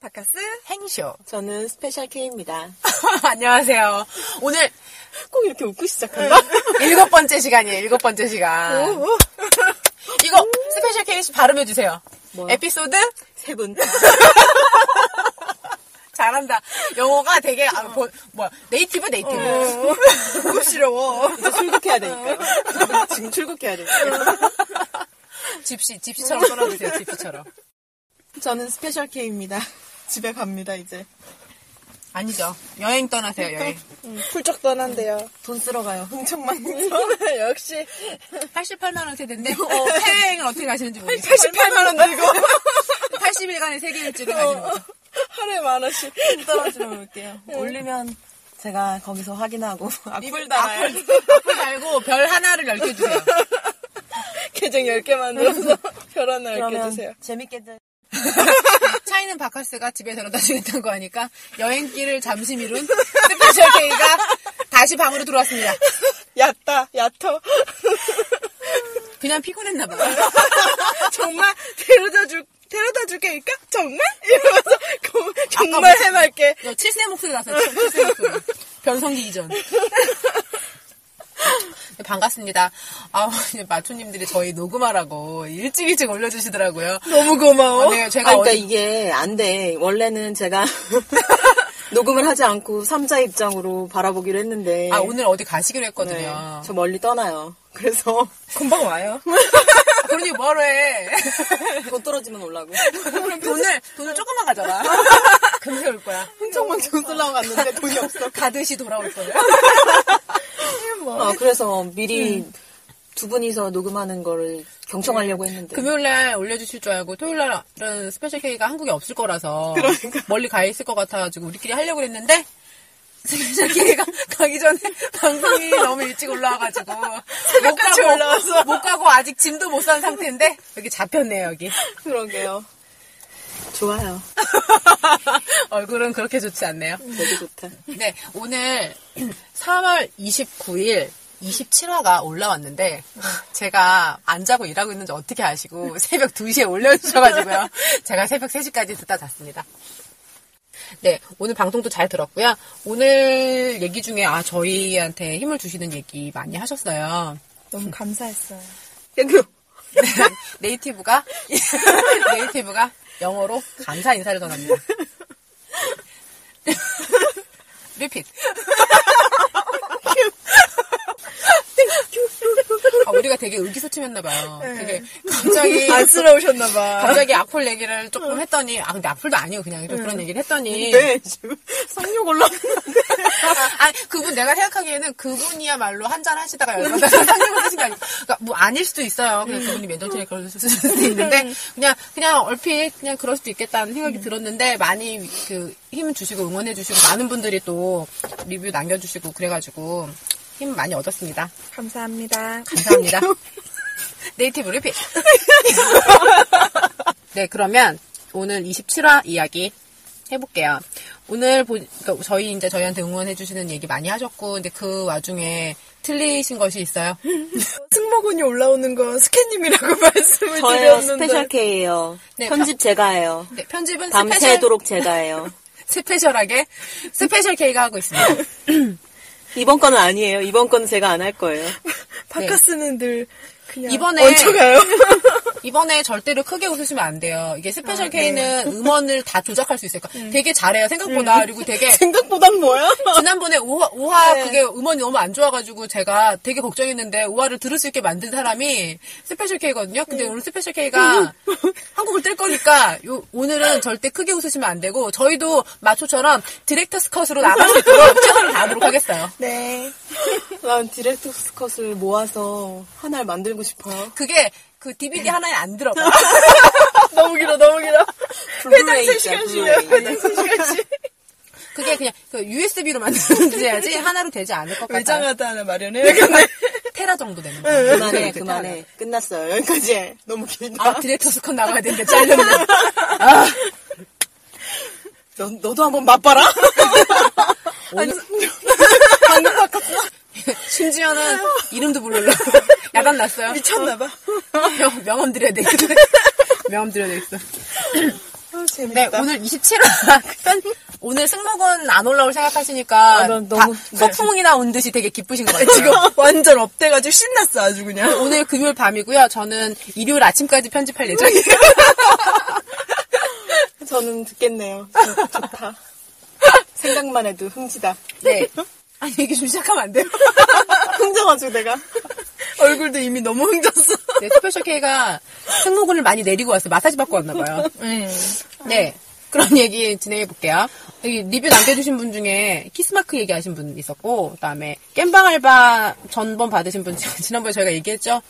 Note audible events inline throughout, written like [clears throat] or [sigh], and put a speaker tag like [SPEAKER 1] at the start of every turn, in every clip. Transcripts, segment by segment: [SPEAKER 1] 팟캐스트 행쇼.
[SPEAKER 2] 저는 스페셜 K입니다.
[SPEAKER 1] [laughs] 안녕하세요. 오늘
[SPEAKER 2] 꼭 이렇게 웃고 시작한다?
[SPEAKER 1] 네. 일곱 번째 시간이에요. 일곱 번째 시간. [laughs] 이거 스페셜 케이스 발음해 주세요.
[SPEAKER 2] 뭐요?
[SPEAKER 1] 에피소드
[SPEAKER 2] 세 분.
[SPEAKER 1] [laughs] 잘한다. 영어가 되게 아, 뭐, 뭐야 네이티브 [laughs] 네이티브. 부끄러워.
[SPEAKER 2] 이제 출국해야 되니까. 어. [laughs] 지금 출국해야 되니까.
[SPEAKER 1] [laughs] 집시 집시처럼 떨어주세요. 집시처럼.
[SPEAKER 2] 저는 스페셜 K입니다. [laughs] 집에 갑니다, 이제.
[SPEAKER 1] 아니죠. 여행 떠나세요. 여행.
[SPEAKER 2] 네. 음, 훌쩍 떠난대요. 돈 쓰러 가요. 흥청만 [laughs] 역시.
[SPEAKER 1] 88만 원 세대인데 어, 해외여행을 어떻게 가시는지 모르겠어요.
[SPEAKER 2] 88만 원 들고 어.
[SPEAKER 1] 80일간의 세계 일주를 가시는 거죠.
[SPEAKER 2] 하루에 네. 만 [laughs] 원씩 떨어뜨려 놓을게요. 올리면 제가 거기서 확인하고 [laughs] 악플 달아요.
[SPEAKER 1] 앞을 달고 별 하나를 열 개 주세요.
[SPEAKER 2] [laughs] 계정 10개 [laughs] 만들어서 별 하나 10개 주세요. 재밌게들.
[SPEAKER 1] 차이는 바카스가 집에 데려다 주겠다는 거 하니까 여행길을 잠시 미룬 스페셜 K가 다시 방으로 들어왔습니다.
[SPEAKER 2] [laughs] 얕다, 얕어. [laughs]
[SPEAKER 1] 그냥 피곤했나 봐요.
[SPEAKER 2] 정말 데려다 줄 데려다 줄게니까 정말 이러면서 거- 정말 해맑게
[SPEAKER 1] 너 칠세 목소리 나서 칠세 목소리. 변성기 이전. 네, 반갑습니다. 아, 이제 마초님들이 저희 녹음하라고 일찍 일찍 올려주시더라고요.
[SPEAKER 2] 너무 고마워.
[SPEAKER 1] 아, 네, 제가
[SPEAKER 3] 그러니까
[SPEAKER 1] 어제-
[SPEAKER 3] 이게 안 돼. 원래는 제가 녹음을 하지 않고 3자 입장으로 바라보기로 했는데
[SPEAKER 1] 아, 오늘 어디 가시기로
[SPEAKER 3] 네,
[SPEAKER 1] 했거든요.
[SPEAKER 3] 저 멀리 떠나요. 그래서
[SPEAKER 2] 금방 와요.
[SPEAKER 1] 아, 그러니 뭐하러 해.
[SPEAKER 3] 곧 떨어지면 올라고.
[SPEAKER 1] 돈을, 돈을 조금만 가져라. 금세 올 거야.
[SPEAKER 2] 흥청만 돈 쓰려고 갔는데
[SPEAKER 3] [laughs]
[SPEAKER 2] 돈이 없어.
[SPEAKER 1] 가듯이 돌아올 거예요.
[SPEAKER 3] 아, 그래서 미리 두 분이서 녹음하는 거를 경청하려고 했는데
[SPEAKER 1] 금요일날 올려주실 줄 알고 토요일날은 스페셜 K가 한국에 없을 거라서 멀리 가 있을 것 같아가지고 우리끼리 하려고 했는데 스페셜 K가 [laughs] 가기 전에 방송이 너무 일찍 올라와가지고 못 가고 못 가고 아직 짐도 못 산 상태인데 여기 잡혔네요 여기
[SPEAKER 2] 그러게요.
[SPEAKER 3] 좋아요.
[SPEAKER 1] 얼굴은 그렇게 좋지 않네요.
[SPEAKER 3] 되게 좋다.
[SPEAKER 1] 네 오늘 [clears throat] 3월 29일 27화가 올라왔는데 제가 안 자고 일하고 있는지 어떻게 아시고 [laughs] 새벽 2시에 올려주셔가지고요. [laughs] 제가 새벽 3시까지 듣다 잤습니다. 네, 오늘 방송도 잘 들었고요. 오늘 얘기 중에 아 저희한테 힘을 주시는 얘기 많이 하셨어요. [laughs]
[SPEAKER 2] 너무 감사했어요. [laughs]
[SPEAKER 3] 땡큐.
[SPEAKER 1] 네, 네이티브가 [laughs] 네이티브가 영어로 감사 인사를 전합니다. [laughs] 리핏. 아, 우리가 되게 의기소침했나봐요.
[SPEAKER 2] 네.
[SPEAKER 1] 되게 갑자기
[SPEAKER 2] [laughs] 안쓰러우셨나봐.
[SPEAKER 1] 갑자기 악플 얘기를 조금 했더니 아 근데 악플도 아니고 그냥 좀 그런 얘기를 했더니
[SPEAKER 2] [laughs] 네, 지금 상륙 올라왔는데.
[SPEAKER 1] [laughs] 아 그분 내가 생각하기에는 그분이야말로 한잔 하시다가 열받아서 [laughs] 상담을 하신 게 아니고 그러니까 뭐 아닐 수도 있어요.
[SPEAKER 2] 음.
[SPEAKER 1] 그냥 그분이 멘탈트랙 그럴 수도 있는데 그냥 그냥 얼핏 그냥 그럴 수도 있겠다는 생각이
[SPEAKER 2] 음.
[SPEAKER 1] 들었는데 많이 그 힘 주시고 응원해 주시고 많은 분들이 또 리뷰 남겨주시고 그래가지고 힘 많이 얻었습니다.
[SPEAKER 3] [laughs]
[SPEAKER 2] 감사합니다.
[SPEAKER 1] 감사합니다. 네이티브 리핏. 네, 그러면 오늘 27화 이야기 해볼게요. 오늘 보, 그러니까 저희 이제 저희한테 응원해주시는 얘기 많이 하셨고, 근데 그 와중에 틀리신 것이 있어요.
[SPEAKER 2] 승모근이 올라오는 거 스캔님이라고 말씀을
[SPEAKER 3] 저예요.
[SPEAKER 2] 드렸는데.
[SPEAKER 3] 스페셜 K예요.
[SPEAKER 1] 네,
[SPEAKER 3] 편집 제가 해요.
[SPEAKER 1] 네, 편집은 스페셜,
[SPEAKER 3] 밤새도록 제가 해요.
[SPEAKER 1] 스페셜하게 스페셜 K가
[SPEAKER 3] [laughs]
[SPEAKER 1] 하고 있습니다.
[SPEAKER 3] 이번 건은 아니에요. 이번 건은 제가 안 할 거예요.
[SPEAKER 1] 네,
[SPEAKER 3] 어,
[SPEAKER 2] 바카스는 늘 그냥
[SPEAKER 1] 이번에-
[SPEAKER 2] 얹혀가요. [laughs]
[SPEAKER 3] [laughs]
[SPEAKER 1] 이번에 절대로 크게 웃으시면 안 돼요. 이게 스페셜
[SPEAKER 3] 아, 네.
[SPEAKER 1] K는 음원을 다 조작할 수 있으니까 되게 잘해요. 생각보다.
[SPEAKER 3] 음.
[SPEAKER 1] 그리고 되게
[SPEAKER 2] 생각보단 뭐야?
[SPEAKER 1] 지난번에 5화, 5화
[SPEAKER 3] 네.
[SPEAKER 1] 그게 음원이 너무 안 좋아가지고 제가 되게 걱정했는데 5화를 들을 수 있게 만든 사람이 스페셜 K거든요. 근데
[SPEAKER 3] 네.
[SPEAKER 1] 오늘
[SPEAKER 3] [laughs]
[SPEAKER 1] 스페셜 K가 한국을 뜰 거니까 요- 오늘은 절대 크게 웃으시면 안 되고 저희도 마초처럼 디렉터스 컷으로 나갈
[SPEAKER 3] [laughs]
[SPEAKER 1] 수 있도록 최선을 다하도록 하겠어요.
[SPEAKER 2] 네.
[SPEAKER 3] 난 디렉트 스컷을 모아서 하나를 만들고 싶어요.
[SPEAKER 1] 그게 그 DVD 하나에 안 들어가.
[SPEAKER 2] 너무 길어, 너무 길어.
[SPEAKER 3] 블루레이
[SPEAKER 2] 세
[SPEAKER 3] 있잖아,
[SPEAKER 2] 시간씩이야.
[SPEAKER 3] 블루레이. [laughs]
[SPEAKER 2] 세 시간씩.
[SPEAKER 1] 그게 그냥 USB로 만들어야지 하나로 되지 않을 것
[SPEAKER 2] 외장
[SPEAKER 1] 같아요.
[SPEAKER 2] 하다 하나 마련해. [laughs] 근데
[SPEAKER 1] 테라 정도 되는
[SPEAKER 2] 네,
[SPEAKER 1] 거.
[SPEAKER 3] 네, 그만해, 그만해. 끝났어요. 여기까지 해.
[SPEAKER 2] 너무 길다.
[SPEAKER 1] 아, 디렉터스 컷 나가야 되는데 잘렸네. 아,
[SPEAKER 3] 너, 너도 한번 맛봐라.
[SPEAKER 2] 아,
[SPEAKER 1] 방금 바꿨어. 심지어는 이름도 모르려고 [laughs] 야단 났어요.
[SPEAKER 2] 미쳤나봐.
[SPEAKER 1] 명, 명함 드려야 되겠어. 명함 드려야 되겠어.
[SPEAKER 2] 아,
[SPEAKER 1] 근데
[SPEAKER 3] 네,
[SPEAKER 2] 재밌다.
[SPEAKER 1] 네, 오늘 27화 [laughs] 편 오늘 승모근 안 올라올 생각하시니까
[SPEAKER 3] 아, 난 너무-
[SPEAKER 1] 다 소풍이 나온 듯이 되게 기쁘신 것 같아요.
[SPEAKER 2] 지금 [laughs] 완전 업돼가지고 신났어 아주
[SPEAKER 1] [laughs]
[SPEAKER 2] 그냥.
[SPEAKER 1] 오늘 금요일 밤이고요. 저는 일요일 아침까지 편집할 [laughs] 예정이에요.
[SPEAKER 3] 저는 듣겠네요. 좋다. 생각만 해도 흥지다.
[SPEAKER 1] 네. 아니 얘기 좀 시작하면 안 돼요?
[SPEAKER 3] 흥져가지고 내가.
[SPEAKER 2] 얼굴도 이미 너무 흥졌어.
[SPEAKER 1] [laughs] 네, 스페셜 K가 승모근을 많이 내리고 왔어요. 마사지 받고 왔나 봐요. 네. 그런 얘기 진행해 볼게요. 여기 리뷰 남겨주신 분 중에 키스마크 얘기하신 분 있었고, 그 다음에 깸방 알바 전번 받으신 분, [laughs] 지난번에 저희가 얘기했죠?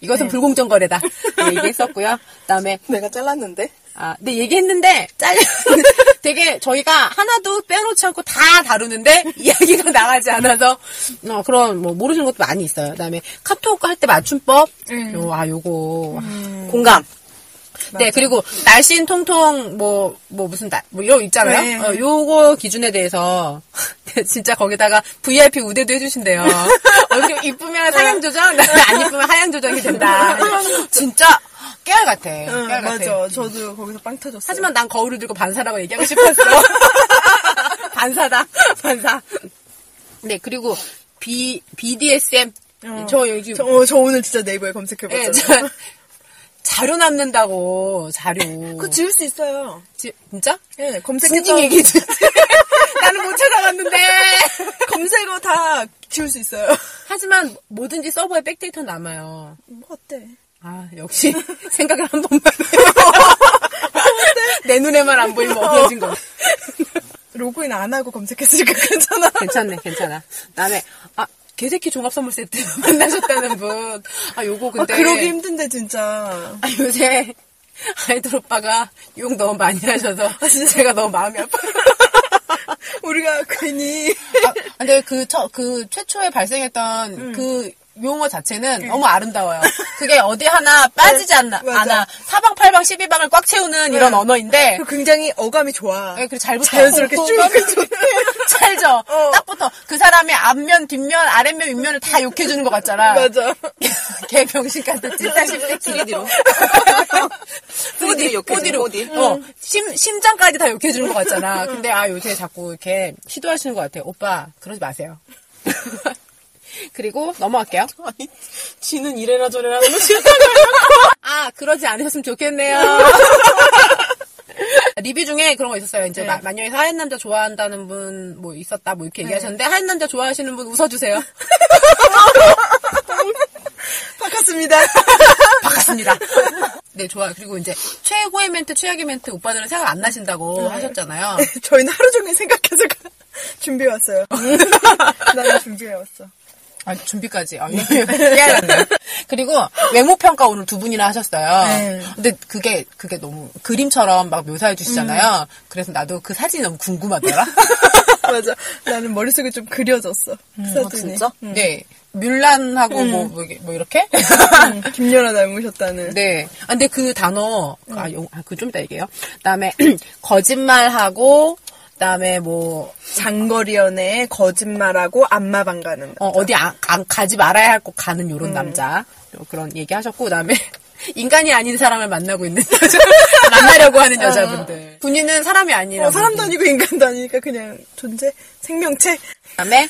[SPEAKER 1] 이것은 불공정 거래다. 네, 얘기했었고요. 그 다음에,
[SPEAKER 3] 내가 잘랐는데?
[SPEAKER 1] 아, 네, 얘기했는데, 잘려. [laughs] 되게 저희가 하나도 빼놓지 않고 다 다루는데, [laughs] 이야기가 나가지 않아서, 어, 그런, 뭐, 모르시는 것도 많이 있어요. 그 다음에 카톡 할 때 맞춤법.
[SPEAKER 2] 음.
[SPEAKER 1] 요, 아, 요거. 아,
[SPEAKER 3] 공감.
[SPEAKER 1] 네, 그리고 날씬 통통 뭐, 뭐 무슨 날, 뭐 이런 거 있잖아요.
[SPEAKER 2] 네.
[SPEAKER 1] 어, 요거 기준에 대해서 [laughs] 진짜 거기다가 VIP 우대도 해주신대요. [laughs] 어떻게
[SPEAKER 2] 네.
[SPEAKER 1] 이쁘면 상향 조정, [laughs] 안 이쁘면 하향 조정이
[SPEAKER 2] [laughs]
[SPEAKER 1] 된다. 진짜 깨알 같아.
[SPEAKER 2] 응,
[SPEAKER 1] 깨알 같아.
[SPEAKER 2] 맞아. 저도 거기서 빵 터졌어.
[SPEAKER 1] 하지만 난 거울을 들고 반사라고 얘기하고 싶었어. [laughs] 반사다, 반사. 네, 그리고 B, BDSM.
[SPEAKER 2] 어.
[SPEAKER 1] 저 여기
[SPEAKER 2] 저, 어, 저 오늘 진짜 네이버에
[SPEAKER 1] 예,
[SPEAKER 2] 검색해봤잖아.
[SPEAKER 1] 저- 자료 남는다고 자료.
[SPEAKER 2] 그거 지울 수 있어요.
[SPEAKER 1] 지- 진짜?
[SPEAKER 2] 예, 검색해서
[SPEAKER 1] 진짜 얘기지. [laughs] 나는 못 찾아봤는데.
[SPEAKER 2] [laughs] 검색어 다 지울 수 있어요.
[SPEAKER 1] 하지만 뭐든지 서버에 백데이터 남아요.
[SPEAKER 2] 뭐 어때?
[SPEAKER 1] 아 역시 생각을 한 번만 [laughs] 내 눈에만 안 보이면 없어진 거.
[SPEAKER 2] 로그인 안 하고 검색했으니까 괜찮아.
[SPEAKER 1] 괜찮네, 괜찮아. 다음에 아 개새끼 종합 선물 세트 [laughs] 만나셨다는 분. 아 요거 근데
[SPEAKER 2] 아, 그러기 힘든데 진짜.
[SPEAKER 1] 아, 요새 아이돌 오빠가 욕 너무 많이 하셔서 제가 너무 마음이 아, 아파요.
[SPEAKER 2] 우리가 괜히
[SPEAKER 1] 아, 근데 그, 처, 그 최초에 발생했던 그 용어 자체는 너무 아름다워요. 그게 어디 [laughs] 하나 빠지지 않나,
[SPEAKER 2] 맞아.
[SPEAKER 1] 않아. 네. 사방, 팔방, 십이방을 꽉 채우는 이런 언어인데,
[SPEAKER 2] 굉장히 어감이 좋아.
[SPEAKER 1] 예, 그리고 잘 붙어.
[SPEAKER 2] 자연스럽게 쭉
[SPEAKER 1] [laughs] 잘죠?
[SPEAKER 2] 어.
[SPEAKER 1] 딱 붙어. 그 사람의 앞면, 뒷면, 아랫면, 윗면을 다 욕해주는 것 같잖아.
[SPEAKER 2] 맞아. [laughs]
[SPEAKER 1] 개 병신 같은 진짜 십대 [laughs] 디디로.
[SPEAKER 3] 뿌디 욕해주는 음.
[SPEAKER 1] 뿌디로.
[SPEAKER 3] 뿌디.
[SPEAKER 1] 어, 심, 심장까지 다 욕해주는 것
[SPEAKER 3] 음.
[SPEAKER 1] 같잖아. 근데 아, 요새 자꾸 이렇게 시도하시는 것 같아요. 오빠, 그러지 마세요. [laughs] 그리고 넘어갈게요.
[SPEAKER 3] 아니, 지는 이래라 저래라 하는
[SPEAKER 1] [laughs]
[SPEAKER 3] 거지.
[SPEAKER 1] 아, 그러지 않으셨으면
[SPEAKER 3] [laughs]
[SPEAKER 1] 좋겠네요. 리뷰 중에 그런 거 있었어요.
[SPEAKER 3] 네.
[SPEAKER 1] 이제 마- 만약에 하얀 남자 좋아한다는 분 뭐 있었다 뭐 이렇게 얘기하셨는데 하얀 남자 좋아하시는 분 웃어주세요.
[SPEAKER 2] 바꿨습니다.
[SPEAKER 1] 바꿨습니다. 네, 좋아요. 그리고 이제 최고의 멘트, 최악의 멘트 오빠들은 생각 안 나신다고 하셨잖아요.
[SPEAKER 2] [laughs] 저희는 하루 종일 생각해서 [laughs] 가- 준비해왔어요. 나는 준비해왔어.
[SPEAKER 1] [laughs]
[SPEAKER 2] [laughs]
[SPEAKER 1] 아, 준비까지. 아, 깨알같네. 그리고 외모 평가 오늘 두 분이나 하셨어요.
[SPEAKER 2] 네.
[SPEAKER 1] 근데 그게 그게 너무 그림처럼 막 묘사해 주시잖아요. 그래서 나도 그 사진이 너무 [laughs] 궁금하더라.
[SPEAKER 2] 맞아. 나는 머릿속에 좀 그려졌어. 음, 아, 사진이.
[SPEAKER 3] 진짜?
[SPEAKER 1] 네. 뮬란하고 뭐, 뭐, 이게- 뭐 이렇게?
[SPEAKER 2] 음, 김연아 닮으셨다는.
[SPEAKER 1] [laughs] 네. 아, 근데 그 단어, 아, 용, 아, 그좀 이따 얘기해요. 그 다음에, [clears throat] 거짓말하고, 그 다음에 뭐,
[SPEAKER 2] 장거리 연애에 거짓말하고 안마방 가는.
[SPEAKER 1] 어, 어디 안, 안 가지 말아야 할 곳 가는 요런
[SPEAKER 2] 네.
[SPEAKER 1] 남자. 요- 그런 얘기 하셨고, 그 다음에, [laughs] 인간이 아닌 사람을 만나고 있는 여자, [laughs] 만나려고 하는 여자분들. 본인은 사람이 아니라.
[SPEAKER 2] 어, 사람도 아니고 인간도 아니니까 그냥 존재, 생명체.
[SPEAKER 1] 그 다음에,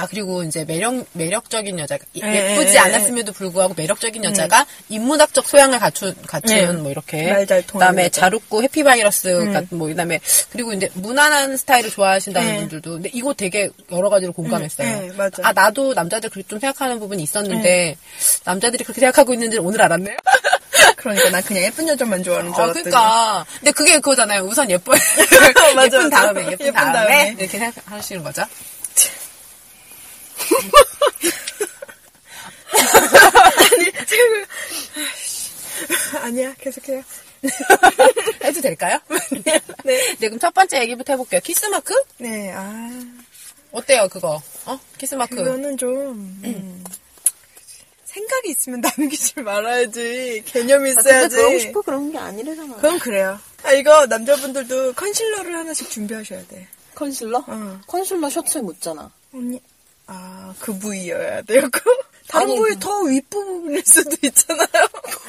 [SPEAKER 1] 아, 그리고 이제 매력, 매력적인 여자가, 예-
[SPEAKER 2] 예,
[SPEAKER 1] 예쁘지
[SPEAKER 2] 예, 네. 예.
[SPEAKER 1] 않았음에도 불구하고 매력적인 여자가 인문학적 소양을 갖춘, 갖춘
[SPEAKER 2] 예.
[SPEAKER 1] 뭐 이렇게.
[SPEAKER 2] 말잘
[SPEAKER 1] 그
[SPEAKER 2] 통하는
[SPEAKER 1] 다음에
[SPEAKER 2] 여자.
[SPEAKER 1] 자루고 해피바이러스 같은 뭐, 그 다음에, 그리고 이제 무난한 스타일을 좋아하신다는
[SPEAKER 2] 예.
[SPEAKER 1] 분들도. 근데 이거 되게 여러 가지로 공감했어요.
[SPEAKER 2] 예, 맞아.
[SPEAKER 1] 아, 나도 남자들 그렇게 좀 생각하는 부분이 있었는데,
[SPEAKER 2] 네.
[SPEAKER 1] 남자들이 그렇게 생각하고 있는지를 오늘 알았네요.
[SPEAKER 2] 그러니까 난 [laughs] 그냥 예쁜 여자만 좋아하는 그러니까. 줄
[SPEAKER 1] 아,
[SPEAKER 2] 알았더니. [laughs]
[SPEAKER 1] 그니까. 근데 그게 그거잖아요. 우선 예뻐.
[SPEAKER 2] 맞아,
[SPEAKER 1] 예쁜
[SPEAKER 2] 맞아.
[SPEAKER 1] 다음에, 예쁜,
[SPEAKER 2] 예쁜
[SPEAKER 1] 다음에.
[SPEAKER 2] 다음에.
[SPEAKER 1] 이렇게 생각하시는 거죠.
[SPEAKER 2] [laughs] 아니야, 계속해요.
[SPEAKER 1] [laughs] 해도 될까요? 네. [laughs] 네, 그럼 첫 번째 얘기부터 해볼게요. 키스마크?
[SPEAKER 2] 네, 아.
[SPEAKER 1] 어때요, 그거? 어? 키스마크.
[SPEAKER 2] 그거는 좀. 음, 생각이 있으면 [laughs] 남기지 말아야지. 개념이 있어야지.
[SPEAKER 3] 그런 게 아니래잖아.
[SPEAKER 2] 그건 그래요. 아, 이거 남자분들도 컨실러를 하나씩 준비하셔야 돼.
[SPEAKER 3] 컨실러?
[SPEAKER 2] 응.
[SPEAKER 3] 컨실러 셔츠에 묻잖아.
[SPEAKER 2] 언니. 아, 그 부위여야 되고. [laughs] 다른
[SPEAKER 3] 아니,
[SPEAKER 2] 부위 더 윗부분일 수도 있잖아요.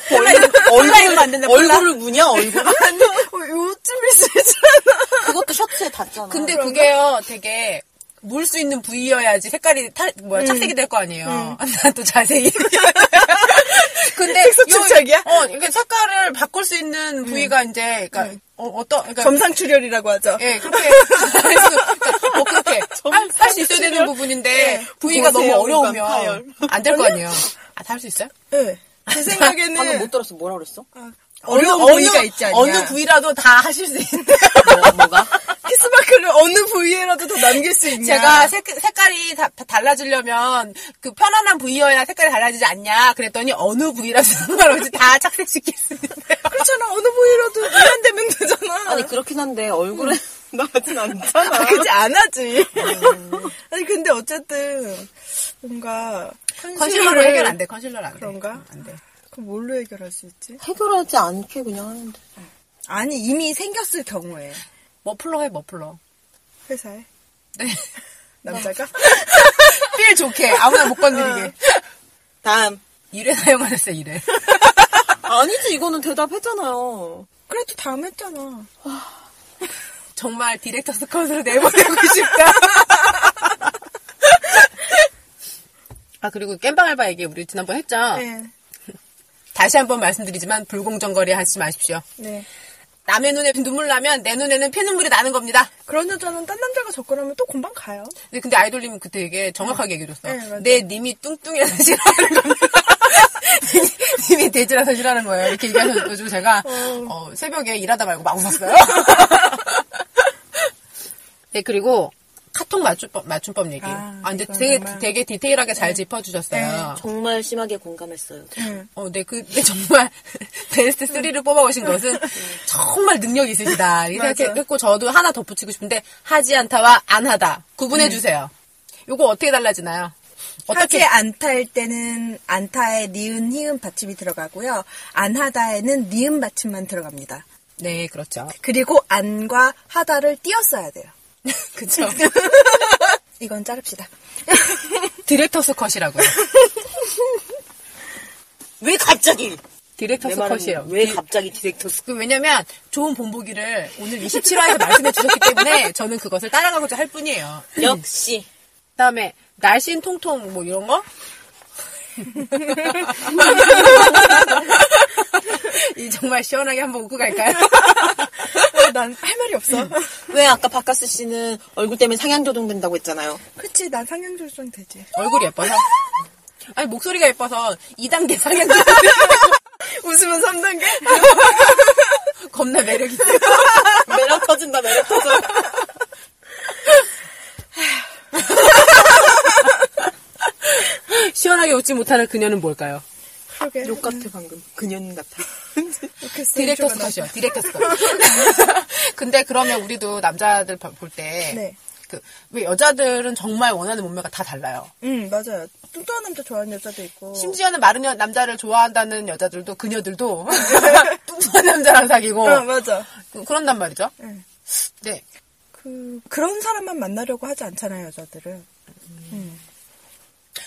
[SPEAKER 2] 뭐.
[SPEAKER 1] 얼굴,
[SPEAKER 3] 얼굴,
[SPEAKER 1] 안 된다. 얼굴을 무냐, 얼굴?
[SPEAKER 2] [laughs] 아니, 어, 요쯤일 수 있잖아.
[SPEAKER 3] 그것도 셔츠에 닿잖아.
[SPEAKER 1] [laughs] 근데 그게요, 되게, 물 수 있는 부위여야지 색깔이 탈, 뭐야, 착색이 될 거 아니에요. [laughs] 나 또 자세히. 근데.
[SPEAKER 2] 색소
[SPEAKER 1] 요-
[SPEAKER 2] 침착이야?
[SPEAKER 1] 어, 이게 색깔을 바꿀 수 있는 부위가 이제, 그니까, 어, 어떤, 그니까.
[SPEAKER 2] 점상출혈이라고 하죠.
[SPEAKER 1] 예, 그렇게 할 수, 그러니까 뭐 그렇게 할 수 있어야 되는 부분인데
[SPEAKER 2] 예.
[SPEAKER 1] 부위가 너무
[SPEAKER 2] 보세요, 이건
[SPEAKER 1] 어려우면
[SPEAKER 2] 파열.
[SPEAKER 1] 안 될 거 아니에요. 아, 다 할 수 있어요?
[SPEAKER 2] 네. 제
[SPEAKER 3] 방금
[SPEAKER 2] 생각에는
[SPEAKER 3] 못 들었어. 뭐라 그랬어?
[SPEAKER 2] 어려운
[SPEAKER 1] 어느-
[SPEAKER 2] 부위가
[SPEAKER 1] 어느-
[SPEAKER 2] 있지 않냐.
[SPEAKER 1] 어느 부위라도 다 하실 수 있는데
[SPEAKER 3] 뭐, 가
[SPEAKER 2] [laughs] 키스마크를 어느 부위에라도 더 남길 수 있냐.
[SPEAKER 1] 제가 색, 색깔이 다, 다 달라지려면 그 편안한 부위여야 색깔이 달라지지 않냐 그랬더니 어느 부위라도 상관없이 다 착색시킬 수 있는데
[SPEAKER 2] 그렇잖아. 어느 부위라도 눈안 되면 되잖아.
[SPEAKER 3] 아니 그렇긴 한데 얼굴에 [laughs] 나진 않잖아.
[SPEAKER 2] 아, 그지 안 하지. 음. 아니 근데 어쨌든 뭔가
[SPEAKER 1] [laughs] 컨실러로 해결 안 돼. 컨실러로 안 돼.
[SPEAKER 2] 그런가?
[SPEAKER 1] 안 돼.
[SPEAKER 2] 그럼 뭘로 해결할 수 있지?
[SPEAKER 3] 해결하지 않게 그냥 하는데.
[SPEAKER 2] 아니 이미 생겼을 경우에
[SPEAKER 1] 머플러 해 머플러.
[SPEAKER 2] 회사에
[SPEAKER 1] 네.
[SPEAKER 2] [laughs] 남자가
[SPEAKER 1] 어. 필 좋게 아무나 못 건드리게.
[SPEAKER 3] 다음.
[SPEAKER 1] 이래 사용하는 세 이래. [laughs]
[SPEAKER 3] 아니지 이거는 대답했잖아요.
[SPEAKER 2] 그래도 다음 했잖아.
[SPEAKER 1] 정말 디렉터스 컷으로 내보내고 싶다. [laughs] 아 그리고 깸방 알바 얘기 우리 지난번 했죠.
[SPEAKER 2] 네.
[SPEAKER 1] 다시 한번 말씀드리지만 불공정거래 하지 마십시오.
[SPEAKER 2] 네.
[SPEAKER 1] 남의 눈에 눈물 나면 내 눈에는 피눈물이 나는 겁니다.
[SPEAKER 2] 그런 여자는 딴 남자가 접근하면 또 금방 가요.
[SPEAKER 1] 네, 근데, 근데 아이돌님은 그때 되게 정확하게 얘기해줬어.
[SPEAKER 2] 네, 맞아요.
[SPEAKER 1] 내 님이 뚱뚱해서 싫어하는 [laughs] 겁니다. 님이 돼지라서 싫어하는 거예요. 이렇게 얘기하셔가지고 제가 어, 새벽에 일하다 말고 막 웃었어요. [laughs] 네, 그리고 카톡 맞춤법, 맞춤법 얘기. 아,
[SPEAKER 2] 아,
[SPEAKER 1] 근데
[SPEAKER 2] 이건
[SPEAKER 1] 되게,
[SPEAKER 2] 정말. 네.
[SPEAKER 1] 되게 디테일하게 잘 짚어주셨어요.
[SPEAKER 3] 정말 심하게 공감했어요.
[SPEAKER 1] 어, 네, 그, 네, 정말, [laughs] 베스트 3를 뽑아오신 것은 정말 능력이 있으시다. 이렇게
[SPEAKER 2] 맞아요.
[SPEAKER 1] 생각했고, 저도 하나 덧붙이고 싶은데, 하지 않다와 안 하다. 구분해주세요. 요거 어떻게 달라지나요? 어떻게,
[SPEAKER 2] 하지 아- 안타일 때는 안타에 니은, 히은 받침이 들어가고요. 안하다에는 니은 받침만 들어갑니다.
[SPEAKER 1] 네, 그렇죠.
[SPEAKER 2] 그리고 안과 하다를 띄었어야 돼요.
[SPEAKER 1] 그쵸.
[SPEAKER 2] 이건 자릅시다.
[SPEAKER 1] [laughs] 디렉터스 컷이라고요.
[SPEAKER 3] 왜 갑자기? 내
[SPEAKER 1] 디렉터스
[SPEAKER 3] 말은
[SPEAKER 1] 컷이에요.
[SPEAKER 3] 왜 갑자기 디렉터스?
[SPEAKER 1] 그 왜냐면 좋은 본보기를 오늘 27화에서 말씀해 주셨기 때문에 저는 그것을 따라가고자 할 뿐이에요.
[SPEAKER 3] 역시.
[SPEAKER 1] 그다음에 날씬 통통 뭐 이런 거? 이 정말 시원하게 한번 웃고 갈까요? 어,
[SPEAKER 2] 난 할 말이 없어.
[SPEAKER 3] 왜 아까 박카스 씨는 얼굴 때문에 상향 조정된다고 했잖아요.
[SPEAKER 2] 그치, 난 상향조정 되지.
[SPEAKER 1] 얼굴이 예뻐서 아니 목소리가 예뻐서 2단계 상향 [laughs]
[SPEAKER 2] 웃으면 3단계?
[SPEAKER 1] 겁나 매력 있어.
[SPEAKER 3] 매력 터진다, 매력 터져.
[SPEAKER 1] 시원하게 웃지 못하는 그녀는 뭘까요?
[SPEAKER 2] 그러게. 음,
[SPEAKER 3] 욕 같아, 방금. 그년 같아.
[SPEAKER 2] 네,
[SPEAKER 1] 디렉터스 컷이요. 디렉터스 컷. 근데 그러면 우리도 남자들 볼 때
[SPEAKER 2] 네.
[SPEAKER 1] 그 왜 여자들은 정말 원하는 몸매가 다 달라요.
[SPEAKER 2] 응, 음, 맞아요. 뚱뚱한 남자 좋아하는 여자도 있고.
[SPEAKER 1] 심지어는 마른 여- 남자를 좋아한다는 여자들도 그녀들도 [laughs] 뚱뚱한 남자랑 사귀고
[SPEAKER 2] 어, 맞아.
[SPEAKER 1] 그- 그런단 말이죠.
[SPEAKER 2] 응.
[SPEAKER 1] 네.
[SPEAKER 2] 그, 그런 사람만 만나려고 하지 않잖아요, 여자들은. 음.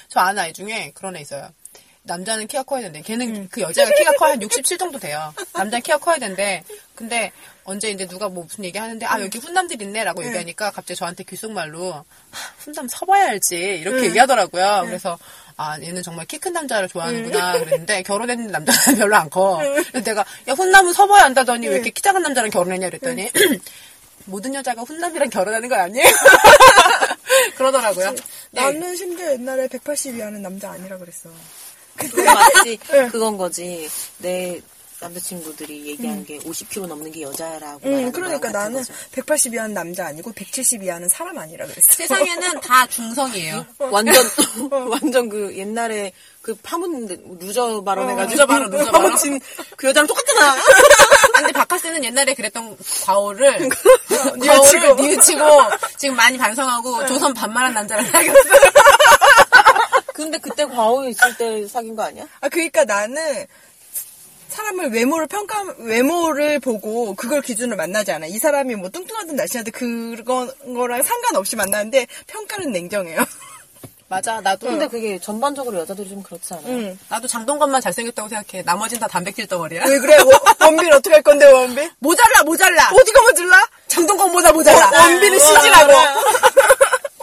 [SPEAKER 1] 저 아는 아이 중에 그런 애 있어요. 남자는 키가 커야 되는데 걔는 그 여자가 키가 커야 한 67 정도 돼요. 남자는 키가 커야 되는데 근데 언제 이제 누가 뭐 무슨 얘기 하는데 아 여기 훈남들 있네라고 얘기하니까 갑자기 저한테 귓속말로 "하, 훈남 서봐야 알지 이렇게 얘기하더라고요. 그래서 아 얘는 정말 키 큰 남자를 좋아하는구나 그랬는데 결혼했는데 남자는 [laughs] 별로 안 커. 그래서 내가 야 훈남은 서봐야 한다더니 왜 이렇게 키 작은 남자랑 결혼했냐 그랬더니 모든 여자가 훈남이랑 결혼하는 거 아니에요? 그러더라고요. 네.
[SPEAKER 2] 나는 심지어 옛날에 180 이하는 남자 아니라 그랬어.
[SPEAKER 3] 그거 맞지? 그건 거지. 내 남자친구들이 얘기하는 게 50kg 넘는 게 여자라고. 말하는
[SPEAKER 2] 응, 그러니까
[SPEAKER 3] 거랑 같은
[SPEAKER 2] 나는
[SPEAKER 3] 거죠.
[SPEAKER 2] 180 이하는 남자 아니고 170 이하는 사람 아니라 그랬어.
[SPEAKER 1] 세상에는 다 중성이에요.
[SPEAKER 3] 완전, 완전 그 옛날에 그 파문 루저 발언 해가지고.
[SPEAKER 1] 루저 발언, 루저
[SPEAKER 3] [laughs]
[SPEAKER 1] 발언.
[SPEAKER 3] 어, 지금 그 여자랑 똑같잖아. [laughs]
[SPEAKER 1] 근데 바카스는 옛날에 그랬던
[SPEAKER 2] [laughs]
[SPEAKER 1] 과오를 과오를
[SPEAKER 2] 뉘우치고. 네.
[SPEAKER 1] 뉘우치고 지금 많이 반성하고 조선 반말한 남자를 사귀었어.
[SPEAKER 2] [laughs]
[SPEAKER 3] 근데 그때 과오 있을 때 사귄 거 아니야?
[SPEAKER 2] 아, 그러니까 나는 사람을 외모를 평가 외모를 보고 그걸 기준으로 만나지 않아. 이 사람이 뭐 뚱뚱하든 날씬하든 그런 거랑 상관없이 만나는데 평가는 냉정해요. [laughs]
[SPEAKER 1] 맞아. 나도
[SPEAKER 3] 근데 그게 전반적으로 여자들이 좀 그렇지 않아요?
[SPEAKER 2] 응.
[SPEAKER 1] 나도 장동건만 잘생겼다고 생각해. 나머진 다 단백질 덩어리야.
[SPEAKER 2] 왜 그래? 원- 원빈 어떻게 할 건데 원빈?
[SPEAKER 1] 모자라 모자라.
[SPEAKER 2] 어디가 모질라? 어,
[SPEAKER 1] 장동건보다 모자라. 어, 원빈은 CG라고.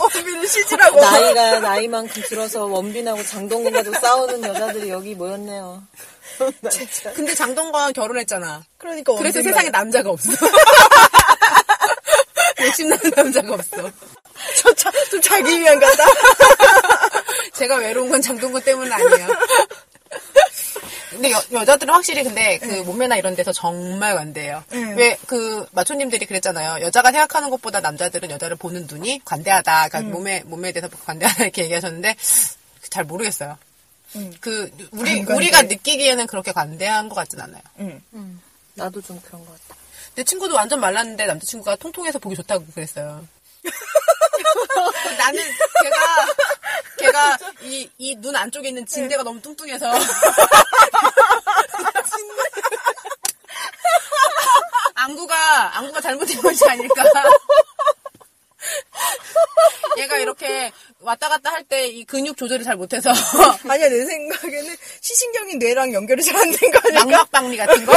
[SPEAKER 2] [laughs] 원빈은 CG라고.
[SPEAKER 3] 나이가 나이만큼 들어서 원빈하고 장동건 가지고 싸우는 여자들이 여기 모였네요.
[SPEAKER 1] 근데 장동건 결혼했잖아.
[SPEAKER 2] 그러니까
[SPEAKER 1] 그래서
[SPEAKER 2] 원빈만.
[SPEAKER 1] 세상에 남자가 없어. [laughs] 욕심나는 남자가 없어.
[SPEAKER 2] 저, 자- 좀 자기 위한 같다.
[SPEAKER 1] [laughs] 제가 외로운 건 장동건 때문 아니에요. 근데 여, 여자들은 확실히 근데 그
[SPEAKER 2] 네.
[SPEAKER 1] 몸매나 이런 데서 정말 관대해요.
[SPEAKER 2] 응.
[SPEAKER 1] 왜 그 마초님들이 그랬잖아요. 여자가 생각하는 것보다 남자들은 여자를 보는 눈이 관대하다. 그러니까
[SPEAKER 2] 음.
[SPEAKER 1] 몸에 몸에 대해서 관대하다 이렇게 얘기하셨는데 잘 모르겠어요. 그 우리
[SPEAKER 2] 안 음. 관대해.
[SPEAKER 1] 우리가 느끼기에는 그렇게 관대한 것 같진 않아요.
[SPEAKER 2] 응.
[SPEAKER 3] 나도 좀 그런 것 같아.
[SPEAKER 1] 내 친구도 완전 말랐는데 남자친구가 통통해서 보기 좋다고 그랬어요. 나는 걔가 걔가 이 이 눈 안쪽에 있는 진대가 너무 뚱뚱해서 진대. 안구가 안구가 잘못된 것이 아닐까. 얘가 이렇게 왔다 갔다 할 때 이 근육 조절을 잘 못해서
[SPEAKER 2] 아니야, 내 생각에는 시신경이 뇌랑 연결이 잘 안 된 거 아닐까?
[SPEAKER 1] 망막박리 같은 거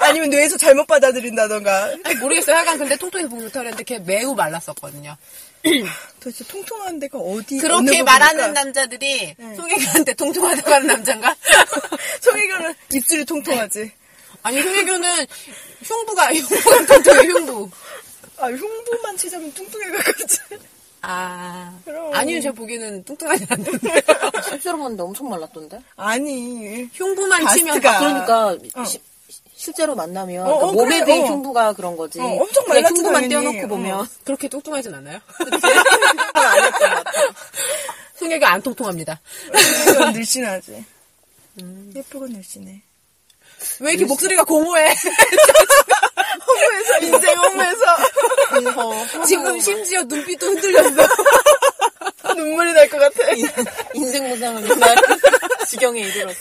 [SPEAKER 2] 아니면 뇌에서 잘못 받아들인다던가.
[SPEAKER 1] 아니, 모르겠어요. 약간 근데 통통해서 보기 좋다 그랬는데 걔 매우 말랐었거든요.
[SPEAKER 2] 도대체 통통한 데가 어디 어느
[SPEAKER 1] 그렇게
[SPEAKER 2] 부분일까? 네.
[SPEAKER 1] 말하는 남자들이 송혜교한테 통통하다고 하는 남잔가?
[SPEAKER 2] [laughs] 송혜교는 입술이 통통하지.
[SPEAKER 1] 아니 송혜교는 흉부가 흉부가 통통해 흉부.
[SPEAKER 2] 아, 흉부만 치자면 뚱뚱해가지고.
[SPEAKER 1] 아
[SPEAKER 2] 그럼.
[SPEAKER 1] 아니요 제가 보기에는 뚱뚱하지 않던데
[SPEAKER 2] [laughs]
[SPEAKER 3] 실제로 봤는데 엄청 말랐던데?
[SPEAKER 2] 아니.
[SPEAKER 1] 흉부만 치면
[SPEAKER 2] 바스트가.
[SPEAKER 1] 막 그런-
[SPEAKER 3] 그러니까
[SPEAKER 2] 어.
[SPEAKER 3] 시- 실제로 만나면
[SPEAKER 2] 어, 어,
[SPEAKER 3] 몸에
[SPEAKER 2] 그래,
[SPEAKER 3] 대한
[SPEAKER 2] 어.
[SPEAKER 3] 흉부가 그런 거지.
[SPEAKER 2] 어, 엄청
[SPEAKER 3] 그냥
[SPEAKER 2] 말랐지,
[SPEAKER 3] 흉부만
[SPEAKER 2] 당연히.
[SPEAKER 3] 떼어놓고 보면
[SPEAKER 2] 어. [laughs]
[SPEAKER 1] 그렇게 뚱뚱하진 않아요?
[SPEAKER 3] 아니었던 것 같아.
[SPEAKER 1] 송혜교 안 통통합니다.
[SPEAKER 2] 송혜교는 늘씬하지. 예쁘고 늘씬해.
[SPEAKER 1] 왜 이렇게 목소리가
[SPEAKER 2] [laughs]
[SPEAKER 1] 공허해?
[SPEAKER 2] 홍보에서, 인생 홍보에서.
[SPEAKER 1] 어, 지금 심지어 눈빛도 흔들렸어.
[SPEAKER 2] 눈물이 날 것 같아.
[SPEAKER 3] 인생 보상은 정말 지경에 이르렀어.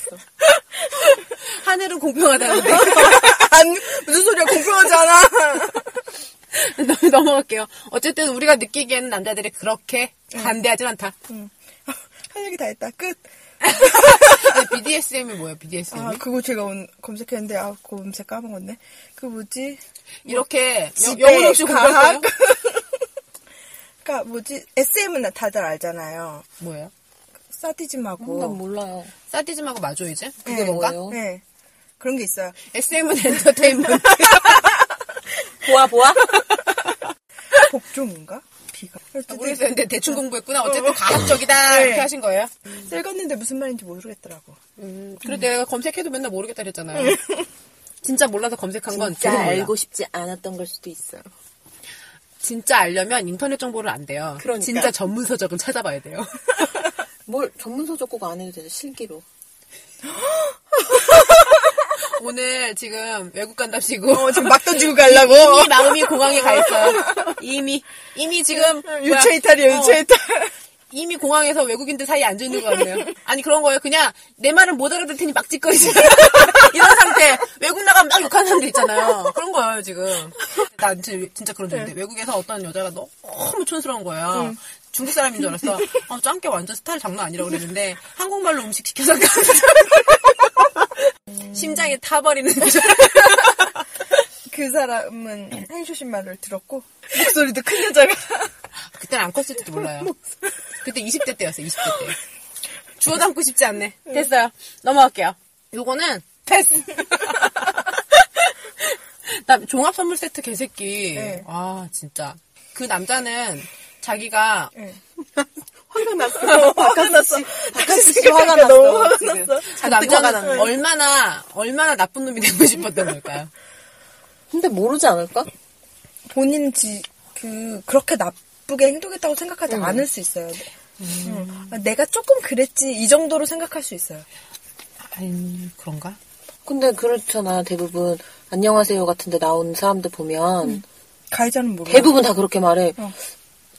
[SPEAKER 1] 하늘은 공평하다는데.
[SPEAKER 2] 안, 무슨 소리야, 공평하지 않아.
[SPEAKER 1] 너무 [laughs] 넘어갈게요. 어쨌든 우리가 느끼기에는 남자들이 그렇게
[SPEAKER 3] 네.
[SPEAKER 1] 관대하진 않다.
[SPEAKER 2] 응. 할 얘기 다 했다. 끝.
[SPEAKER 1] BDSM이 뭐예요? BDSM이?
[SPEAKER 2] 아, 그거 제가 오늘 검색했는데, 아, 그거 검색 까먹었네. 그 뭐지?
[SPEAKER 1] 이렇게
[SPEAKER 2] 집에
[SPEAKER 1] 영혼 없이 공부할까요?
[SPEAKER 2] 가학.
[SPEAKER 3] [laughs]
[SPEAKER 2] 그니까 뭐지? SM은 다들 알잖아요.
[SPEAKER 1] 뭐예요? 음,
[SPEAKER 3] 난
[SPEAKER 2] 사디즘하고.
[SPEAKER 3] 몰라요.
[SPEAKER 1] 사디즘하고 마조이즘?
[SPEAKER 3] 그게
[SPEAKER 1] 그게 뭔가?
[SPEAKER 3] 뭐예요?
[SPEAKER 2] 네. 그런 게 있어요.
[SPEAKER 1] SM은
[SPEAKER 3] [laughs]
[SPEAKER 1] 엔터테인먼트.
[SPEAKER 3] 보아 보아.
[SPEAKER 2] 복종인가? 비가.
[SPEAKER 1] 아, 모르겠어요. 근데 대충 공부했구나. 어쨌든 과학적이다.
[SPEAKER 2] 네.
[SPEAKER 1] 이렇게 하신 거예요?
[SPEAKER 2] 읽었는데 무슨 말인지 모르겠더라고.
[SPEAKER 1] 음, 그래 내가 검색해도 맨날 모르겠다 그랬잖아요. 진짜 몰라서 검색한 건
[SPEAKER 3] 음. 진짜
[SPEAKER 1] 지금 몰라.
[SPEAKER 3] 알고 싶지 않았던 걸 수도 있어요.
[SPEAKER 1] 진짜 알려면 인터넷 정보를 안 돼요.
[SPEAKER 3] 그러니까.
[SPEAKER 1] 진짜 전문 서적은 찾아봐야 돼요.
[SPEAKER 3] 뭘 전문서 적고 안 해도 되죠 실기로.
[SPEAKER 1] 오늘 지금 외국 간답시고
[SPEAKER 2] 어, 지금 막 던지고 가려고.
[SPEAKER 1] [laughs] 이미 마음이 공항에 가 있어요. 이미 이미 지금
[SPEAKER 2] 유체
[SPEAKER 1] 뭐야,
[SPEAKER 2] 이탈이야,
[SPEAKER 1] 어,
[SPEAKER 2] 유체 이탈. [laughs]
[SPEAKER 1] 이미 공항에서 외국인들 사이에 앉아 있는 것 같네요. 아니 그런 거예요. 그냥 내 말은 못 알아들 테니 막 짓거리지. [laughs] 이런 상태. 외국 나가면 막 욕하는 사람들 있잖아요. 그런 거예요 지금. 나 진짜, 진짜 그런 적인데 외국에서 어떤 여자가 너무 촌스러운 거예요. 중국 사람인 줄 알았어. 아, 짱깨 완전 스타일 장난 아니라고 그랬는데 한국말로 음식 시켜서 심장에 타버리는 줄 알았어.
[SPEAKER 2] 그 사람은 행쇼신 말을 들었고, 목소리도 큰 여자가.
[SPEAKER 1] [laughs] 그때는 안 컸을지도 몰라요. 그때 20대 때였어요, 20대 때. 주워 담고 싶지 않네. 됐어요. 넘어갈게요. 요거는, [laughs] 패스! 나 종합 선물 세트 개새끼.
[SPEAKER 2] 네.
[SPEAKER 1] 아, 진짜. 그 남자는 자기가 그
[SPEAKER 2] 예.
[SPEAKER 3] [laughs] 화가 났어. 바깥났어.
[SPEAKER 2] 다시
[SPEAKER 3] 바깥이 화가
[SPEAKER 2] 생각하니까
[SPEAKER 3] 났어.
[SPEAKER 2] 너무 화가
[SPEAKER 3] 지금.
[SPEAKER 2] 났어.
[SPEAKER 1] 그
[SPEAKER 3] 잔뜩 화가
[SPEAKER 1] 남자는
[SPEAKER 3] 났네.
[SPEAKER 1] 얼마나 얼마나 나쁜 놈이 되고 싶었던 걸까요?
[SPEAKER 3] 근데 모르지 않을까?
[SPEAKER 2] 본인 지, 그, 그렇게 나쁘게 행동했다고 생각하지 않을 수 있어요. 음. 아, 내가 조금 그랬지, 이 정도로 생각할 수 있어요.
[SPEAKER 1] 아니 그런가?
[SPEAKER 3] 근데 그렇잖아 대부분 안녕하세요 같은데 나오는 사람들 보면
[SPEAKER 2] 가해자는 모르고.
[SPEAKER 3] 대부분 다 그렇게 말해.
[SPEAKER 2] 음. 어.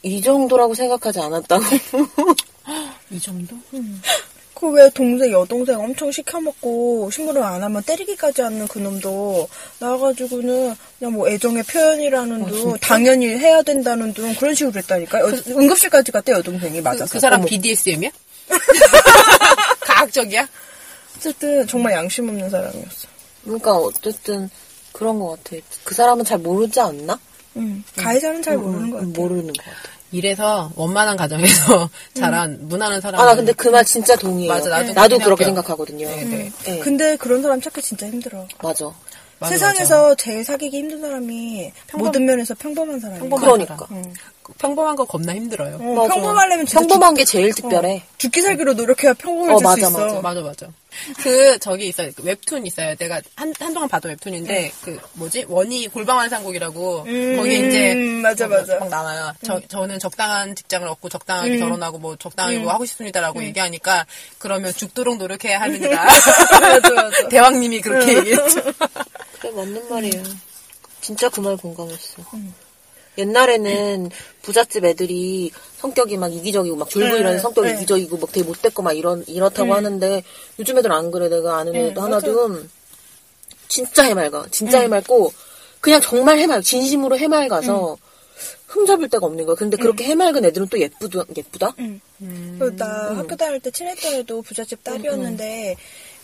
[SPEAKER 3] 이 정도라고 생각하지 않았다고.
[SPEAKER 1] 이 정도?
[SPEAKER 2] 그 왜 동생 여동생 엄청 시켜먹고 신고를 안 하면 때리기까지 하는 그놈도 나와가지고는 그냥 뭐 애정의 표현이라는 둥 당연히 해야 된다는 둥 그런 식으로 했다니까 요 어, 응급실까지 갔대 여동생이 맞아서
[SPEAKER 1] 그, 그 사람
[SPEAKER 2] 어머.
[SPEAKER 1] BDSM이야? [laughs] 과학적이야?
[SPEAKER 2] 어쨌든 정말 양심 없는 사람이었어
[SPEAKER 3] 그러니까 어쨌든 그런 것 같아. 그 사람은 잘 모르지 않나?
[SPEAKER 2] 음, 가해자는 잘 모르는 것 같아
[SPEAKER 3] 모르는 것 같아.
[SPEAKER 1] 이래서 원만한 가정에서 [laughs] 자란 무난한 사람.
[SPEAKER 3] 아, 나 근데 그 말 진짜 동의해요.
[SPEAKER 1] 맞아, 나도 그렇긴
[SPEAKER 3] 그렇게
[SPEAKER 1] 할게요.
[SPEAKER 3] 생각하거든요.
[SPEAKER 1] 네.
[SPEAKER 3] 예,
[SPEAKER 2] 근데 그런 사람 찾기 진짜 힘들어
[SPEAKER 3] 맞아.
[SPEAKER 1] 맞아,
[SPEAKER 2] 세상에서 제일 사귀기 힘든 사람이
[SPEAKER 1] 평범-
[SPEAKER 2] 모든 면에서 평범한 사람이야
[SPEAKER 1] 평범한
[SPEAKER 3] 그러니까.
[SPEAKER 1] 사람. 평범한 거 겁나 힘들어요.
[SPEAKER 2] 어,
[SPEAKER 3] 맞아.
[SPEAKER 2] 평범하려면 진짜 어.
[SPEAKER 3] 평범한 게 제일 특별해.
[SPEAKER 2] 죽- 죽기 살기로 노력해야 평범해질
[SPEAKER 3] 어,
[SPEAKER 2] 수
[SPEAKER 3] 맞아,
[SPEAKER 2] 있어
[SPEAKER 3] 맞아.
[SPEAKER 1] 맞아 맞아. 그 저기 있어요. 그 웹툰 있어요. 내가 한 한동안 봤던 웹툰인데 그 뭐지 원이 골방환상곡이라고
[SPEAKER 2] 음,
[SPEAKER 1] 거기 이제
[SPEAKER 2] 음, 맞아, 맞아.
[SPEAKER 1] 막 나와요. 저 저는 적당한 직장을 얻고 적당하게 결혼하고 뭐 적당하게 뭐 하고 싶습니다라고 얘기하니까 그러면 죽도록
[SPEAKER 2] [laughs]
[SPEAKER 1] 노력해야 합니다.
[SPEAKER 2] 맞아, 맞아.
[SPEAKER 1] [laughs] 대왕님이 그렇게 얘기했죠.
[SPEAKER 3] 그래, 맞는 말이에요.
[SPEAKER 2] 음.
[SPEAKER 3] 진짜 그 말 공감했어. 옛날에는 부잣집 애들이 성격이 막 이기적이고 막 졸부
[SPEAKER 2] 네,
[SPEAKER 3] 이런 성격이
[SPEAKER 2] 네. 음.
[SPEAKER 3] 이기적이고 막 되게 못됐고 막 이런 이렇다고 하는데 요즘 애들 안 그래 내가 아는
[SPEAKER 2] 네,
[SPEAKER 3] 애도 하나도 진짜 해맑아 진짜
[SPEAKER 2] 음.
[SPEAKER 3] 해맑고 그냥 정말 해맑 진심으로
[SPEAKER 2] 음.
[SPEAKER 3] 해맑아서 흠잡을 데가 없는 거야 근데 그렇게 해맑은 애들은 또 예쁘다 예쁘다
[SPEAKER 2] 음. 그리고
[SPEAKER 3] 음.
[SPEAKER 2] 나 학교 다닐 때 친했던 애도 부잣집 딸이었는데,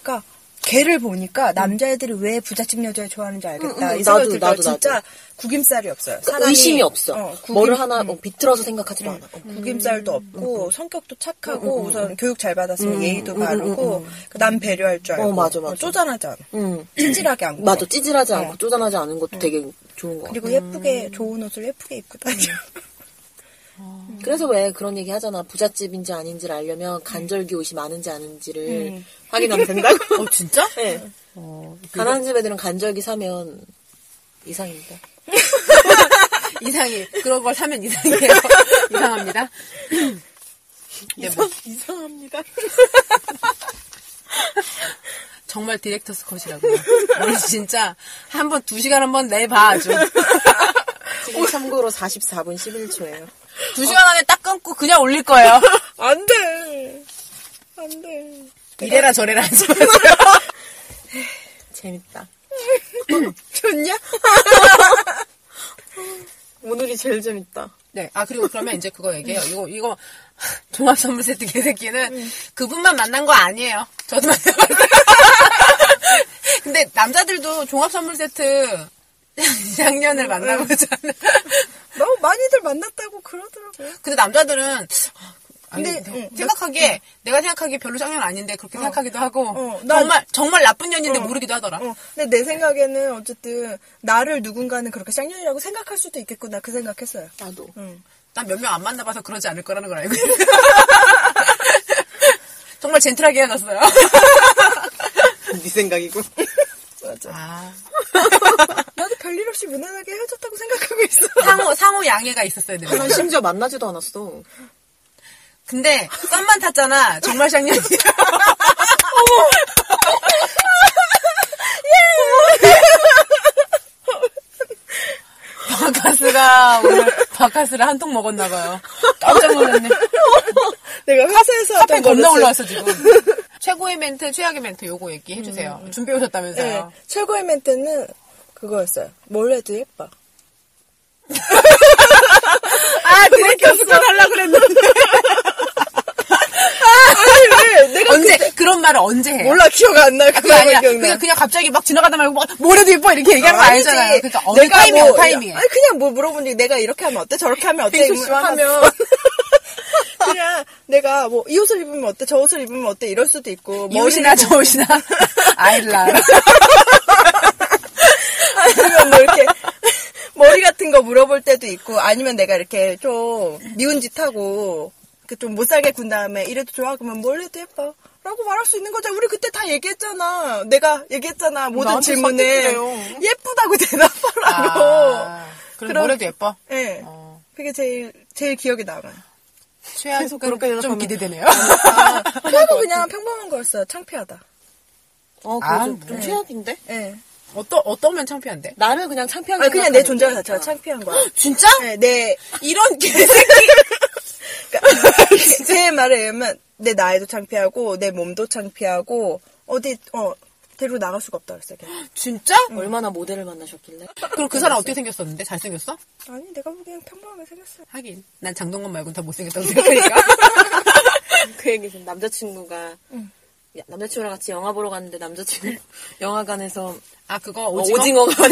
[SPEAKER 2] 그러니까 걔를 보니까 남자애들이 왜 부잣집 여자를 좋아하는지 알겠다.
[SPEAKER 3] 음, 음,
[SPEAKER 2] 이 생각이
[SPEAKER 3] 나도,
[SPEAKER 2] 들더라.
[SPEAKER 3] 나도, 나도.
[SPEAKER 2] 진짜 구김살이 없어요.
[SPEAKER 3] 그러니까
[SPEAKER 2] 사람이,
[SPEAKER 3] 의심이 없어
[SPEAKER 2] 어, 구김,
[SPEAKER 3] 뭐를 음, 하나 어, 비틀어서 생각하지도 않아 어.
[SPEAKER 2] 구김살도 없고 성격도
[SPEAKER 3] 음,
[SPEAKER 2] 착하고 우선 교육 잘 받았으면 예의도 바르고 그남 배려할 줄 알고
[SPEAKER 3] 어, 맞아, 맞아.
[SPEAKER 2] 어, 쪼잔하지 않고
[SPEAKER 3] 음.
[SPEAKER 2] 찌질하게 안 굴어.
[SPEAKER 3] 맞아 음. 찌질하지 않고
[SPEAKER 2] 어.
[SPEAKER 3] 쪼잔하지 않은 것도 되게 좋은 거 같아
[SPEAKER 2] 그리고 예쁘게 좋은 옷을 예쁘게 입고 다녀. [laughs]
[SPEAKER 3] 그래서 왜 그런 얘기 하잖아. 부잣집인지 아닌지를 알려면 간절기 옷이 많은지 아닌지를 확인하면 된다고. [laughs]
[SPEAKER 1] 어 진짜?
[SPEAKER 3] 네.
[SPEAKER 1] 어,
[SPEAKER 3] 가난한 집 애들은 간절기 사면 이상입니다.
[SPEAKER 1] 이상해. 그런 걸 사면 이상해요. 이상합니다. 근데 뭐
[SPEAKER 2] 이상합니다.
[SPEAKER 1] 정말 디렉터스 컷이라고요. 오늘 진짜 한 번 두 시간 한 번 내봐 아주.
[SPEAKER 3] 지금 [laughs] 참고로 44분 11초예요.
[SPEAKER 1] 두 시간 안에 딱 끊고 그냥 올릴 거예요.
[SPEAKER 2] 안 돼. 안 돼.
[SPEAKER 1] 이래라 저래라 하지 마세요.
[SPEAKER 3] 재밌다.
[SPEAKER 2] 좋냐?
[SPEAKER 3] 오늘이 제일 재밌다.
[SPEAKER 1] 네. 아 그리고 그러면 이제 그거 얘기해요. 이거 이거 [laughs] 종합 선물 세트 개새끼는
[SPEAKER 2] 네.
[SPEAKER 1] 그분만 만난 거 아니에요. 저도 만나봤어요. [laughs] 근데 남자들도 종합 선물 세트
[SPEAKER 2] 네.
[SPEAKER 1] 작년을 만나보잖아.
[SPEAKER 2] 너무 많이들 만났다고 그러더라고요.
[SPEAKER 1] [laughs] 근데 남자들은 아, 아니,
[SPEAKER 2] 근데,
[SPEAKER 1] 내가
[SPEAKER 2] 응,
[SPEAKER 1] 생각하기에 내가 생각하기에 별로 쌍년 아닌데 그렇게 생각하기도 하고
[SPEAKER 2] 네. 어, 나-
[SPEAKER 1] 정말 정말 나쁜 년인데 모르기도 하더라.
[SPEAKER 2] 어, 근데 내 생각에는 어쨌든 나를 누군가는 그렇게 쌍년이라고 생각할 수도 있겠구나 그 생각했어요.
[SPEAKER 3] 나도. [laughs]
[SPEAKER 2] 응.
[SPEAKER 1] 난 몇 명 안 만나봐서 그러지 않을 거라는 걸 알고 있어요. [laughs] 정말 젠틀하게 해놨어요.
[SPEAKER 3] 네 생각이고.
[SPEAKER 1] 아,
[SPEAKER 2] 나도 별일 없이 무난하게 헤어졌다고 생각하고 있어. [laughs]
[SPEAKER 1] 상호 상호 양해가 있었어야
[SPEAKER 3] [laughs]
[SPEAKER 1] 되는
[SPEAKER 3] 난 심지어 만나지도 않았어.
[SPEAKER 1] 근데 썸만 탔잖아. 정말 쌍년이야. 바카스가 오늘 바카스를 한 통 먹었나 봐요. 깜짝 놀랐네.
[SPEAKER 2] 내가 회사에서
[SPEAKER 1] 카페
[SPEAKER 2] 하던
[SPEAKER 1] 겁나
[SPEAKER 2] 거를
[SPEAKER 1] 올라왔어 지금. 최고의 멘트, 최악의 멘트 요거 얘기해 주세요. 준비해
[SPEAKER 2] 쓰- 네,
[SPEAKER 1] 오셨다면서요.
[SPEAKER 2] 최고의 멘트는 그거였어요. 뭘
[SPEAKER 1] [laughs]
[SPEAKER 2] 해도 예뻐.
[SPEAKER 1] 아, 드레킹 습관 하려고 그랬는데.
[SPEAKER 2] 아니 왜? 내가
[SPEAKER 1] 언제 그런 말을 언제 해?
[SPEAKER 2] 몰라 기억 안 나.
[SPEAKER 1] 그거
[SPEAKER 2] 그거
[SPEAKER 1] 아니야.
[SPEAKER 2] 기억나.
[SPEAKER 1] 그냥, 그냥 갑자기 막 지나가다 말고 막 뭐래도 예뻐 이렇게 얘기하는 거
[SPEAKER 2] 어, 아니지.
[SPEAKER 1] 아니잖아요. 그러니까 어느 타이밍 뭐, 타이밍에.
[SPEAKER 2] 아니 그냥 뭐 물어본 적이 내가 이렇게 하면 어때? 저렇게 하면 어때?
[SPEAKER 1] 땡큐, [laughs]
[SPEAKER 2] 하면 [laughs] 그냥 내가 뭐 이 옷을 입으면 어때? 저 옷을 입으면 어때? 이럴 수도 있고
[SPEAKER 1] [laughs] 이 옷이나 저 옷이나 아일라.
[SPEAKER 2] 아니면 뭐 이렇게 머리 같은 거 물어볼 때도 있고 아니면 내가 이렇게 좀 미운 짓 하고 그 좀 못살게 군 다음에 이래도 좋아 그러면 뭘 해도 예뻐 라고 말할 수 있는 거잖아 우리 그때 다 얘기했잖아 내가 얘기했잖아 모든
[SPEAKER 3] 나한테
[SPEAKER 2] 질문에
[SPEAKER 3] 선택이래요. 아.
[SPEAKER 2] 예쁘다고 대답하라고
[SPEAKER 1] 그럼
[SPEAKER 2] 그럼-
[SPEAKER 1] 뭐래도 예뻐.
[SPEAKER 2] 예
[SPEAKER 1] 어,
[SPEAKER 2] 그게 제일 제일 기억에 남아요
[SPEAKER 1] 최악 소감
[SPEAKER 3] 그렇게
[SPEAKER 1] 좀
[SPEAKER 3] 대답하면-
[SPEAKER 1] 기대되네요.
[SPEAKER 3] 아.
[SPEAKER 1] 어. [laughs]
[SPEAKER 2] 아, 그래도 그냥 평범한 거였어요 창피하다
[SPEAKER 3] 어,
[SPEAKER 1] 아,
[SPEAKER 3] 그거 좀, 좀
[SPEAKER 1] 네.
[SPEAKER 3] 최악인데?
[SPEAKER 2] 예
[SPEAKER 1] 어떤 어떠면 창피한데?
[SPEAKER 3] 나는 그냥 아. 창피하게
[SPEAKER 2] 아니, 그냥 내
[SPEAKER 3] 생각하는
[SPEAKER 2] 존재
[SPEAKER 3] 거야.
[SPEAKER 2] 자체가 예, 창피한 거야
[SPEAKER 1] 진짜? [laughs]
[SPEAKER 2] 예, 내
[SPEAKER 1] 이런 개새끼.
[SPEAKER 2] [laughs] 제 말에 의하면 내 나이도 창피하고 내 몸도 창피하고 어디 어 데리고 나갈 수가 없다 그랬어요. 걔는.
[SPEAKER 1] 진짜?
[SPEAKER 3] 얼마나 모델을 만나셨길래?
[SPEAKER 1] 그럼 그 사람 어떻게 생겼었는데? 잘생겼어?
[SPEAKER 2] 아니 내가 보기엔 평범하게 생겼어요.
[SPEAKER 1] 하긴. 난 장동건 말고는 다 [laughs] 못생겼다고 생각하니까.
[SPEAKER 3] 그 얘기 좀 남자친구가 야, 남자친구랑 같이 영화 보러 갔는데 남자친구 [laughs] 영화관에서
[SPEAKER 1] 아, 그거
[SPEAKER 3] 어, [laughs]
[SPEAKER 1] 오징어. 어,
[SPEAKER 3] 오징어가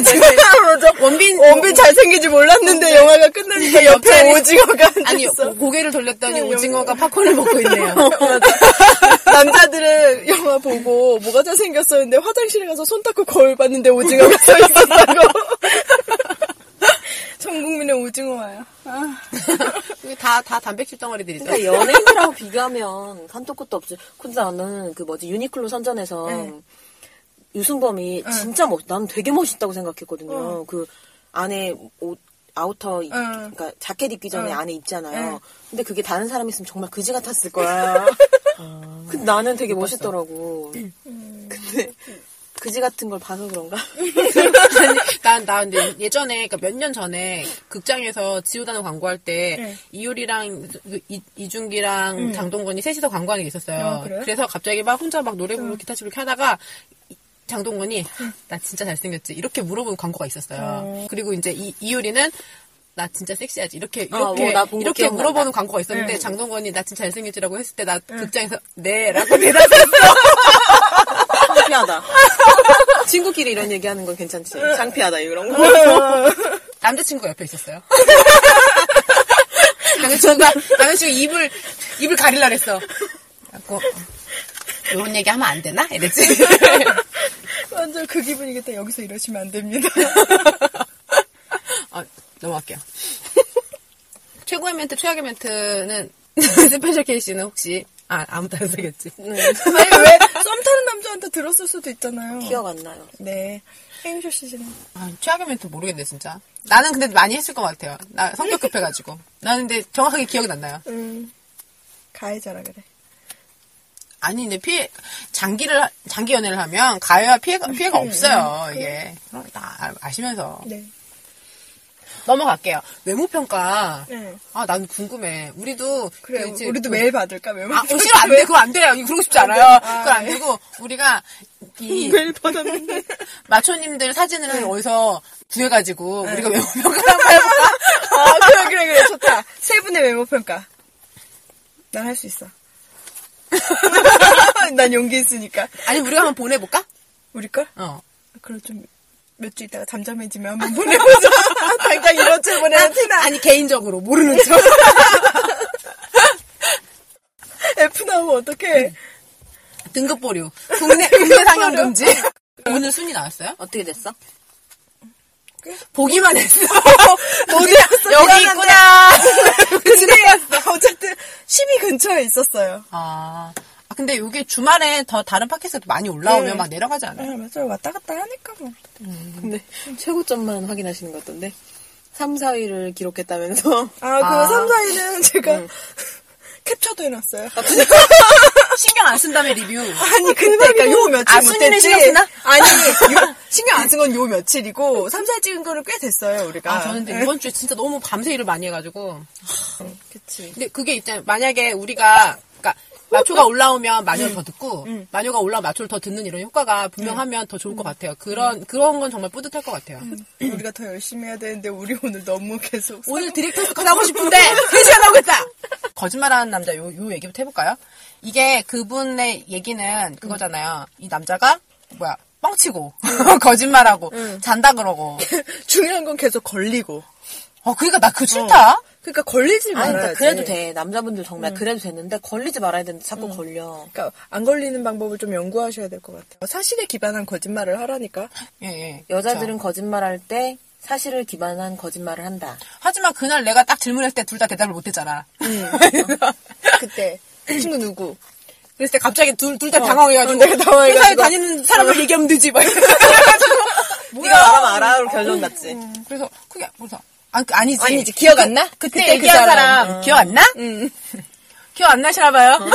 [SPEAKER 1] 원빈. 어, 네.
[SPEAKER 2] 원빈 잘생긴지 몰랐는데 영화가 끝나니까 옆에 오징어가 앉았어.
[SPEAKER 1] 아니, 고- 고개를 돌렸더니
[SPEAKER 2] 그냥
[SPEAKER 1] 오징어가 팝콘을 먹고 있네요.
[SPEAKER 2] [laughs] 남자들은 영화 보고 뭐가 잘생겼었는데 화장실에 가서 손 닦고 거울 봤는데 오징어가 서 있었다고. [laughs] 전 국민의 오징어와요. 아,
[SPEAKER 1] 이게 [laughs] 다, 다 단백질 덩어리들이 있어.
[SPEAKER 3] 그러니까 연예인이랑 비교하면 한도 끝도 없지. 근데 나는 그 뭐지 유니클로 선전에서
[SPEAKER 2] 네.
[SPEAKER 3] 유승범이 진짜 멋. 난 되게 멋있다고 생각했거든요.
[SPEAKER 2] 어.
[SPEAKER 3] 그 안에 옷 아우터 입,
[SPEAKER 2] 응.
[SPEAKER 3] 그러니까 자켓 입기 전에
[SPEAKER 2] 응.
[SPEAKER 3] 안에 입잖아요.
[SPEAKER 2] 응.
[SPEAKER 3] 근데 그게 다른 사람 있으면 정말 그지 같았을
[SPEAKER 2] [laughs]
[SPEAKER 3] 거야. 아. 근데 나는 되게 멋있더라고.
[SPEAKER 2] 음.
[SPEAKER 3] 근데 그지 같은 걸 봐서
[SPEAKER 2] [laughs]
[SPEAKER 3] 그런가?
[SPEAKER 1] 아니, [laughs] 난, 나 근데 예전에, 그니까 몇 년 전에 극장에서 지우다는 광고할 때,
[SPEAKER 2] 네.
[SPEAKER 1] 이효리랑 그 이- 이준기랑 장동건이 셋이서 광고하는 게 있었어요.
[SPEAKER 2] 음. 아, 그래요? 음.
[SPEAKER 1] 서 갑자기 막 혼자 막 노래 부르고 기타 치고 이렇게 하다가, 이- 장동건이, 나 진짜 잘생겼지? 이렇게 물어보는 광고가 있었어요. 그리고 이제 이, 이효리는, 나 진짜 섹시하지 이렇게
[SPEAKER 3] 아,
[SPEAKER 1] 이렇게
[SPEAKER 3] 어, 나본거
[SPEAKER 1] 이렇게
[SPEAKER 3] 기억난다.
[SPEAKER 1] 물어보는 광고가 있었는데
[SPEAKER 2] 네.
[SPEAKER 1] 장동건이 나 진짜 잘생겼지라고 했을 때 나 극장에서 네라고 대답했어
[SPEAKER 2] [laughs]
[SPEAKER 3] 창피하다. 친구끼리 이런 얘기하는 건 괜찮지. 창피하다 이런 거.
[SPEAKER 1] 남자친구 옆에 있었어요. [laughs] 남자친구, 남자친구 입을, 입을 가리라 그랬어. 그래갖고, 이런 얘기 하면 안 되나? [laughs] 이랬지.
[SPEAKER 2] 완전 그 기분이겠다. 여기서 이러시면 안 됩니다. [laughs]
[SPEAKER 1] 어, 넘어갈게요. 최고의 멘트, 최악의 멘트는, [laughs] 스페셜 케이씨는 혹시, 아, 아무도 안 쓰겠지.
[SPEAKER 2] 아니 왜 썸 타는 남자한테 들었을 수도 있잖아요.
[SPEAKER 3] 기억 안 나요.
[SPEAKER 2] 네. 행쇼 씨는
[SPEAKER 1] 아, 최악의 멘트 모르겠네, 진짜. 나는 근데 많이 했을 것 같아요. 나 성격 급해가지고. 나는 근데 정확하게 기억이 안 나요.
[SPEAKER 2] 음, 가해자라 그래.
[SPEAKER 1] 아니 근데 피해 장기를 하- 장기 연애를 하면 가해와 피해가 피해가
[SPEAKER 2] 음,
[SPEAKER 1] 없어요 이게 그럼 다 아- 아시면서
[SPEAKER 2] 네.
[SPEAKER 1] 넘어갈게요 외모 평가
[SPEAKER 2] 네.
[SPEAKER 1] 아 난 궁금해 우리도
[SPEAKER 2] 그래.
[SPEAKER 1] 그 이제
[SPEAKER 2] 우리도
[SPEAKER 1] 그-
[SPEAKER 2] 메일 받을까? 메일
[SPEAKER 1] 아 어, 싫어 안돼 그거 안 돼요 이거 그러고 싶지 않아요
[SPEAKER 2] 아, 음.
[SPEAKER 1] 그거 안 되고 우리가 이
[SPEAKER 2] 메일 받았는데.
[SPEAKER 1] 마초님들 사진을
[SPEAKER 2] 네.
[SPEAKER 1] 어디서 구해가지고 우리가 외모 평가를 한번 해볼까
[SPEAKER 2] [laughs] 아, 그래, 그래, 그래. 좋다. [laughs] 세 분의 외모 평가. 난 할 수
[SPEAKER 1] [laughs]
[SPEAKER 2] 있어. 난 용기 있으니까.
[SPEAKER 1] 아니 우리가 한번 보내볼까
[SPEAKER 2] 우리 걸?
[SPEAKER 1] 어
[SPEAKER 2] 그럼 좀, 몇 주 있다가 잠잠해지면 한번 보내보자. 당장 이런 네. 줄 보내야 티나.
[SPEAKER 1] 아니 개인적으로 모르는 척
[SPEAKER 2] [laughs] F 나오면 어떡해.
[SPEAKER 1] 등급 보류 국내 국내 상영 금지 오늘 순위 나왔어요?
[SPEAKER 3] 어떻게 됐어?
[SPEAKER 1] 보기만
[SPEAKER 2] [laughs]
[SPEAKER 1] 했어.
[SPEAKER 2] 못
[SPEAKER 1] 여기
[SPEAKER 2] 외웠어, 미안한데. [laughs]
[SPEAKER 1] 있구나.
[SPEAKER 2] 근데, 네, 어쨌든, 10위 근처에 있었어요.
[SPEAKER 1] 아, 아, 근데 이게 주말에 더 다른 팟캐스트도 많이 올라오면
[SPEAKER 2] 네.
[SPEAKER 1] 막 내려가지 [laughs] 않아요?
[SPEAKER 2] 맞아. 왔다 갔다 하니까 뭐.
[SPEAKER 3] 근데 최고점만 확인하시는 것 같던데 3, 4위를 기록했다면서
[SPEAKER 2] 아, 그
[SPEAKER 1] 아.
[SPEAKER 2] 3, 4위는 제가 [laughs] 캡처도 해놨어요.
[SPEAKER 1] 신경 안 쓴다며 리뷰.
[SPEAKER 2] 아니 그때 그러니까 요 며칠
[SPEAKER 1] 아,
[SPEAKER 2] 못
[SPEAKER 1] 순위는
[SPEAKER 2] 됐지.
[SPEAKER 1] 신경 쓰나? [laughs]
[SPEAKER 2] 아니 요- 신경 안 쓴 건 요 며칠이고 3, 4 찍은 거는 꽤 됐어요 우리가. 네.
[SPEAKER 1] 아, 저는 근데 이번 주에 진짜 너무 밤새 일을 많이 해가지고.
[SPEAKER 2] 그치.
[SPEAKER 1] 근데 그게 있잖아요. 만약에 우리가, 그니까, 마초가 올라오면 마녀를 더 듣고, 마녀가 올라오면 마초를 더 듣는 이런 효과가 분명하면 더 좋을 것 같아요. 그런, 그런 건 정말 뿌듯할 것 같아요.
[SPEAKER 2] 우리가 더 열심히 해야 되는데 우리 오늘 너무 계속
[SPEAKER 1] 오늘 디렉터 스컷 하고 싶은데 [laughs] 3시간 하고 있다! 거짓말하는 남자 요, 요 얘기부터 해볼까요? 이게 그분의 얘기는 그거잖아요. 이 남자가 뭐야 뻥치고 [laughs] 거짓말하고 잔다 그러고
[SPEAKER 2] [laughs] 중요한 건 계속 걸리고.
[SPEAKER 1] 어 그러니까 나 그거 싫다?
[SPEAKER 2] 그러니까 걸리지
[SPEAKER 3] [laughs] 아니
[SPEAKER 2] 말아야지.
[SPEAKER 3] 그러니까 그래도 돼 남자분들 정말 그래도 되는데 걸리지 말아야 되는데 자꾸 걸려
[SPEAKER 2] 그러니까 안 걸리는 방법을 좀 연구하셔야 될 것 같아요. 사실에 기반한 거짓말을 하라니까.
[SPEAKER 1] 예, 예.
[SPEAKER 3] 여자들은 거짓말할 때 사실을 기반한 거짓말을 한다
[SPEAKER 1] 그렇죠. 하지만 그날 내가 딱 질문했을 때 둘 다 대답을 못했잖아
[SPEAKER 2] 그때 그 친구 누구?
[SPEAKER 1] 그랬을 때 갑자기 둘 둘 다 당황해가지고
[SPEAKER 2] 내가 당황해가지고.
[SPEAKER 1] 어. 그 회사에 다니는 사람을 얘기하면 되지 막 이러면서
[SPEAKER 3] [laughs]
[SPEAKER 2] 음,
[SPEAKER 3] 네가 알아면 알아로 결론 났지
[SPEAKER 1] 음, 그래서 그게 그래서 아, 그 아니지
[SPEAKER 2] 아니지, 기억 안 나?
[SPEAKER 1] 그때,
[SPEAKER 2] 그때 그
[SPEAKER 1] 얘기한
[SPEAKER 2] 사람. 음.
[SPEAKER 1] 사람, 기억 안 나? [laughs] 기억 안 나시나 봐요
[SPEAKER 2] 어.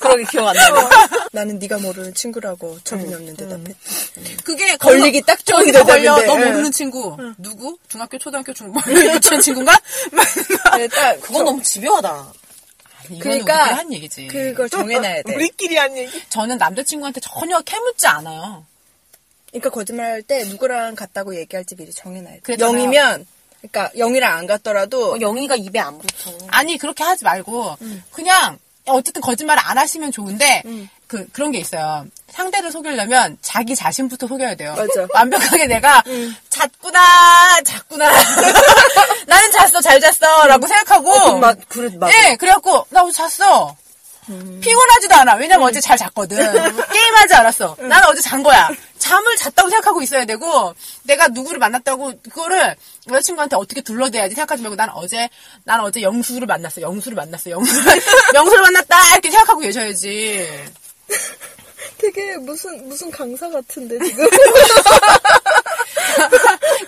[SPEAKER 3] 그러게 기억 안 나네
[SPEAKER 2] 나는 네가 모르는 친구라고 저분이 없는 대답했지.
[SPEAKER 1] 그게
[SPEAKER 2] [laughs] 걸리기 딱 좋은
[SPEAKER 1] 거기서 걸려.
[SPEAKER 2] 대답인데.
[SPEAKER 1] 너
[SPEAKER 2] 예.
[SPEAKER 1] 모르는 친구 누구? 뭐, [laughs] 중학교, 초등학교, 중학교 유치원 친구인가? 막-
[SPEAKER 2] 네, 딱
[SPEAKER 3] 그건 너무 집요하다
[SPEAKER 1] 이건
[SPEAKER 2] 그러니까
[SPEAKER 1] 우리끼리 한 얘기지.
[SPEAKER 2] 그걸 정해놔야 돼.
[SPEAKER 3] 우리끼리 한 얘기.
[SPEAKER 1] 저는 남자친구한테 전혀 캐묻지 않아요.
[SPEAKER 2] 그러니까 거짓말할 때 누구랑 갔다고 얘기할지 미리 정해놔야 돼.
[SPEAKER 1] 그랬잖아요.
[SPEAKER 2] 영이면 그러니까 영이랑 안 갔더라도
[SPEAKER 3] [laughs] 어, 영희가 입에 안 붙어.
[SPEAKER 1] 아니 그렇게 하지 말고
[SPEAKER 3] 음.
[SPEAKER 1] 그냥 어쨌든 거짓말을 안 하시면 좋은데 그 그런 게 있어요. 상대를 속이려면 자기 자신부터 속여야 돼요.
[SPEAKER 2] 맞아.
[SPEAKER 1] [laughs] 완벽하게 내가
[SPEAKER 3] 음.
[SPEAKER 1] 잤구나, 잤구나. [laughs] 나는 잤어, 잘 잤어라고 생각하고.
[SPEAKER 3] 어, 맞, 그래, 맞아.
[SPEAKER 1] 예, 그래갖고 나 어제 잤어. 피곤하지도 않아. 왜냐면 어제 잘 잤거든. 게임하지 않았어. 나는 어제 잔 거야. 잠을 잤다고 생각하고 있어야 되고 내가 누구를 만났다고 그거를 여자친구한테 어떻게 둘러대야지 생각하지 말고 난 어제 난 어제 영수를 만났어. 영수를 만났어. 영수를
[SPEAKER 2] [laughs]
[SPEAKER 1] 영수를 만났다 이렇게 생각하고 계셔야지. [laughs]
[SPEAKER 2] 되게 무슨 무슨 강사 같은데 지금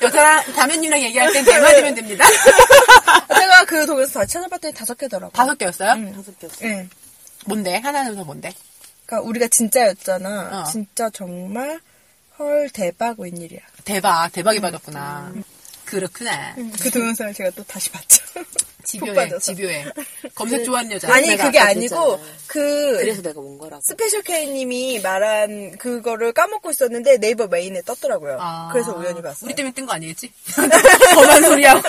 [SPEAKER 1] 여자랑 담임님이랑 얘기할 땐 내 말이면 됩니다.
[SPEAKER 2] [laughs]
[SPEAKER 1] [laughs]
[SPEAKER 2] 제가 그 독일에서 다시 찾아봤더니 다섯 음, 개더라고.
[SPEAKER 1] 다섯 개였어요?
[SPEAKER 3] 다섯 개 없어.
[SPEAKER 2] 응.
[SPEAKER 1] 뭔데? 하나는 더 뭔데?
[SPEAKER 2] 예. 그러니까 우리가 진짜였잖아.
[SPEAKER 1] 어.
[SPEAKER 2] 진짜 정말 헐 대박 웬일이야.
[SPEAKER 1] 대박 대박이 받았구나. 그렇구나.
[SPEAKER 2] 그 동영상을 제가 또 다시 봤죠.
[SPEAKER 1] 집요해,
[SPEAKER 2] 빠져서.
[SPEAKER 1] 집요해. 검색 좋아하는 여자.
[SPEAKER 2] 네, 아니
[SPEAKER 3] 내가
[SPEAKER 2] 그게
[SPEAKER 3] 아까
[SPEAKER 2] 아니고
[SPEAKER 3] 그랬잖아.
[SPEAKER 2] 그
[SPEAKER 3] 그래서 내가 온 거라고.
[SPEAKER 2] 스페셜 K님이 말한 그거를 까먹고 있었는데 네이버 메인에 떴더라고요.
[SPEAKER 1] 아.
[SPEAKER 2] 그래서 우연히 봤어요.
[SPEAKER 1] 우리 때문에 뜬 거 아니겠지? [laughs] 거만 소리하고.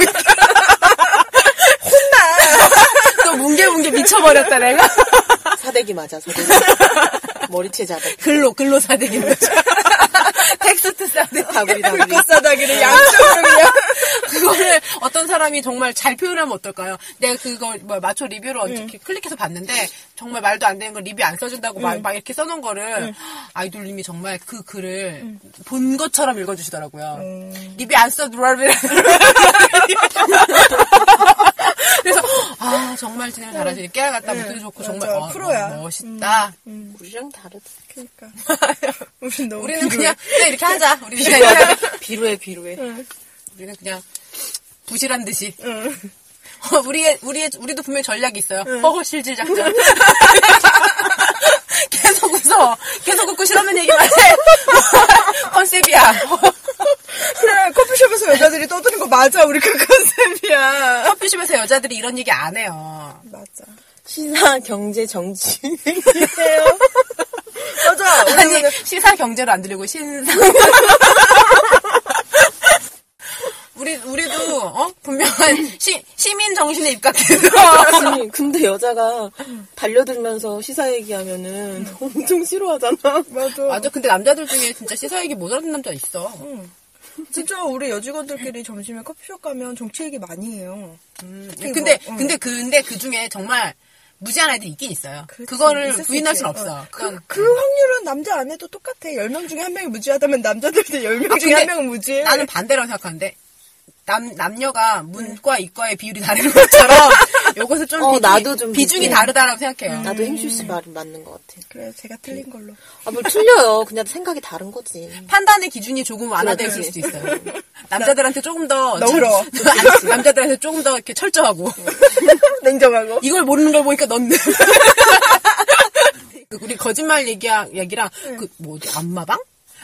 [SPEAKER 1] 혼나! [laughs] 또 뭉게뭉게 미쳐버렸다, 내가.
[SPEAKER 3] 사대기 맞아, [laughs] 사대기. 머리채 잡아.
[SPEAKER 1] 글로, 글로 사대기 맞죠. 텍스트 사대기.
[SPEAKER 3] 다구리, 다구리.
[SPEAKER 2] 꽃사다기를 양쪽으로 그냥
[SPEAKER 1] 그거를 어떤 사람이 정말 잘 표현하면 어떨까요? 내가 그걸 뭐 마초 리뷰를 어떻게 클릭해서 봤는데 정말 말도 안 되는 걸 리뷰 안 써준다고 막, 막 이렇게 써놓은 거를 아이돌님이 정말 그 글을 본 것처럼 읽어주시더라고요. 리뷰 안 써, 누라르베라. 그래서 아 정말 진행 잘하시니 깨알 같다 목소리 좋고 정말
[SPEAKER 2] 맞아.
[SPEAKER 1] 어,
[SPEAKER 2] 프로야.
[SPEAKER 1] 멋있다.
[SPEAKER 3] 우리랑
[SPEAKER 2] [laughs]
[SPEAKER 3] 다르다.
[SPEAKER 1] [laughs]
[SPEAKER 2] 그러니까 우린 너무
[SPEAKER 1] 우리는
[SPEAKER 2] 비교해.
[SPEAKER 1] 그냥 그냥 이렇게 하자. 우리 그냥 이렇게 하자.
[SPEAKER 3] 비루해, 비루해.
[SPEAKER 1] 우리는 그냥 부실한 듯이. 어, 우리의 우리의 우리도 분명 히 전략이 있어요. 허허실질
[SPEAKER 2] [laughs]
[SPEAKER 1] 작전. 계속 웃어. 계속 웃고 싫으면 얘기만 해.
[SPEAKER 2] [laughs]
[SPEAKER 1] 컨셉이야.
[SPEAKER 2] 그래 네, 커피숍에서 여자들이 떠드는 거 맞아 우리 그 컨셉이야.
[SPEAKER 1] 커피숍에서 어, 여자들이 이런 얘기 안 해요.
[SPEAKER 2] 맞아.
[SPEAKER 3] 시사, 경제, 정치.
[SPEAKER 2] 그래요? 맞아. 그 우리
[SPEAKER 1] 아니 시사 경제로 안 들리고 신사. 우리 우리도 어 분명한 시, 시민 정신에 입각해서
[SPEAKER 3] 아니, 근데 여자가 달려들면서 시사 얘기하면은 엄청 싫어하잖아.
[SPEAKER 2] 맞아.
[SPEAKER 1] 맞아. 근데 남자들 중에 진짜 시사 얘기 못 알아듣는 남자 있어.
[SPEAKER 2] 진짜 우리 여직원들끼리 점심에 커피숍 가면 정치 얘기 많이 해요.
[SPEAKER 1] 음, 근데
[SPEAKER 2] 뭐, 응.
[SPEAKER 1] 근데 근데 그 중에 정말 무지한 아이들이 있긴 있어요.
[SPEAKER 2] 그렇지,
[SPEAKER 1] 그거를
[SPEAKER 2] 있을 수
[SPEAKER 1] 부인할
[SPEAKER 2] 있지.
[SPEAKER 1] 순 없어. 그러니까
[SPEAKER 2] 어.
[SPEAKER 1] 그건
[SPEAKER 2] 그, 그 확률은 남자 안 해도 똑같아. 열 명 중에 한 명이 무지하다면 남자들도 열 명 중에 한
[SPEAKER 1] 아, 근데
[SPEAKER 2] 명은 무지해.
[SPEAKER 1] 나는 반대라고 생각하는데 남 남녀가 문과 이과의 비율이 다른
[SPEAKER 2] [laughs]
[SPEAKER 1] 것처럼 요것은 좀,
[SPEAKER 3] 어,
[SPEAKER 1] 비중이,
[SPEAKER 3] 나도 좀
[SPEAKER 1] 비중이
[SPEAKER 3] 비슷해.
[SPEAKER 1] 다르다라고 생각해요.
[SPEAKER 2] 음.
[SPEAKER 3] 나도 행슈 씨 말이 맞는 것 같아.
[SPEAKER 2] 그래, 제가 틀린 걸로.
[SPEAKER 3] 아,
[SPEAKER 2] [laughs]
[SPEAKER 3] 뭘 틀려요. 그냥 생각이 다른 거지.
[SPEAKER 1] 판단의 기준이 조금 완화되어 있을
[SPEAKER 3] 그래.
[SPEAKER 1] 수도 있어요.
[SPEAKER 2] [laughs]
[SPEAKER 1] 남자들한테 조금 더
[SPEAKER 2] 너그러워.
[SPEAKER 1] 참- [laughs] 남자들한테 조금 더 이렇게 철저하고
[SPEAKER 2] 냉정하고.
[SPEAKER 1] 이걸 모르는 걸 보니까 넌 [laughs] 그 우리 거짓말 얘기랑 얘기랑
[SPEAKER 2] 네.
[SPEAKER 1] 그 뭐지 안마방?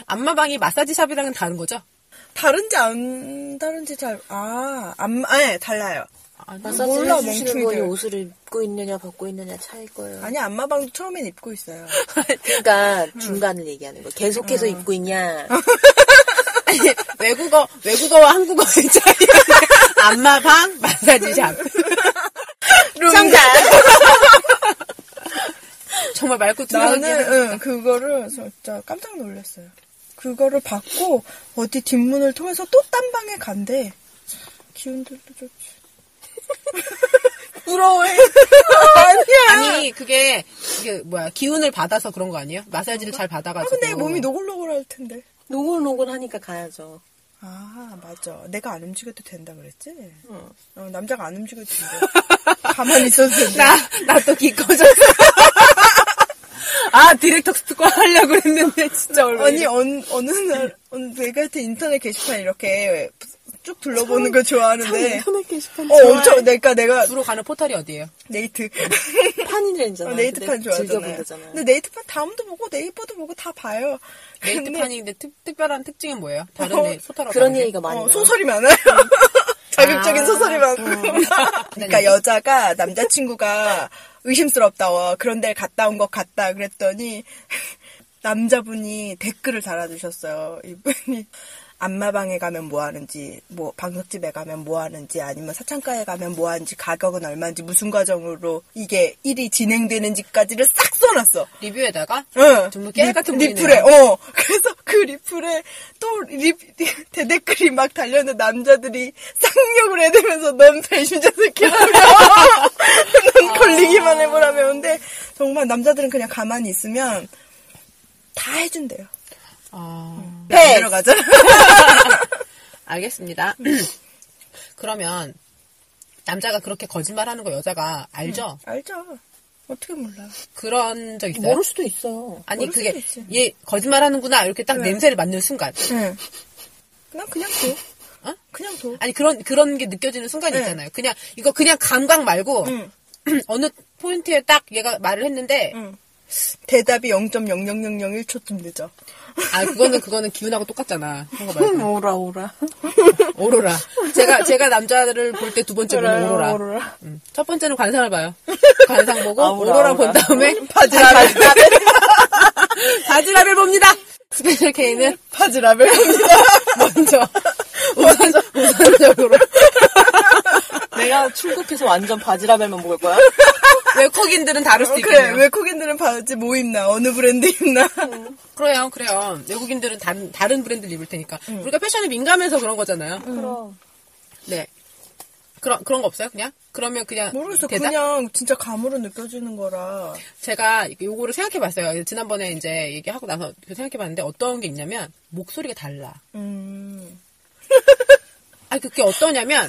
[SPEAKER 1] 안마방이 마사지 샵이랑은 다른 거죠? [laughs]
[SPEAKER 2] 다른지 안, 다른지 잘, 아, 안, 예, 달라요.
[SPEAKER 3] 아, 마사지
[SPEAKER 2] 몰라,
[SPEAKER 3] 해주시는
[SPEAKER 2] 멍청이들.
[SPEAKER 3] 거니 옷을 입고 있느냐 벗고 있느냐 차일 거예요.
[SPEAKER 2] 아니, 안마방도 처음엔
[SPEAKER 3] [laughs]
[SPEAKER 2] 입고 있어요.
[SPEAKER 3] 그러니까 중간을 얘기하는 거. 계속해서 입고 있냐.
[SPEAKER 1] 아니, 외국어, 외국어와 한국어의 [laughs] 차이. 안마방, 마사지샵.
[SPEAKER 2] [laughs]
[SPEAKER 3] 정답.
[SPEAKER 1] 정말 맑고 투명하게.
[SPEAKER 2] 나는, 응, 그거를 진짜 깜짝 놀랐어요. 그거를 받고, 어디 뒷문을 통해서 또 딴 방에 간대. 기운들도
[SPEAKER 3] [laughs]
[SPEAKER 2] 좋지.
[SPEAKER 1] 부러워해.
[SPEAKER 2] 아니야!
[SPEAKER 1] 아니, 그게, 이게 뭐야, 기운을 받아서 그런 거 아니에요? 마사지를 잘 받아가지고.
[SPEAKER 2] 근데 몸이 노골노골 할 텐데.
[SPEAKER 3] 노골노골 하니까 가야죠.
[SPEAKER 2] 아, 맞아. 내가 안 움직여도 된다 그랬지? 어, 남자가 안 움직여도 된다. 가만히 있어도 된다.
[SPEAKER 1] [laughs]
[SPEAKER 3] [laughs]
[SPEAKER 1] 나, 나 또 기꺼졌어.
[SPEAKER 2] [laughs]
[SPEAKER 1] 아, 디렉터 스트과 하려고 했는데, 진짜 얼마나.
[SPEAKER 2] 아니, 언, 어느 날, 어느 내가 하여튼 인터넷 게시판 이렇게 쭉 둘러보는 거 좋아하는데.
[SPEAKER 3] 인터넷 게시판
[SPEAKER 2] 어, 엄청, 그러니까 내가
[SPEAKER 1] 주로 가는 포털이 어디예요?
[SPEAKER 2] 네이트.
[SPEAKER 3] 판이잖아.
[SPEAKER 2] [laughs] 어, 네이트판
[SPEAKER 3] 즐겨본
[SPEAKER 2] 좋아하잖아요.
[SPEAKER 3] 거잖아.
[SPEAKER 2] 근데 네이트판 다음도 보고 네이버도 보고 다 봐요. 근데,
[SPEAKER 1] 네이트판인데 특, 특별한 특징이 뭐예요? 다른
[SPEAKER 2] 어,
[SPEAKER 1] 네- 포털하고.
[SPEAKER 3] 그런
[SPEAKER 1] 다르게?
[SPEAKER 3] 얘기가 많이 음. 아,
[SPEAKER 2] 어,
[SPEAKER 3] 나.
[SPEAKER 2] 소설이 많아요. [laughs]
[SPEAKER 3] 음. 네.
[SPEAKER 2] 자극적인 소설이 많고. 그러니까 여자가 남자친구가 의심스럽다워. 그런 데를 갔다 온 것 같다. 그랬더니 [laughs] 남자분이 댓글을 달아주셨어요. 이분이 안마방에 가면 뭐 하는지, 뭐 방석집에 가면 뭐 하는지, 아니면 사창가에 가면 뭐 하는지, 가격은 얼마인지, 무슨 과정으로 이게 일이 진행되는지까지를 싹 써놨어.
[SPEAKER 1] 리뷰에다가
[SPEAKER 2] 응. 예,
[SPEAKER 1] 정말 깨알 같은
[SPEAKER 2] 리-
[SPEAKER 1] 분이네요.
[SPEAKER 2] 리플에 어 [laughs] 그래서 그 리플에 또 리, 대댓글이 막 달렸는데 남자들이 쌍욕을 해대면서 넌 배신자 새끼라며 [laughs] 넌 걸리기만 해보라며 근데 정말 남자들은 그냥 가만히 있으면 다 해준대요
[SPEAKER 1] 어,
[SPEAKER 2] 안 들어가죠 [laughs]
[SPEAKER 1] 알겠습니다. [clears throat] 그러면 남자가 그렇게 거짓말하는 거 여자가 알죠?
[SPEAKER 2] 음. 알죠 어떻게 몰라
[SPEAKER 1] 그런 적 있어요?
[SPEAKER 3] 모를 수도 있어요.
[SPEAKER 1] 아니
[SPEAKER 2] 모를
[SPEAKER 1] 그게
[SPEAKER 2] 수도 있지.
[SPEAKER 1] 얘 거짓말하는구나 이렇게 딱 냄새를 맡는 순간
[SPEAKER 2] 응. 난 그냥 둬
[SPEAKER 1] 어?
[SPEAKER 2] 그냥 둬
[SPEAKER 1] 아니 그런 그런 게 느껴지는 순간이
[SPEAKER 2] 네. 음.
[SPEAKER 1] 있잖아요. 그냥 이거 그냥 감각 말고
[SPEAKER 2] 응.
[SPEAKER 1] [clears throat] 어느 포인트에 딱 얘가 말을 했는데
[SPEAKER 2] 응. 대답이 0.0001초쯤 늦어
[SPEAKER 1] 아 그거는 그거는 기운하고 똑같잖아. 그거 말고
[SPEAKER 3] 오라 오라.
[SPEAKER 1] 오로라. 제가 제가 남자를 볼 때 두 번째 보는 오로라.
[SPEAKER 3] 오로라.
[SPEAKER 1] 음. 첫 번째는 관상을 봐요. 관상 보고
[SPEAKER 3] 아우라,
[SPEAKER 1] 오로라
[SPEAKER 3] 아우라.
[SPEAKER 1] 본 다음에 바지라벨 [laughs] 바지라벨 봅니다. 스페셜 K는
[SPEAKER 2] 파지라벨
[SPEAKER 1] [laughs] 먼저 우선 우선적으로
[SPEAKER 3] [laughs] 내가 출국해서 완전 바지라벨만 먹을 거야.
[SPEAKER 1] 외국인들은 다를 수도 있겠네요.
[SPEAKER 2] 어, 그래 외국인들은 바지 뭐 입나 어느 브랜드 입나
[SPEAKER 1] 그래요, 그래요. 외국인들은 다, 다른 브랜드를 입을 테니까. 우리가 패션에 민감해서 그런 거잖아요.
[SPEAKER 3] 음. 그럼
[SPEAKER 1] 네. 그런, 그런 거 없어요, 그냥? 그러면 그냥.
[SPEAKER 2] [laughs] 모르겠어
[SPEAKER 1] 대답?
[SPEAKER 2] 그냥 진짜 감으로 느껴지는 거라
[SPEAKER 1] 제가 요거를 생각해 봤어요. 지난번에 이제 얘기하고 나서 그 생각해 봤는데 어떤 게 있냐면, 목소리가 달라.
[SPEAKER 2] 음
[SPEAKER 1] 아, 그게 어떠냐면,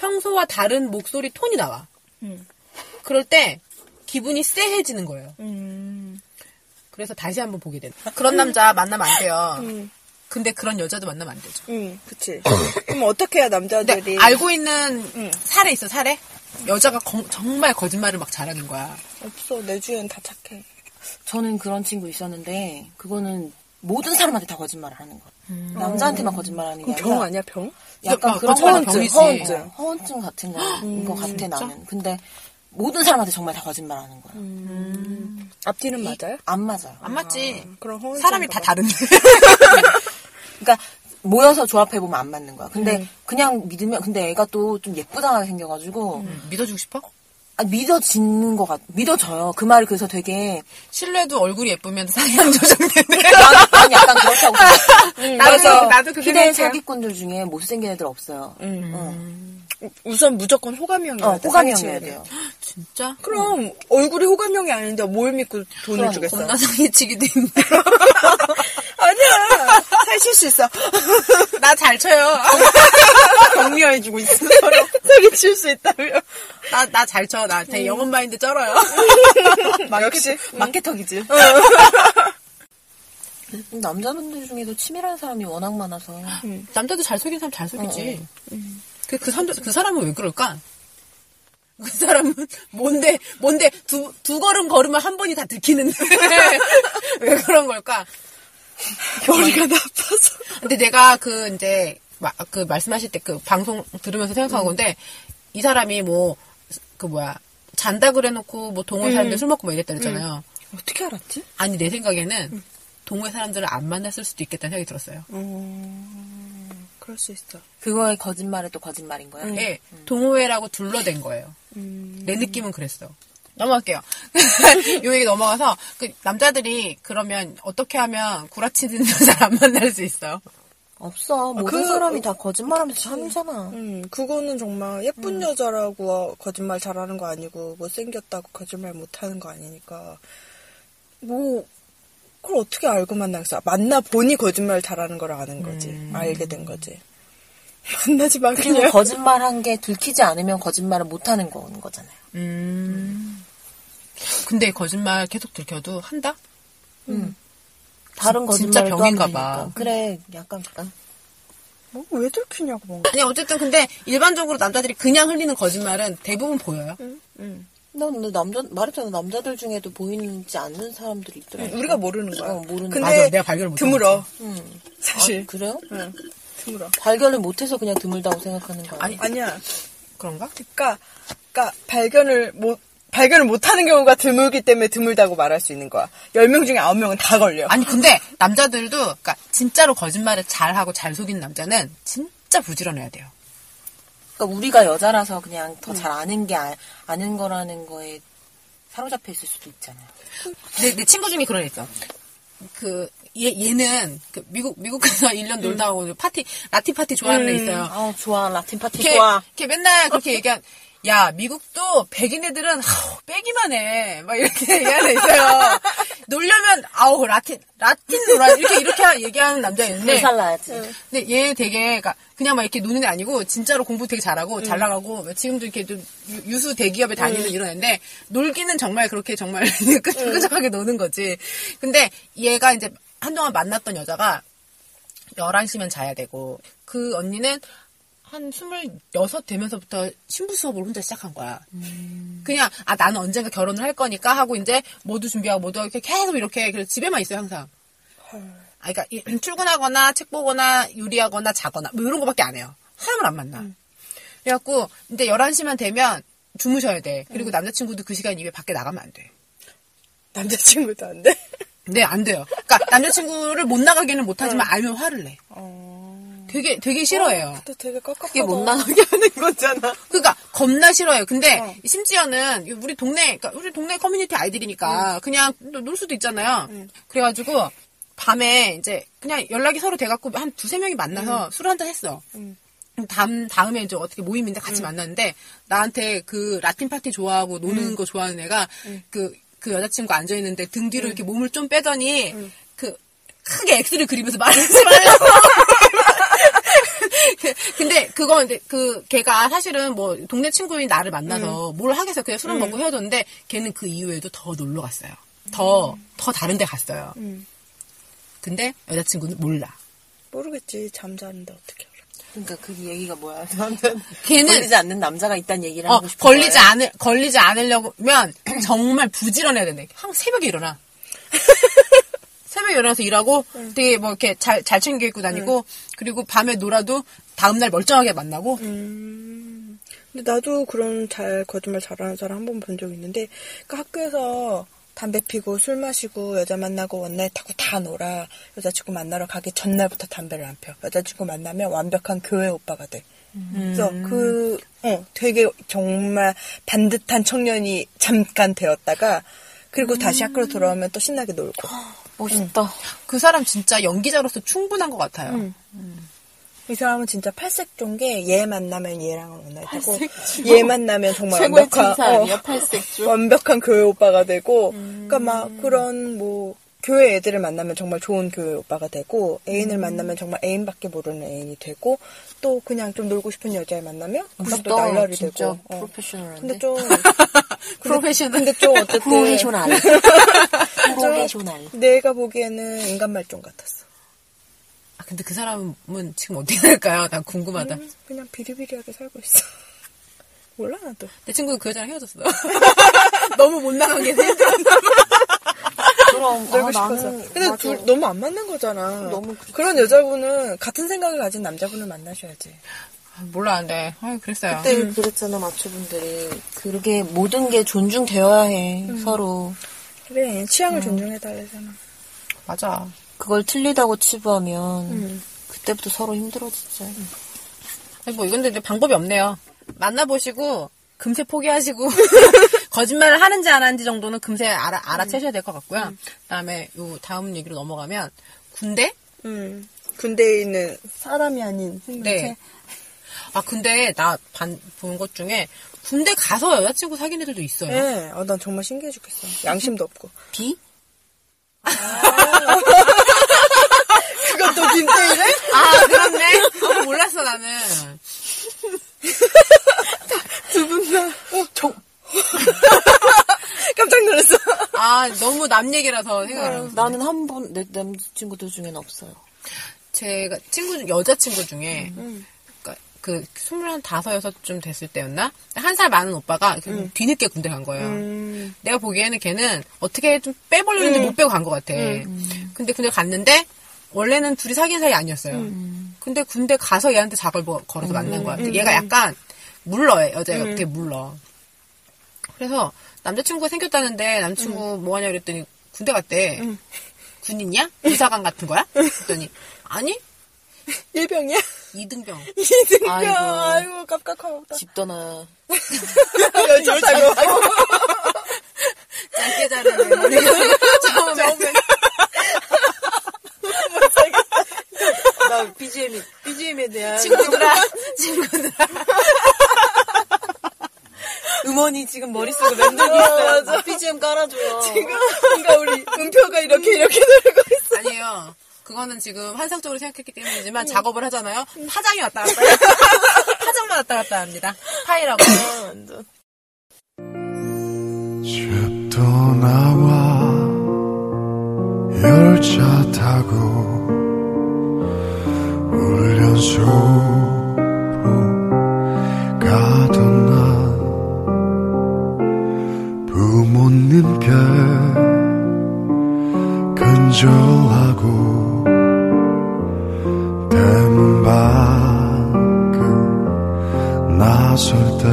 [SPEAKER 1] 평소와 다른 목소리 톤이 나와.
[SPEAKER 2] 음.
[SPEAKER 1] 그럴 때, 기분이 쎄해지는 거예요.
[SPEAKER 2] 음.
[SPEAKER 1] 그래서 다시 한번 보게 되는. 그런 남자 만나면 안 돼요. 근데 그런 여자도 만나면 안 되죠.
[SPEAKER 2] 음, 그치. [laughs] 네, 그럼 어떻게 해야
[SPEAKER 1] 근데
[SPEAKER 2] 남자들이.
[SPEAKER 1] 알고 있는 사례 있어 사례? 여자가 거- 정말 거짓말을 막 잘하는 거야.
[SPEAKER 2] 없어. 내 주위엔 다 착해.
[SPEAKER 3] 저는 그런 친구 있었는데 그거는 모든 사람한테 다 거짓말을 하는 거야. 남자한테만 거짓말하는 게
[SPEAKER 2] 그럼
[SPEAKER 3] 아니라
[SPEAKER 2] 병 아니야, 병?
[SPEAKER 3] 약간
[SPEAKER 1] 아,
[SPEAKER 3] 그런
[SPEAKER 1] 거짓말은
[SPEAKER 3] 허언증,
[SPEAKER 1] 병이지.
[SPEAKER 3] 허언증, 음. 허언증 같은 거, 것 같아 나는. 근데 모든 사람한테 정말 다 거짓말하는 거야.
[SPEAKER 2] 앞뒤는 맞아요?
[SPEAKER 3] 안 맞아요.
[SPEAKER 1] 안 맞지?
[SPEAKER 2] 그럼 허언
[SPEAKER 1] 사람이 다 다른데.
[SPEAKER 3] 그러니까 모여서 조합해 보면 안 맞는 거야. 근데 그냥 믿으면 근데 애가 또 좀 예쁘다하게 생겨가지고
[SPEAKER 1] 믿어주고 싶어?
[SPEAKER 3] 아, 믿어지는 것 같, 믿어져요. 그 말이 그래서 되게
[SPEAKER 1] 실내도 얼굴이 예쁘면 상향 조정되네. [laughs]
[SPEAKER 3] 나는, 나는 약간 그렇다고 생각해.
[SPEAKER 1] 나도-
[SPEAKER 3] 그래서
[SPEAKER 1] 나도 그
[SPEAKER 3] 희대의
[SPEAKER 1] 생각해요.
[SPEAKER 3] 사기꾼들 중에 못생긴 애들 없어요. 응.
[SPEAKER 2] 우선 무조건 호감형이어야
[SPEAKER 3] 어,
[SPEAKER 2] 돼,
[SPEAKER 3] 호감형이어야
[SPEAKER 2] 상치해야
[SPEAKER 3] 돼요.
[SPEAKER 1] 진짜?
[SPEAKER 2] 그럼 얼굴이 호감형이 아닌데 뭘 믿고 돈을
[SPEAKER 3] 그럼,
[SPEAKER 2] 주겠어?
[SPEAKER 1] 겁나 상해치기도 있네.
[SPEAKER 2] [laughs] 아니야. 살실 수 있어.
[SPEAKER 1] [laughs] 나 잘 쳐요.
[SPEAKER 2] 격려해주고 있어. [laughs] 살이 칠수 [laughs] 있다며.
[SPEAKER 1] 나 나 잘 쳐. 나 되게 영업 마인드 쩔어요.
[SPEAKER 2] 역시.
[SPEAKER 3] 마케터기지.
[SPEAKER 1] [laughs]
[SPEAKER 3] 남자분들 중에도 치밀한 사람이 워낙 많아서
[SPEAKER 1] 남자도 잘 속인 사람 잘 속이지.
[SPEAKER 2] 어,
[SPEAKER 1] 그, 그 사람, 그 사람은 왜 그럴까? 그 사람은 뭔데, 뭔데, 두, 두 걸음 걸으면 한 번이 다 들키는데. [laughs] 왜 그런 걸까?
[SPEAKER 2] 머리가 나빠서.
[SPEAKER 1] 근데 내가 그 이제 마- 그 말씀하실 때 그 방송 들으면서
[SPEAKER 2] 음.
[SPEAKER 1] 생각한 건데 이 사람이 뭐 그 뭐야 잔다 그래놓고 뭐 동호회
[SPEAKER 2] 음.
[SPEAKER 1] 사람들 술 먹고 뭐 이랬다 그랬잖아요.
[SPEAKER 2] 어떻게 알았지?
[SPEAKER 1] 아니 내 생각에는 동호회 사람들을 안 만났을 수도 있겠다는 생각이 들었어요.
[SPEAKER 2] 음, 그럴 수 있어.
[SPEAKER 3] 그거의 거짓말에 또 거짓말인 거야.
[SPEAKER 1] 예, 동호회라고 둘러댄 거예요.
[SPEAKER 2] 음,
[SPEAKER 1] 내 느낌은 그랬어. 음. 넘어갈게요. [laughs] 요 얘기 넘어가서 그 남자들이 그러면 어떻게 하면 구라치는 [laughs] 여자를 안 만날 수 있어요? 아,
[SPEAKER 3] 없어. 모든
[SPEAKER 2] 그-
[SPEAKER 3] 사람이 다 거짓말하면서 참잖아.
[SPEAKER 2] 음, 그거는 정말 예쁜 여자라고 어, 거짓말 잘하는 거 아니고 뭐 못생겼다고 거짓말 못하는 거 아니니까 뭐 그걸 어떻게 알고 만나겠어? 만나 보니 거짓말 잘하는 걸 아는 거지, 알게 된 거지. [laughs] 만나지 마
[SPEAKER 3] 그리고
[SPEAKER 1] [laughs]
[SPEAKER 2] 그냥.
[SPEAKER 3] 거짓말한 게 들키지 않으면 거짓말을 못하는 거인 거잖아요.
[SPEAKER 1] 음. 근데 거짓말 계속 들켜도 한다?
[SPEAKER 3] 다른
[SPEAKER 1] 진-
[SPEAKER 3] 거짓말도
[SPEAKER 1] 진짜 병인가
[SPEAKER 3] 하면 되니까.
[SPEAKER 1] 봐.
[SPEAKER 3] 그래, 약간 그런.
[SPEAKER 2] 뭐, 왜 들키냐고 뭔가.
[SPEAKER 1] 아니 어쨌든 근데 일반적으로 남자들이 그냥 흘리는 거짓말은 대부분 보여요.
[SPEAKER 2] 음.
[SPEAKER 3] 난 근데 남자 말했잖아 남자들 중에도 보이지 않는 사람들이 있더라고.
[SPEAKER 2] 음, 우리가 모르는 거야.
[SPEAKER 3] 어, 모르는
[SPEAKER 2] 근데
[SPEAKER 1] 맞아, 내가 발견을 못
[SPEAKER 2] 드물어.
[SPEAKER 3] 응.
[SPEAKER 2] 사실
[SPEAKER 3] 아, 그래요?
[SPEAKER 2] 응, 드물어.
[SPEAKER 3] 발견을 못해서 그냥 드물다고 생각하는 거야.
[SPEAKER 1] 아니
[SPEAKER 2] 아니야.
[SPEAKER 1] 그런가?
[SPEAKER 2] 그러니까, 그러니까 발견을 못 발견을 못하는 경우가 드물기 때문에 드물다고 말할 수 있는 거야. 10명 중에 9명은 다 걸려.
[SPEAKER 1] 아니 근데 남자들도 그러니까 진짜로 거짓말을 잘하고 잘 속이는 남자는 진짜 부지런해야 돼요.
[SPEAKER 3] 그러니까 우리가 여자라서 그냥 더 잘 아는 게 아, 는 거라는 거에 사로잡혀 있을 수도 있잖아요.
[SPEAKER 1] 내, 내 친구 중에 그런 애 있어. 그, 얘, 얘는, 그 미국, 미국 가서 [laughs] 1년 놀다 오고 파티, 라티 파티 좋아하는 애 있어요.
[SPEAKER 3] 아 좋아 라틴 파티
[SPEAKER 1] 걔,
[SPEAKER 3] 좋아.
[SPEAKER 1] 걔 맨날 그렇게 얘기한, 야, 미국도 백인 애들은, 아우, 빼기만 해. 막 이렇게 [laughs] 얘기하는 애 있어요. 놀려면, 아우, 라틴, 라틴 놀아. 이렇게, 이렇게 하- 얘기하는 남자 있는데.
[SPEAKER 3] 불살 나야지.
[SPEAKER 1] 근데 얘 되게, 그냥막 이렇게 노는 애 아니고, 진짜로 공부 되게 잘하고, 잘 나가고, 뭐 지금도 이렇게 좀 유- 유수 대기업에 다니는 이런 애인데, 놀기는 정말 그렇게 정말 [laughs] 끈적끈적하게 노는 거지. 근데 얘가 이제 한동안 만났던 여자가, 11시면 자야 되고, 그 언니는 한 26, 되면서부터 신부 수업을 혼자 시작한 거야. 그냥, 아, 나는 언젠가 결혼을 할 거니까 하고, 이제, 모두 준비하고, 모두 이렇게 계속 이렇게, 그래서 집에만 있어요, 항상. 아, 그러니까 이- [clears throat] 출근하거나 책 보거나 요리하거나 자거나 뭐 이런 거밖에 안 해요. 사람을 안 만나. 그래갖고 이제 11시만 되면 주무셔야 돼. 그리고 남자친구도 그 시간 이후에 밖에 나가면 안 돼.
[SPEAKER 2] 남자친구도 안 돼.
[SPEAKER 1] 네, 안 돼요. 그러니까 남자친구를 못 나가기는 못하지만 알면 화를 내.
[SPEAKER 2] 음.
[SPEAKER 1] 되게 되게 싫어해요.
[SPEAKER 2] 근데 되게 깝깝하다.
[SPEAKER 3] 이게 어. 못 나가게 하는 거잖아.
[SPEAKER 1] 그러니까 겁나 싫어요. 근데 심지어는 우리 동네 그러니까 우리 동네 커뮤니티 아이들이니까 그냥 놀- 놀 수도 있잖아요. 그래가지고 밤에 이제 그냥 연락이 서로 돼갖고 한 두세 명이 만나서 술 한잔 했어. 다음 음. 다음에 이제 어떻게 모임인데 같이 만났는데 나한테 그 라틴 파티 좋아하고 노는 거 좋아하는 애가 그 그 여자친구 앉아 있는데 등 뒤로 이렇게 몸을 좀 빼더니 그 크게 X를 그리면서 말하지 말라고. [laughs] 근데 그거 이제 그 걔가 사실은 뭐 동네 친구인 나를 만나서
[SPEAKER 3] 음.
[SPEAKER 1] 뭘 하겠어 그냥 술은 먹고 헤어졌는데 걔는 그 이후에도 더 놀러 갔어요. 더 더
[SPEAKER 3] 음.
[SPEAKER 1] 다른데 갔어요. 근데 여자친구는 몰라.
[SPEAKER 2] 음. 모르겠지. 잠자는데 어떻게 알아.
[SPEAKER 3] 그러니까 그 얘기가 뭐야? [laughs] 나는
[SPEAKER 1] 걔는-
[SPEAKER 3] 걸리지 않는 남자가 있다는 얘기를
[SPEAKER 1] 어,
[SPEAKER 3] 하고 싶은
[SPEAKER 1] 걸리지
[SPEAKER 3] 거예요.
[SPEAKER 1] 않을 걸리지 않으려면 [clears throat] 정말 부지런해야 된대. 항상 새벽에 일어나. [laughs] 새벽에 일어나서 일하고
[SPEAKER 3] 음.
[SPEAKER 1] 되게 뭐 이렇게 잘 잘 챙겨 입고 다니고 그리고 밤에 놀아도 다음 날 멀쩡하게 만나고
[SPEAKER 2] 근데 나도 그런 잘 거짓말 잘하는 사람 한 번 본 적 있는데 그 학교에서 담배 피고 술 마시고 여자 만나고 원나잇 하고 다 놀아 여자친구 만나러 가기 전날부터 담배를 안 펴. 여자친구 만나면 완벽한 교회 오빠가 돼. 그래서 그 어, 되게 정말 반듯한 청년이 잠깐 되었다가 그리고 다시 학교로 돌아오면 또 신나게 놀고
[SPEAKER 3] 멋있다.
[SPEAKER 1] 그 사람 진짜 연기자로서 충분한 것 같아요.
[SPEAKER 2] 이 사람은 진짜 팔색조인 게얘 만나면 얘랑은 원나잇하고 얘 만나면 정말 완벽한 어.
[SPEAKER 3] 팔색주.
[SPEAKER 2] 완벽한 교회 오빠가 되고,
[SPEAKER 3] 음.
[SPEAKER 2] 그러니까 막 그런 뭐 교회 애들을 만나면 정말 좋은 교회 오빠가 되고,
[SPEAKER 3] 음.
[SPEAKER 2] 애인을 만나면 정말 애인밖에 모르는 애인이 되고, 또 그냥 좀 놀고 싶은 여자를 만나면 금방 또 날라리
[SPEAKER 3] 음, 진짜
[SPEAKER 2] 되고. 어.
[SPEAKER 3] 프로페셔널한데. [laughs]
[SPEAKER 2] 근데 좀
[SPEAKER 1] 프로페셔널.
[SPEAKER 2] 근데 좀 어쨌든
[SPEAKER 3] 프로페셔널. 프로페셔널.
[SPEAKER 2] 내가 보기에는 인간 말종 같았어.
[SPEAKER 1] 아, 근데 그 사람은 지금 어떻게 될까요? 난 궁금하다.
[SPEAKER 2] 음, 그냥 비리비리하게 살고 있어. [laughs] 몰라 나도.
[SPEAKER 1] 내 친구 그 여자랑 헤어졌어. [laughs] 너무 못 나가게 헤어졌어.
[SPEAKER 3] 그럼
[SPEAKER 2] 놀고
[SPEAKER 3] 아,
[SPEAKER 2] 싶어서.
[SPEAKER 3] 나는
[SPEAKER 2] 근데
[SPEAKER 3] 맞아.
[SPEAKER 2] 둘 너무 안 맞는 거잖아.
[SPEAKER 3] 너무 그렇지.
[SPEAKER 2] 그런 여자분은 같은 생각을 가진 남자분을 만나셔야지.
[SPEAKER 1] 몰라, 근데. 아, 그랬어요.
[SPEAKER 3] 그때 그랬잖아 마초분들이 그게 모든 게 존중되어야 해 서로
[SPEAKER 2] 그래 취향을 존중해 달래잖아.
[SPEAKER 1] 맞아.
[SPEAKER 3] 그걸 틀리다고 치부하면 그때부터 서로 힘들어지죠.
[SPEAKER 1] 아니, 뭐, 이건데 이제 방법이 없네요. 만나보시고, 금세 [laughs] 포기하시고, 거짓말을 하는지 안 하는지 정도는 금세 알아, 알아채셔야 될 것 같고요. 그 음. 다음에, 요, 다음 얘기로 넘어가면, 군대?
[SPEAKER 2] 음, 군대에 있는 사람이 아닌 어.
[SPEAKER 1] 네. 아, 근데, 나, 반, 본 것 중에, 군대 가서 여자친구 사귄 애들도 있어요.
[SPEAKER 2] 네, 아, 난 정말 신기해 죽겠어. 양심도 [laughs] 없고.
[SPEAKER 1] 비?
[SPEAKER 2] 그것도 김태희래?
[SPEAKER 1] 아, 그렇네. 아, 몰랐어, 나는.
[SPEAKER 2] 두분 다. 어, 저. [laughs] 깜짝 놀랐어.
[SPEAKER 1] 아, 너무 남 얘기라서 생각 안 하고.
[SPEAKER 3] 나는 한 번 내 남자친구들 중에는 없어요.
[SPEAKER 1] 제가 친구 중 여자친구 중에 그러니까 그 스물한 다섯 여섯쯤 됐을 때였나 한 살 많은 오빠가 그 뒤늦게 군대 간 거예요.
[SPEAKER 2] 음.
[SPEAKER 1] 내가 보기에는 걔는 어떻게 좀 빼보려고 했는데 못 빼고 간 것 같아. 근데 군대 갔는데 원래는 둘이 사귄 사이 아니었어요. 근데 군대 가서 얘한테 뭐 작을 버- 걸어서 만난 거야. 근데 얘가 약간 물러해 여자애가 되게 물러. 그래서 남자친구가 생겼다는데 남자친구 뭐하냐 그랬더니 군대 갔대. 군인이야? 이사관 같은 거야? 그랬더니 아니
[SPEAKER 2] 일병이야? [laughs]
[SPEAKER 1] 이등병.
[SPEAKER 2] 이등병.
[SPEAKER 1] 아이고.
[SPEAKER 2] 아이고, 깝깝하다.
[SPEAKER 3] 집 떠나.
[SPEAKER 2] 열차 타고.
[SPEAKER 1] [laughs] 짧게 자르는 [laughs] 처음에
[SPEAKER 3] [laughs] 나 BGM, BGM에 대한
[SPEAKER 1] [laughs] 친구들아 친구들아
[SPEAKER 3] 음원이 지금 머릿속에 맴돌고 있어요. 아, BGM 깔아줘요.
[SPEAKER 2] 지금 뭔가 우리 은표가 이렇게 이렇게 들고 있어.
[SPEAKER 1] 아니에요. 그거는 지금 환상적으로 생각했기 때문이지만
[SPEAKER 3] 음.
[SPEAKER 1] 작업을 하잖아요. 파장이 왔다 갔다 해요. [laughs] 파장만 왔다 갔다 합니다. 파이라고.
[SPEAKER 2] 완전.
[SPEAKER 4] 집 떠나와 열차 타고 훈련소로 가던 날 부모님께 근절하고 대문 밖을 나설 때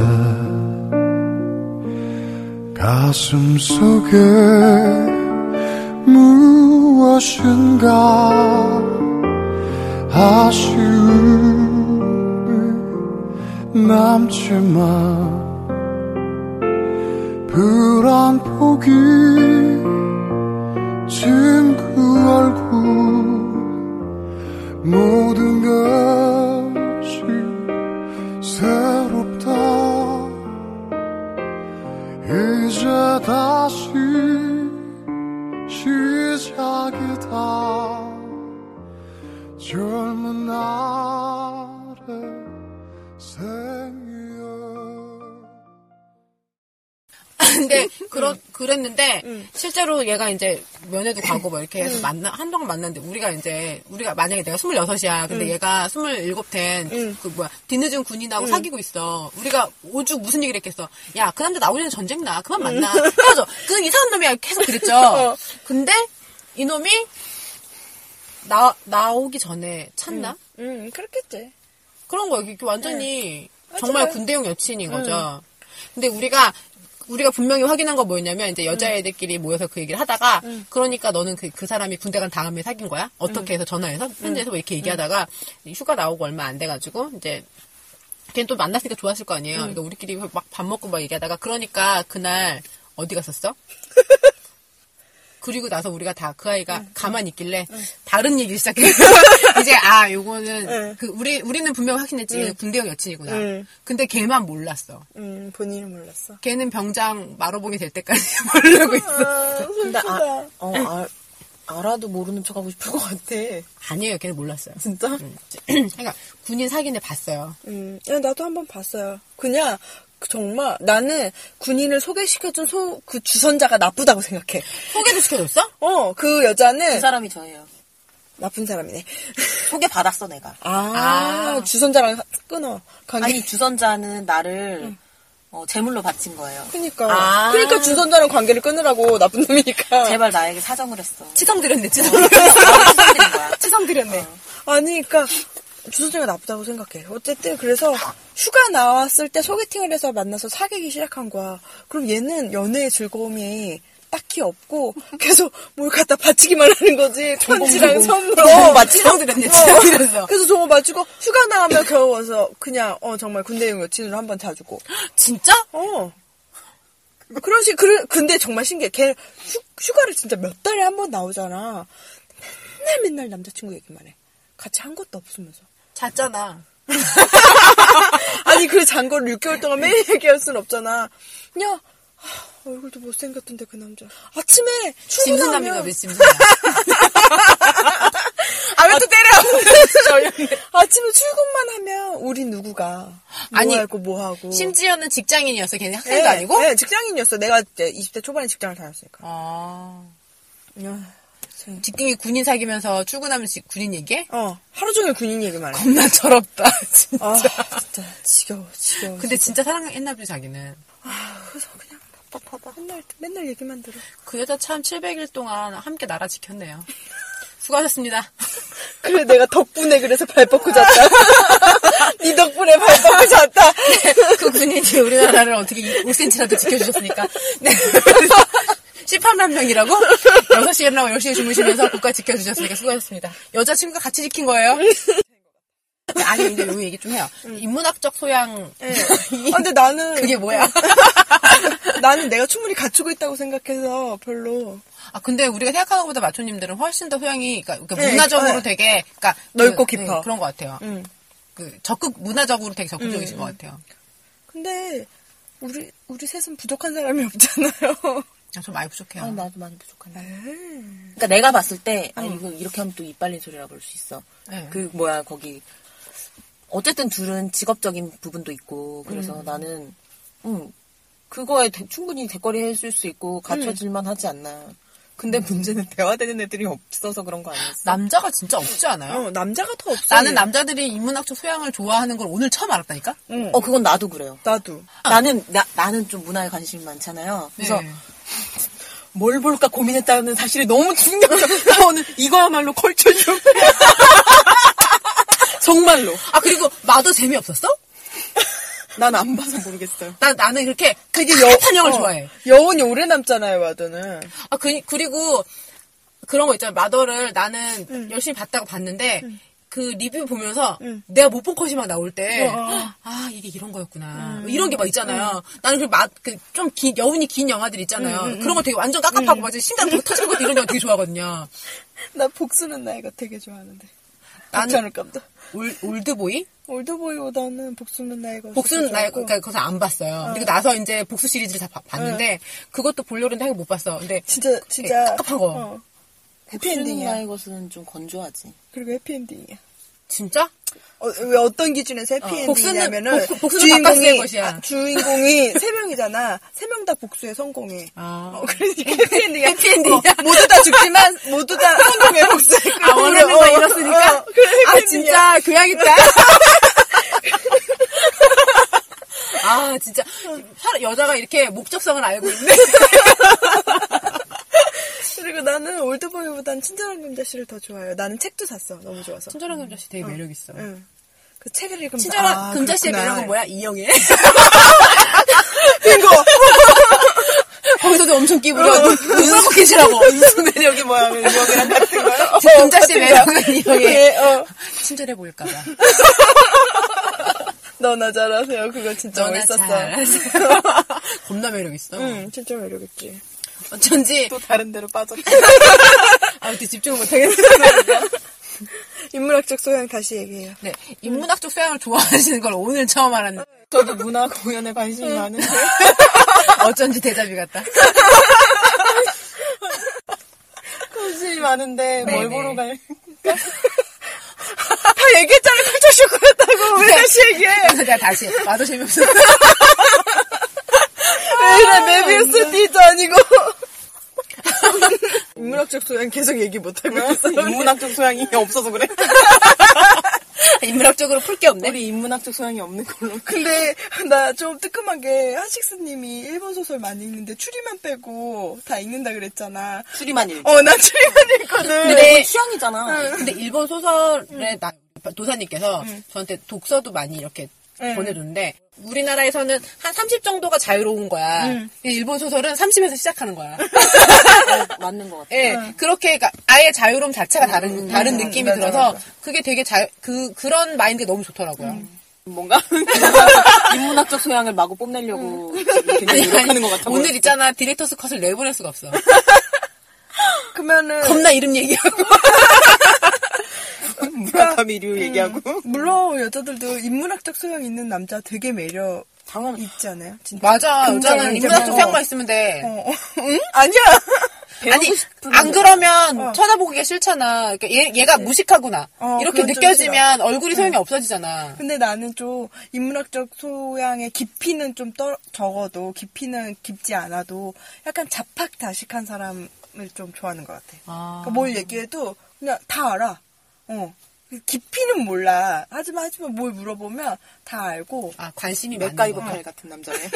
[SPEAKER 4] 가슴 속에 무엇인가 아쉬움이 남지만 불안 포기 친구 얼굴 모든 것이 새롭다 이제 다시 시작이다 젊은 날의 생일
[SPEAKER 1] 근데 그런 그랬는데 실제로 얘가 이제 면회도 가고 뭐 이렇게 해서 만나 한동안 만났는데 우리가 이제 우리가 만약에 내가 26이야. 근데 얘가 27된그 뭐야 뒤늦은 군인하고 사귀고 있어. 우리가 오죽 무슨 얘기를 했겠어. 야, 그 남자 나오려면 전쟁 나. 그만 만나. 헤어져. 그 이상한 놈이야. 계속 그랬죠. 근데 이놈이 나 나오기 전에 찾나?
[SPEAKER 2] 음, 그렇겠지.
[SPEAKER 1] 그런 거예요. 이게 완전히 정말
[SPEAKER 2] 네. 맞아요. 음.
[SPEAKER 1] 군대용 여친인 거죠. 근데 우리가 우리가 분명히 확인한 건 뭐였냐면 이제 여자애들끼리 모여서 그 얘기를 하다가
[SPEAKER 2] 음.
[SPEAKER 1] 그러니까 너는 그, 그 사람이 군대 간 다음에 사귄 거야? 어떻게 해서 전화해서 편지해서 뭐
[SPEAKER 2] 음.
[SPEAKER 1] 이렇게 얘기하다가 휴가 나오고 얼마 안 돼가지고 이제 걔는 또 만났으니까 좋았을 거
[SPEAKER 2] 음.
[SPEAKER 1] 아니에요. 그러니까 우리끼리 막 밥 먹고 막 얘기하다가 그러니까 그날 어디 갔었어? 그리고 나서 우리가 다 그 아이가 가만히 있길래 다른 얘기를 시작해. [laughs] 이제 아 요거는 그 우리 우리는 분명 확신했지 얘는 군대형 여친이구나.
[SPEAKER 2] 음.
[SPEAKER 1] 근데 걔만 몰랐어.
[SPEAKER 2] 음, 본인은 몰랐어.
[SPEAKER 1] 걔는 병장 마로봉이 될 때까지 [laughs] 모르고 있어.
[SPEAKER 2] 아,
[SPEAKER 3] 근데
[SPEAKER 2] 슬프다.
[SPEAKER 3] 아, 어, 알, 알아도 모르는 척하고 싶을 것 같아.
[SPEAKER 1] 아니에요, 걔는 몰랐어요. [clears throat]
[SPEAKER 3] 진짜?
[SPEAKER 1] 그러니까 군인 사귄 애 봤어요.
[SPEAKER 2] 음, 야, 나도 한번 봤어요. 그냥 정말 나는 군인을 소개시켜준 소, 그 주선자가 나쁘다고 생각해.
[SPEAKER 1] 소개도 시켜줬어?
[SPEAKER 2] 어, 그 여자는
[SPEAKER 3] 그 사람이 저예요.
[SPEAKER 2] 나쁜 사람이네.
[SPEAKER 3] 소개 받았어 내가.
[SPEAKER 2] [laughs] 아,
[SPEAKER 1] 아.
[SPEAKER 2] 주선자랑 하- 끊어. 관계.
[SPEAKER 3] 아니 주선자는 나를 어, 제물로 바친 거예요.
[SPEAKER 2] 그니까.
[SPEAKER 1] 아.
[SPEAKER 2] 그니까 주선자랑 관계를 끊으라고 나쁜
[SPEAKER 3] [laughs]
[SPEAKER 2] 놈이니까.
[SPEAKER 3] 제발 나에게 사정을 했어.
[SPEAKER 1] 치성 드렸네, 치성 드렸어.
[SPEAKER 3] 사정드린 거야.
[SPEAKER 1] 치성 드렸네.
[SPEAKER 2] 어. 아니, 그니까 주선자가 나쁘다고 생각해. 어쨌든 그래서 휴가 나왔을 때 소개팅을 해서 만나서 사귀기 시작한 거야. 그럼 얘는 연애의 즐거움이 딱히 없고 [laughs] 계속 뭘 갖다 바치기만 하는 거지. 편지랑 선물.
[SPEAKER 1] 맞 치성 드렸네, 치성 드렸어.
[SPEAKER 2] 그래서 저거 맞추고 휴가 나가면 겨우 와서 그냥 어 정말 군대용 여친으로 한번 자주고
[SPEAKER 1] 진짜?
[SPEAKER 2] 어 그런 식 그래 근데 정말 신기해 걔 휴, 휴가를 진짜 몇 달에 한 번 나오잖아 맨날 맨날 남자친구 얘기만 해 같이 한 것도 없으면서
[SPEAKER 1] 잤잖아.
[SPEAKER 2] 아니 그 잔거를 6개월 동안 매일 얘기할 순 없잖아 그냥 아, 얼굴도 못생겼던데 그 남자 아침에
[SPEAKER 1] 짐승남이가
[SPEAKER 2] 출근하면
[SPEAKER 1] 왜 [laughs] 짐승이야?
[SPEAKER 2] 아 왜
[SPEAKER 1] [laughs]
[SPEAKER 2] 또 때려 아침에 출근만 하면 우리 누구가 뭐
[SPEAKER 1] 아니,
[SPEAKER 2] 하고 뭐 하고
[SPEAKER 1] 심지어는 직장인이었어. 걔는
[SPEAKER 2] 네,
[SPEAKER 1] 학생도 아니고?
[SPEAKER 2] 네, 직장인이었어. 내가 이제 20대 초반에 직장을 다녔으니까.
[SPEAKER 1] 아.
[SPEAKER 2] 야,
[SPEAKER 1] 직등이 군인 사귀면서 출근하면 지- 군인 얘기해?
[SPEAKER 2] 어, 하루 종일 군인 얘기만 해.
[SPEAKER 1] 겁나 [laughs] 더럽다. 진짜.
[SPEAKER 2] 아, 진짜 지겨워, 지겨워.
[SPEAKER 1] 근데 어, 진짜 사랑했나 보지 자기는.
[SPEAKER 2] 그래서 그냥 답답하다. 맨날, 맨날 얘기만 들어.
[SPEAKER 1] 그 여자 참 700일 동안 함께 나라 지켰네요.
[SPEAKER 2] [laughs]
[SPEAKER 1] 수고하셨습니다.
[SPEAKER 2] 그래, 내가 덕분에 그래서 발 뻗고 잤다. [laughs] 네 덕분에 발톱을 잤다.
[SPEAKER 1] 그 군인이 우리나라를 어떻게 5cm라도 지켜주셨으니까. 네. [laughs] 18만 명이라고? 6시에 일어나고 10시에 주무시면서 국가 지켜주셨으니까 수고하셨습니다. 여자친구가 같이 지킨
[SPEAKER 2] [laughs]
[SPEAKER 1] 거예요? 아니, 근데 요 얘기 좀 해요. 인문학적 소양,
[SPEAKER 2] [laughs] 아, 근데 나는
[SPEAKER 1] 그게 뭐야?
[SPEAKER 2] 나는 내가 충분히 갖추고 있다고 생각해서 별로
[SPEAKER 1] 아, 근데 우리가 생각하는 것보다 마초님들은 훨씬 더 소양이, 그러니까, 그러니까
[SPEAKER 2] 네,
[SPEAKER 1] 문화적으로
[SPEAKER 2] 네.
[SPEAKER 1] 되게, 그러니까.
[SPEAKER 2] 넓고
[SPEAKER 1] 그,
[SPEAKER 2] 깊어.
[SPEAKER 1] 네, 그런 것 같아요.
[SPEAKER 3] 음.
[SPEAKER 1] 그, 적극, 문화적으로 되게 적극적이신 것 같아요.
[SPEAKER 2] 근데 우리 우리 셋은 부족한 사람이 없잖아요.
[SPEAKER 1] 아, 좀 많이 부족해요.
[SPEAKER 3] 아, 나도 많이 부족한데. 그러니까 내가 봤을 때, 아, 이거 이렇게 하면 또 이빨린 소리라 그럴 수 있어.
[SPEAKER 1] 네.
[SPEAKER 3] 그, 뭐야, 거기. 어쨌든 둘은 직업적인 부분도 있고, 그래서 나는, 음, 그거에 대- 충분히 대거리 해줄 수 있고, 갖춰질만 하지 않나. 근데 문제는 대화되는 애들이 없어서 그런 거 아니었어?
[SPEAKER 1] 남자가 진짜 없지 않아요?
[SPEAKER 3] 음.
[SPEAKER 2] 어, 남자가 더 없어.
[SPEAKER 1] 나는 남자들이 인문학적 소양을 좋아하는 걸 오늘 처음 알았다니까?
[SPEAKER 2] 응.
[SPEAKER 3] 어, 그건 나도 그래요.
[SPEAKER 2] 나도.
[SPEAKER 3] 나는, 나, 나는 좀 문화에 관심이 많잖아요. 그래서
[SPEAKER 1] 네.
[SPEAKER 3] 뭘 볼까 고민했다는 사실이 너무 충격적. 나 [laughs] 오늘 이거야말로 컬처쇼. [laughs] 정말로.
[SPEAKER 1] 아, 그리고 마도 재미없었어?
[SPEAKER 3] 난 안 봐서 모르겠어요.
[SPEAKER 1] 나, 나는 그렇게, 그게 여, 탄형을
[SPEAKER 3] 어.
[SPEAKER 1] 좋아해.
[SPEAKER 2] 여운이 오래 남잖아요, 와드는.
[SPEAKER 1] 아, 그, 그리고 그런 거 있잖아요. 마더를 나는 열심히 봤다고 봤는데, 그 리뷰 보면서 내가 못 본 컷이 막 나올
[SPEAKER 2] 어,
[SPEAKER 1] 때, 아, 이게 이런 거였구나. 이런 게 막 있잖아요. 나는 그 맛, 그, 좀 긴, 여운이 긴 영화들 있잖아요. 그런 거 되게 완전 깝깝하고 막 심장 되게 터지는 것도 이런 영화 되게 좋아하거든요.
[SPEAKER 2] 나 복수는 나이가 되게 좋아하는데.
[SPEAKER 1] 나는
[SPEAKER 2] 괜찮을 깜다.
[SPEAKER 1] 올, 올드보이?
[SPEAKER 2] 올드보이보다는 복수는 나이가 그러니까
[SPEAKER 1] 복수는
[SPEAKER 2] 어쩔
[SPEAKER 1] 나,
[SPEAKER 2] 줄 알고.
[SPEAKER 1] 그니까, 그것을 안 봤어요. 그리고 나서 이제 복수 시리즈를 다 봐- 봤는데, 그것도 보려고 했는데 못 봤어. 근데,
[SPEAKER 2] 진짜 진짜
[SPEAKER 1] 깝깝한 거.
[SPEAKER 2] 어.
[SPEAKER 3] 해피엔딩
[SPEAKER 2] 해피엔딩이야.
[SPEAKER 3] 나의 것은 좀 건조하지.
[SPEAKER 2] 그리고 해피엔딩이야.
[SPEAKER 1] 진짜?
[SPEAKER 2] 어, 왜 어떤 기준에서 해피엔딩이냐면은
[SPEAKER 1] 복수는- 복- 복수는 바깥의 것이야.
[SPEAKER 2] 아, 주인공이 [laughs] 세 명이잖아. 세 명 다 복수에 성공해.
[SPEAKER 1] 아.
[SPEAKER 2] 어, 그러니까 해피엔딩이야.
[SPEAKER 1] 해피엔딩이야.
[SPEAKER 2] 어, 모두 다 죽지만 모두 다 성공해 복수에.
[SPEAKER 1] 아, 원하는 거 잃었으니까?
[SPEAKER 2] 그래,
[SPEAKER 1] 아,
[SPEAKER 2] 해피엔딩이야.
[SPEAKER 1] 진짜, 교양있다. [laughs] 아, 진짜. 사람- 여자가 이렇게 목적성을 알고 있네.
[SPEAKER 2] 그리고 나는 올드보이보단 친절한 금자씨를 더 좋아해요. 나는 책도 샀어. 너무 좋아서.
[SPEAKER 1] 친절한 금자씨 되게 매력있어.
[SPEAKER 2] 응. 그 책을 읽으면
[SPEAKER 1] 친절한 금자씨의 매력은 뭐야? 이영애.
[SPEAKER 2] 빙고.
[SPEAKER 1] [laughs] 거기서도 엄청 끼부려. 눈썹 계시라고. 무슨 매력이 뭐야?
[SPEAKER 2] 이영애랑 같은 거야?
[SPEAKER 1] 금자씨의 매력은 이영애.
[SPEAKER 2] 예, 어.
[SPEAKER 1] 친절해 보일까봐.
[SPEAKER 2] 너나 잘하세요. 그거 진짜
[SPEAKER 1] 너나
[SPEAKER 2] 멋있었어.
[SPEAKER 1] 잘하세요. [laughs] 겁나 매력있어.
[SPEAKER 2] 응, 진짜 매력있지.
[SPEAKER 1] 어쩐지
[SPEAKER 2] 또 다른 데로 빠졌다.
[SPEAKER 1] 아무튼 집중을 못하겠어.
[SPEAKER 2] [laughs] 인문학적 소양 다시 얘기해요.
[SPEAKER 1] 네, 인문학적 소양을 좋아하시는 걸 오늘 처음 [laughs] 알았는데
[SPEAKER 3] 저도 문화 공연에 관심이 많은데.
[SPEAKER 1] 어쩐지 대답이 같다.
[SPEAKER 3] 관심이 많은데
[SPEAKER 1] 뭘 보러
[SPEAKER 3] 갈?
[SPEAKER 2] [laughs] 다 얘기했잖아. 깜짝 쇼크였다고.
[SPEAKER 3] 네.
[SPEAKER 2] 왜 다시 얘기해?
[SPEAKER 1] [laughs] 그래서 내가 그러니까 다시 와도 재미없어.
[SPEAKER 3] 아,
[SPEAKER 2] 왜 이래.
[SPEAKER 3] 네,
[SPEAKER 2] 메비우스 D도 아니고. [laughs] 인문학적 소양 계속 얘기 못하고
[SPEAKER 3] 네.
[SPEAKER 2] 있어.
[SPEAKER 3] 인문학적 소양이 없어서 [laughs] 그래.
[SPEAKER 1] [laughs] 인문학적으로 풀 게 없네.
[SPEAKER 3] 우리 인문학적 소양이 없는 걸로.
[SPEAKER 2] 근데 나 좀 뜨끔한 게 한식스님이 일본 소설 많이 읽는데 추리만 빼고 다 읽는다 그랬잖아.
[SPEAKER 3] 수리만 읽.
[SPEAKER 2] 어, 나 추리만 읽거든.
[SPEAKER 3] 네.
[SPEAKER 1] 근데
[SPEAKER 3] 취향이잖아.
[SPEAKER 1] 근데 일본 소설의 나- 도사님께서 저한테 독서도 많이 이렇게 보내줬는데 우리나라에서는 한 30 정도가 자유로운 거야. 근데 일본 소설은 30에서 시작하는 [laughs] 거야.
[SPEAKER 3] 맞는 것 같아.
[SPEAKER 1] 예, 그렇게 그러니까 아예 자유로움 자체가 다른 다른 느낌이
[SPEAKER 2] 맞아,
[SPEAKER 1] 들어서
[SPEAKER 2] 맞아.
[SPEAKER 1] 그게 되게 자유 그 그런 마인드가 너무 좋더라고요.
[SPEAKER 3] 뭔가 [laughs] 인문학적 소양을 마구 뽐내려고 굉장히 노력하는 것 같아.
[SPEAKER 2] 뭐.
[SPEAKER 1] 오늘 있잖아 디렉터스 컷을 내보낼 수가
[SPEAKER 2] [laughs]
[SPEAKER 1] 없어.
[SPEAKER 2] 그러면은
[SPEAKER 1] 겁나 이름 얘기하고.
[SPEAKER 3] 무라카미류 얘기하고.
[SPEAKER 2] 물론 여자들도 인문학적 소양 있는 남자 되게 매력
[SPEAKER 3] 당연.
[SPEAKER 2] 있지 않아요? 진짜. [laughs]
[SPEAKER 1] 맞아. 여자는
[SPEAKER 2] 금전은
[SPEAKER 1] 인문학
[SPEAKER 2] 이제
[SPEAKER 1] 쪽향만
[SPEAKER 2] 뭐-
[SPEAKER 1] 있으면 돼.
[SPEAKER 2] 어. 응? 아니야. [laughs]
[SPEAKER 1] 아니 안 그러면 쳐다보기가 싫잖아. 그러니까 얘 얘가 무식하구나
[SPEAKER 2] 네. 어, 네.
[SPEAKER 1] 이렇게
[SPEAKER 2] 그건 좀
[SPEAKER 1] 느껴지면 얼굴이 소용이 없어지잖아.
[SPEAKER 2] 근데 나는 좀 인문학적 소양의 깊이는 좀 떨, 적어도 깊이는 깊지 않아도 약간 자팍다식한 사람을 좀 좋아하는 그러니까 것 같아.
[SPEAKER 1] 아.
[SPEAKER 2] 그러니까 뭘 얘기해도 그냥 다 알아. 어. 깊이는 몰라. 하지만 하지만 뭘 물어보면 다 알고
[SPEAKER 1] 아, 관심이 많은
[SPEAKER 5] 맥가이버
[SPEAKER 1] 거.
[SPEAKER 5] 팔 같은
[SPEAKER 1] [laughs]
[SPEAKER 5] 남자네.